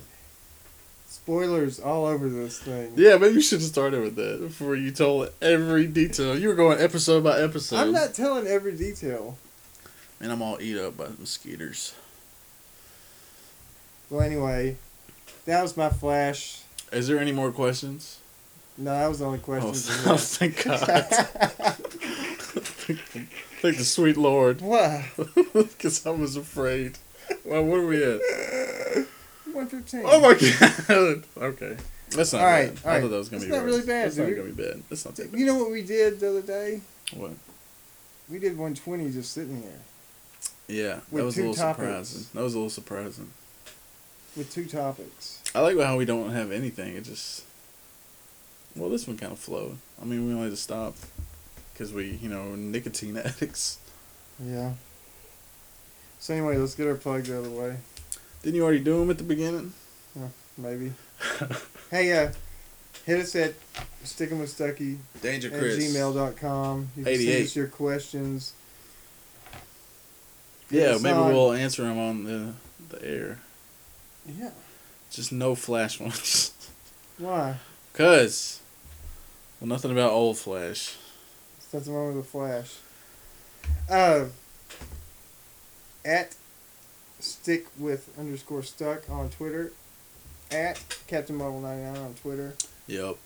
Speaker 3: Spoilers all over this thing.
Speaker 2: Yeah, maybe you should have started with that before you told every detail. You were going episode by episode.
Speaker 3: I'm not telling every detail.
Speaker 2: And I'm all eat up by mosquitoes.
Speaker 3: Well, anyway, that was my flash.
Speaker 2: Is there any more questions?
Speaker 3: No, that was the only question.
Speaker 2: Oh, (laughs) thank God. (laughs) thank the sweet Lord. (laughs)
Speaker 3: what?
Speaker 2: Because I was afraid. Well, what are we at?
Speaker 3: 115.
Speaker 2: Oh my God. (laughs) Okay. That's not
Speaker 3: All right,
Speaker 2: bad.
Speaker 3: all
Speaker 2: I
Speaker 3: right.
Speaker 2: thought that was going to be
Speaker 3: It's not
Speaker 2: worse.
Speaker 3: really bad,
Speaker 2: It's not
Speaker 3: dude.
Speaker 2: going to be bad. It's not that bad.
Speaker 3: You know what we did the other day?
Speaker 2: What?
Speaker 3: We did 120 just sitting here
Speaker 2: Yeah,
Speaker 3: With
Speaker 2: that was a
Speaker 3: two
Speaker 2: little
Speaker 3: topics.
Speaker 2: surprising. That was a little surprising.
Speaker 3: with two topics.
Speaker 2: I like how we don't have anything. It just, well, this one kind of flowed. I mean, we only had to stop because we, you know, nicotine (laughs) addicts.
Speaker 3: Yeah. So anyway, let's get our plugs out of the way.
Speaker 2: Didn't you already do them at the beginning?
Speaker 3: Maybe. hey, uh, hit us at sticking with Stucky
Speaker 2: Danger
Speaker 3: at gmail.com. You can send
Speaker 2: 88.
Speaker 3: us your questions.
Speaker 2: Yeah,
Speaker 3: Yes,
Speaker 2: maybe
Speaker 3: uh,
Speaker 2: we'll answer them on the the air.
Speaker 3: Yeah.
Speaker 2: Just no flash ones, (laughs)
Speaker 3: Why?
Speaker 2: cause well, nothing about old flash.
Speaker 3: There's nothing wrong with the flash. Uh, at stick with underscore stuck on Twitter. At Captain Marvel 99 on Twitter.
Speaker 2: Yep.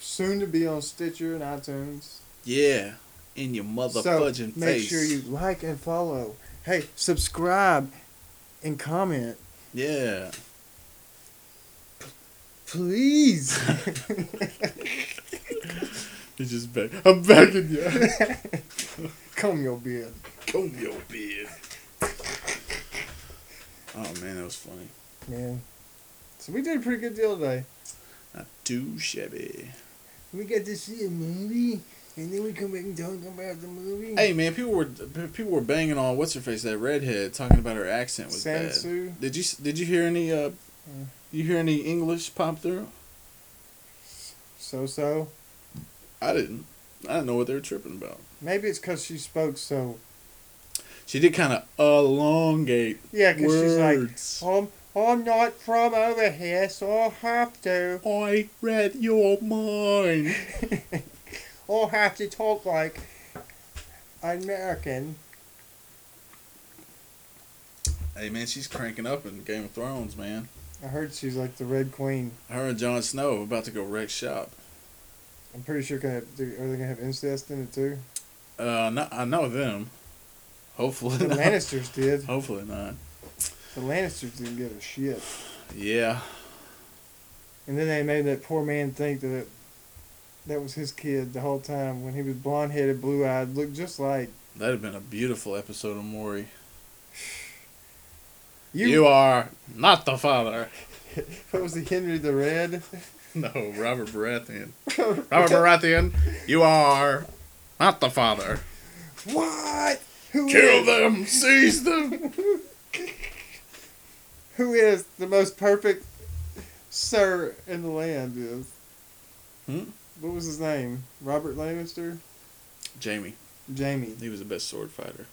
Speaker 3: Soon to be on Stitcher and iTunes.
Speaker 2: Yeah. In your mother fudging
Speaker 3: make
Speaker 2: face.
Speaker 3: sure you like and follow. Hey, subscribe and comment, (laughs)
Speaker 2: Yeah. (laughs)
Speaker 3: please. (laughs)
Speaker 2: He's just back. I'm begging (laughs) you.
Speaker 3: Comb your beard.
Speaker 2: Comb your beard. Oh man, that was funny.
Speaker 3: Yeah. So we did a pretty good deal today.
Speaker 2: Not too shabby.
Speaker 3: We got to see a movie, and then we come back and talk about the movie.
Speaker 2: Hey man, people were people were banging on what's her face that redhead talking about her accent was
Speaker 3: Sansu. Mm.
Speaker 2: bad. Did you did you hear any uh, you hear any English pop through?
Speaker 3: So so.
Speaker 2: I didn't. I didn't know what they were tripping about.
Speaker 3: Maybe it's because she spoke so.
Speaker 2: She did kind of elongate.
Speaker 3: Yeah, because she's like,
Speaker 2: Words.
Speaker 3: I'm, I'm not from over here, so I'll have (laughs) to.
Speaker 2: I read your mind.
Speaker 3: I'll have to talk like an American.
Speaker 2: Hey man, she's cranking up in Game of Thrones, man.
Speaker 3: I heard she's like the Red Queen.
Speaker 2: Her and Jon Snow about to go wreck shop.
Speaker 3: I'm pretty sure gonna have, do- are they gonna have incest in it too?
Speaker 2: Uh, no, I know them. Hopefully (laughs)
Speaker 3: The
Speaker 2: not.
Speaker 3: Lannisters did.
Speaker 2: Hopefully not.
Speaker 3: The Lannisters didn't give a shit.
Speaker 2: Yeah.
Speaker 3: And then they made that poor man think that that was his kid the whole time when he was blonde headed, blue eyed, looked just like
Speaker 2: That'd have been a beautiful episode of Maury. You,
Speaker 3: you.
Speaker 2: are not the father.
Speaker 3: (laughs) What was he, Henry the Red?
Speaker 2: (laughs)
Speaker 3: (laughs)
Speaker 2: No, Robert Baratheon. Robert Baratheon, you are not the father.
Speaker 3: What? Who
Speaker 2: Kill
Speaker 3: is-
Speaker 2: them, seize them.
Speaker 3: (laughs) Who is the most perfect sir in the land? Is
Speaker 2: Hmm?
Speaker 3: what was his name? Robert Lannister,
Speaker 2: Jamie,
Speaker 3: Jamie.
Speaker 2: he was the best sword fighter.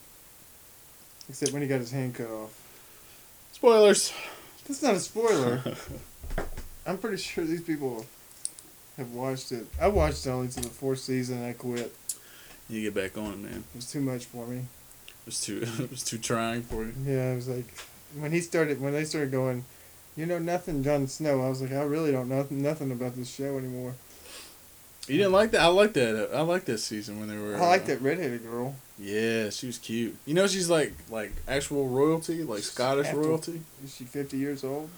Speaker 3: Except when he got his hand cut off.
Speaker 2: Spoilers. (laughs)
Speaker 3: That's not a spoiler. I'm pretty sure these people have watched it. I watched only to the fourth season. and I quit.
Speaker 2: You get back on it, man.
Speaker 3: It was too much for me.
Speaker 2: It was too (laughs) it was too trying for you.
Speaker 3: Yeah, I was like, when he started, when they started going, you know nothing, Jon Snow. I was like, I really don't know nothing about this show anymore.
Speaker 2: You didn't like that? I liked that. uh, I liked that season when they were.
Speaker 3: I like
Speaker 2: uh,
Speaker 3: that redheaded girl.
Speaker 2: Yeah, she was cute. You know, she's like like actual royalty, like Scottish
Speaker 3: After-
Speaker 2: royalty. (laughs)
Speaker 3: Is she 50 years old?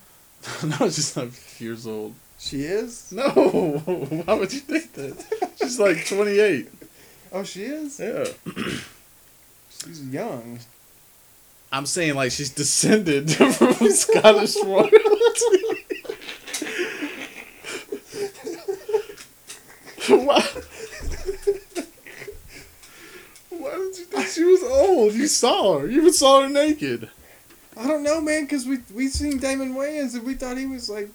Speaker 2: no, she's not years old.
Speaker 3: She is?
Speaker 2: No, why would you think that? (laughs) She's like twenty eight.
Speaker 3: (laughs) Oh, she is?
Speaker 2: Yeah,
Speaker 3: She's young.
Speaker 2: I'm saying like she's descended (laughs) from Scottish royalty. (laughs) why? (laughs) Why did you think she was old? You saw her. You even saw her naked.
Speaker 3: I don't know, man, because we, we seen Damon Wayans and we thought he was like,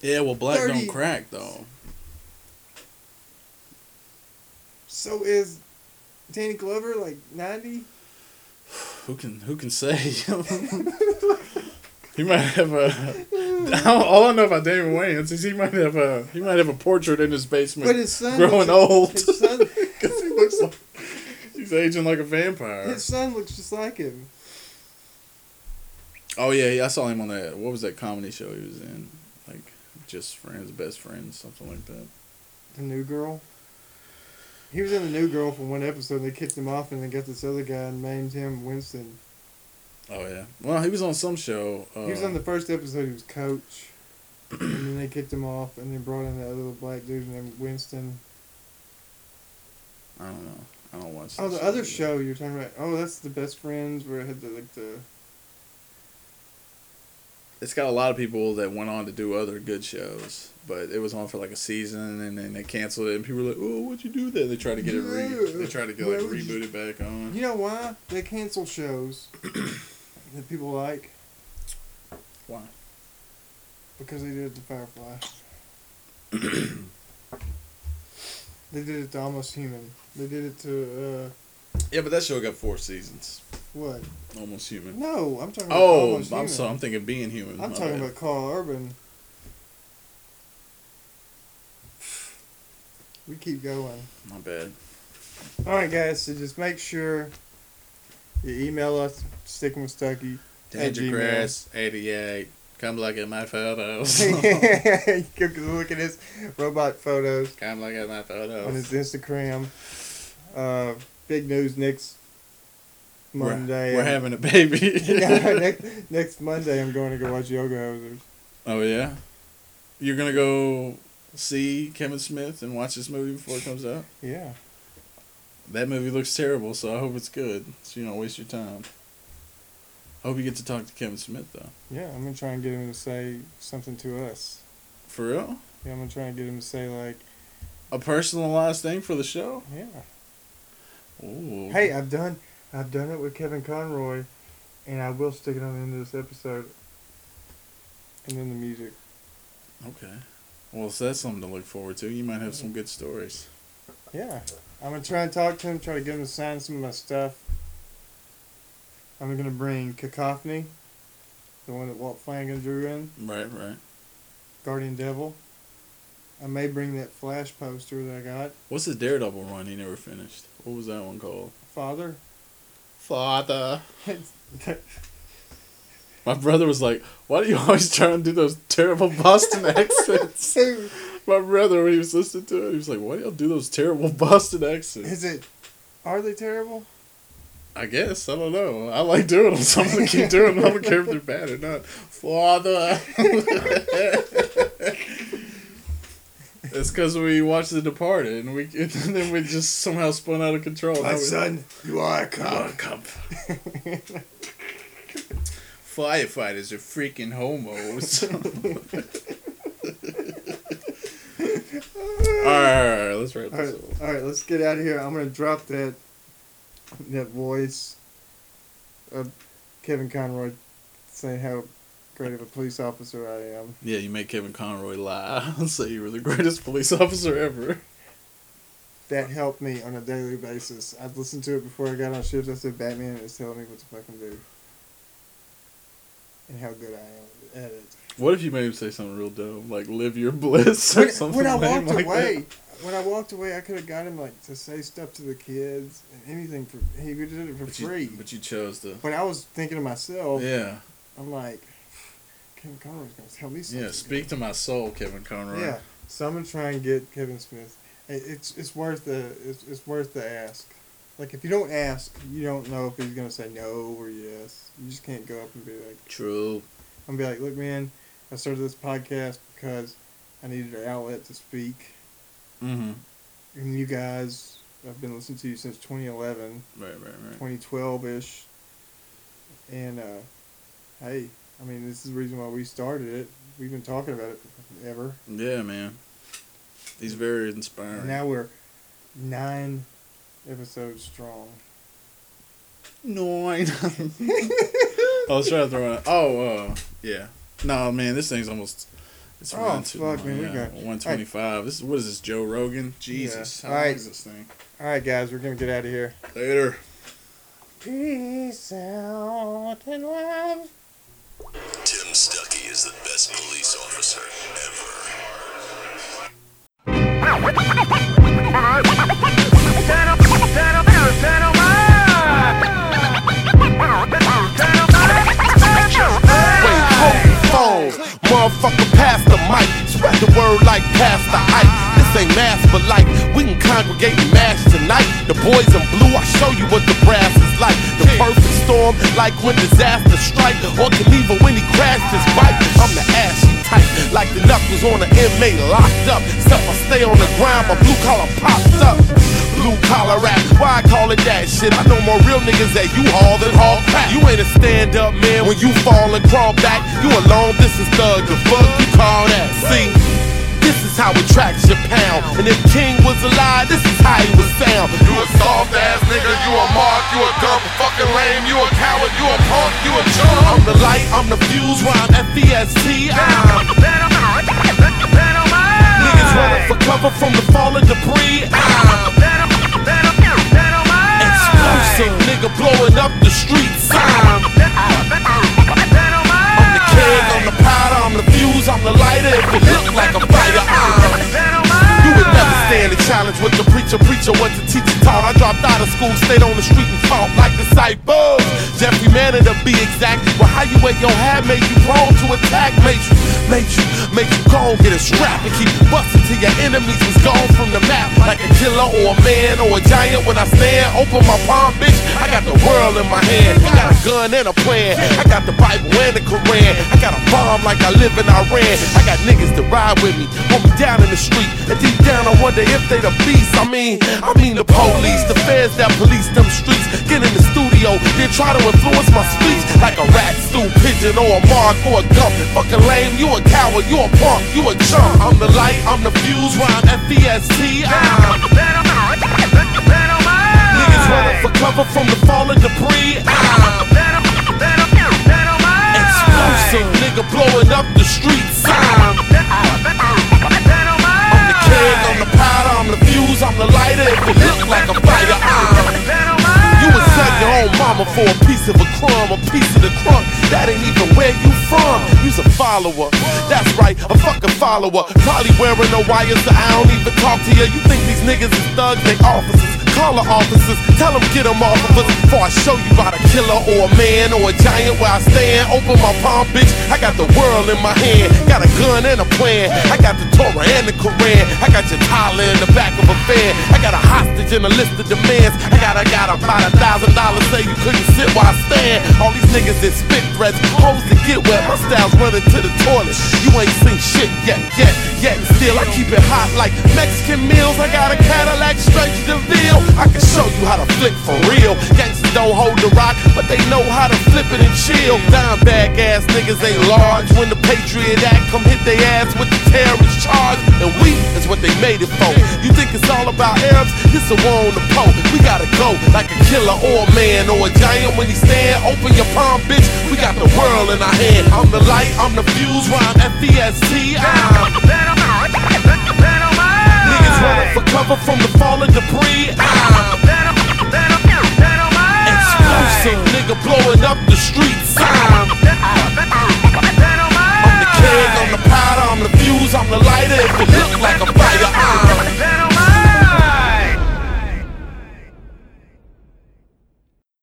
Speaker 2: Yeah, well, black
Speaker 3: 30.
Speaker 2: don't crack though.
Speaker 3: so is Danny Glover like (laughs) 90?
Speaker 2: Who can who can say? (laughs) he might have a. All (laughs) I know about David Wayans is he might have a he might have a portrait in his basement.
Speaker 3: But his son
Speaker 2: growing
Speaker 3: looks-
Speaker 2: old.
Speaker 3: His son,
Speaker 2: (laughs) 'Cause he looks like he's aging like a vampire.
Speaker 3: his son looks just like him.
Speaker 2: Oh yeah, yeah, I saw him on that. What was that comedy show he was in? Like just friends, best friends, something like that.
Speaker 3: The new girl. He was in the new girl for one episode. and They kicked him off, and they got this other guy and named him Winston.
Speaker 2: Oh yeah. Well, he was on some show. Uh,
Speaker 3: he was on the first episode. He was coach, and then they kicked him off, and then brought in that little black dude named Winston.
Speaker 2: I don't know. I don't watch.
Speaker 3: Oh,
Speaker 2: that
Speaker 3: the other show you're talking about. Oh, that's the best friends where it had the like the.
Speaker 2: it's got a lot of people that went on to do other good shows, but it was on for like a season and then they canceled it and people were like, "Oh, what'd you do that?" They tried to get it re- they tried to get like
Speaker 3: Why would you-
Speaker 2: rebooted back on.
Speaker 3: You know why they cancel shows (coughs) that people like?
Speaker 2: Why?
Speaker 3: Because they did it to Firefly. (coughs) they did it to Almost Human. They did it to uh,
Speaker 2: Yeah, but that show got four seasons.
Speaker 3: what?
Speaker 2: Almost human.
Speaker 3: No, I'm talking. About
Speaker 2: Oh,
Speaker 3: Almost
Speaker 2: I'm
Speaker 3: Human.
Speaker 2: so I'm thinking being human.
Speaker 3: I'm
Speaker 2: my
Speaker 3: talking
Speaker 2: bad.
Speaker 3: about Carl Urban. (sighs) We keep going.
Speaker 2: my bad.
Speaker 3: All right, guys. So just make sure you email us. Sticking with Stucky. At Gmail. (laughs)
Speaker 2: Dangergrass eighty eight. Come look at my photos.
Speaker 3: you can look at his robot photos
Speaker 2: (laughs) Come look at my
Speaker 3: on his
Speaker 2: photos.
Speaker 3: Instagram. Uh, big news next
Speaker 2: We're-
Speaker 3: Monday.
Speaker 2: We're,
Speaker 3: (laughs)
Speaker 2: having a baby. (laughs)
Speaker 3: next, next Monday. I'm going to go watch Yoga Hosers.
Speaker 2: oh yeah. You're gonna go see Kevin Smith and watch this movie before it comes out.
Speaker 3: Yeah.
Speaker 2: That movie looks terrible, so I hope it's good. So you don't waste your time. Hope you get to talk to Kevin Smith though.
Speaker 3: Yeah, I'm gonna try and get him to say something to us.
Speaker 2: For real?
Speaker 3: Yeah, I'm gonna try and get him to say like,
Speaker 2: A personalized thing for the show?
Speaker 3: yeah.
Speaker 2: Ooh.
Speaker 3: Hey, I've done, I've done it with Kevin Conroy, and I will stick it on the end of this episode. And then the music.
Speaker 2: Okay. Well, so that's something to look forward to. You might have some good stories.
Speaker 3: Yeah, I'm gonna try and talk to him. Try to get him to sign some of my stuff. I'm gonna bring Cacophony, the one that Walt Flanagan drew in,
Speaker 2: Right, right.
Speaker 3: Guardian Devil. I may bring that Flash poster that I got,
Speaker 2: What's the Daredevil run he never finished? What was that one called?
Speaker 3: Father.
Speaker 2: Father. (laughs)
Speaker 3: (laughs)
Speaker 2: My brother was like, "Why do you always try and do those terrible Boston accents?"
Speaker 3: So
Speaker 2: My brother, when he was listening to it, he was like, "Why do y'all do those terrible Boston accents?"
Speaker 3: Is it? Are they terrible?
Speaker 2: I guess I don't know. I like doing them, so I'm gonna keep doing them. I don't care if they're bad or not. Father. It's because we watched The Departed, and we (laughs) and then we just somehow spun out of control. Now we-
Speaker 3: you are a
Speaker 2: Oh, come. Firefighters are freaking
Speaker 3: (laughs)
Speaker 2: homos.
Speaker 3: (laughs)
Speaker 2: all, right, all right, all right, let's wrap
Speaker 3: All right,
Speaker 2: this up.
Speaker 3: all right, let's get out of here. I'm gonna drop that that voice of Kevin Conroy saying how great of a police officer I am.
Speaker 2: Yeah, you make Kevin Conroy lie and (laughs) say you were the greatest police officer ever.
Speaker 3: That helped me on a daily basis. I've listened to it before I got on shift. I said Batman is telling me what to fucking do and how good I am at it.
Speaker 2: What if you made him say something real dumb, like "Live your bliss" or
Speaker 3: (laughs) When,
Speaker 2: something?
Speaker 3: when I
Speaker 2: lame (laughs)
Speaker 3: walked
Speaker 2: like
Speaker 3: away,
Speaker 2: that?
Speaker 3: when I walked away, I could have got him like to say stuff to the kids and anything for he did it for
Speaker 2: But
Speaker 3: free.
Speaker 2: you, but you chose to.
Speaker 3: But I was thinking to myself,
Speaker 2: Yeah,
Speaker 3: I'm like, (sighs) Kevin Conroy's gonna tell me something.
Speaker 2: yeah. Speak to my soul, Kevin Conroy.
Speaker 3: Yeah, so I'm gonna try and get Kevin Smith. It- It's it's worth the it's, it's worth the ask. Like if you don't ask, you don't know if he's gonna say no or yes. You just can't go up and be like,
Speaker 2: True.
Speaker 3: I'm gonna be like, look, man, I started this podcast because I needed an outlet to speak,
Speaker 2: Mm-hmm.
Speaker 3: and you guys, I've been listening to you since 2011.
Speaker 2: Right, right, right.
Speaker 3: 2012 ish. And uh, hey, I mean, this is the reason why we started it. We've been talking about it forever.
Speaker 2: Yeah, man. He's very inspiring.
Speaker 3: Now we're nine episodes strong. (laughs)
Speaker 2: No, (laughs) I was trying to throw it. Oh, uh, yeah. No, man, this thing's almost. It's
Speaker 3: Oh,
Speaker 2: running too
Speaker 3: fuck,
Speaker 2: long,
Speaker 3: man, we
Speaker 2: yeah.
Speaker 3: got-
Speaker 2: 125. This is what is this? Joe Rogan. Jesus,
Speaker 3: Yeah.
Speaker 2: how long
Speaker 3: Alright.
Speaker 2: is this thing?
Speaker 3: All right, guys, we're going to get out of here.
Speaker 2: Later.
Speaker 3: Peace out and love.
Speaker 5: Tim Stuckey is the best police officer ever.
Speaker 1: Wait, hold the phone. Motherfucker, pass the mic. Spread the word like pass the ice. This ain't mass, but like we can congregate and mash tonight. The boys in blue, I show you what the brass is like. The perfect storm, like when disaster strike, or can even when he crashed his bike. I'm the ashy type, like the knuckles on an inmate locked up. Stuff I stay on the grind, my blue collar popped up. Blue collar rap, why I call it that shit? I know more real niggas that you haul than haul crack. You ain't a stand up man when you fall and crawl back. You a long distance thug, the fuck you call that? See, this is how it tracks your pound. And if King was alive, this is how he would sound. You a soft ass nigga, you a mark, you a dumb fucking lame, you a coward, you a punk, you a chump. I'm the light, I'm E the fuse, rhyme F-E-S-T. I'm niggas running for cover from the falling debris. Ah. I'm Explosive nigga blowing up the streets. I'm, I'm the king, I'm the powder, I'm the fuse, I'm the lighter. If it look like a fire, I'm. You would never stand a challenge with the preacher, preacher, what the teacher taught. I dropped out of school, stayed on the street and fought like disciples. Jeffrey Manning to be exact. But how you wear your hat made you prone to attack, made you, made you, make you cold, get a strap and keep busting till your enemies was gone from the map. Like a killer or a man or a giant when I stand, open my palm, bitch. I got the world in my hand. I got a gun and a plan. I got the Bible and the Koran. I got a bomb like I live in Iran. I got niggas to ride with me, hold me down in the street. And deep down, I wonder if they the beast. I mean, I mean the police, the feds that police them streets. Get in the studio, then try to influence my speech like a rat, stew, pigeon, or a mark or a gump. Fucking lame, you a coward, you a punk, you a chump. I'm the light, I'm E the fuse, rhyme F-E-S-T. I'm niggas running for cover from the falling debris. Ah. I'm explosive, nigga blowing up the streets. I'm I'm the king, I'm the powder, I'm the fuse, I'm the lighter. If it look like a fire, I'm. You would sell your own mama for a piece of a crumb, a piece of the crumb. That ain't even where you from. You's a follower. That's right, a fucking follower. Probably wearing a wire, so I don't even talk to you. You think these niggas is thugs, they officers. Call the officers, tell them get them off of us before I show you about a killer or a man or a giant where I stand. Open my palm, bitch. I got the world in my hand, got a gun and a plan. I got the Torah and the Koran. I got your Tyler in the back of a van. I got a hostage and a list of demands. I got, I got about a thousand dollars. Say you couldn't sit where I stand. All these niggas that spit threats, hoes to get wet. My style's running to the toilet. You ain't seen shit yet, yet, yet. And still, I keep it hot like Mexican meals. I got a Cadillac straight to the deal. I can show you how to flick for real. Gangsters don't hold the rock, but they know how to flip it and chill. Dime bag ass niggas ain't large. When the Patriot Act come hit they ass with the terrorist charge, and we is what they made it for. You think it's all about Arabs? It's a war on the pole. We gotta go like a killer or a man or a giant. When you stand, open your palm, bitch. We got the world in our hand. I'm the light, I'm the fuse, rhyme F E S T I. Niggas running for cover from the Ah.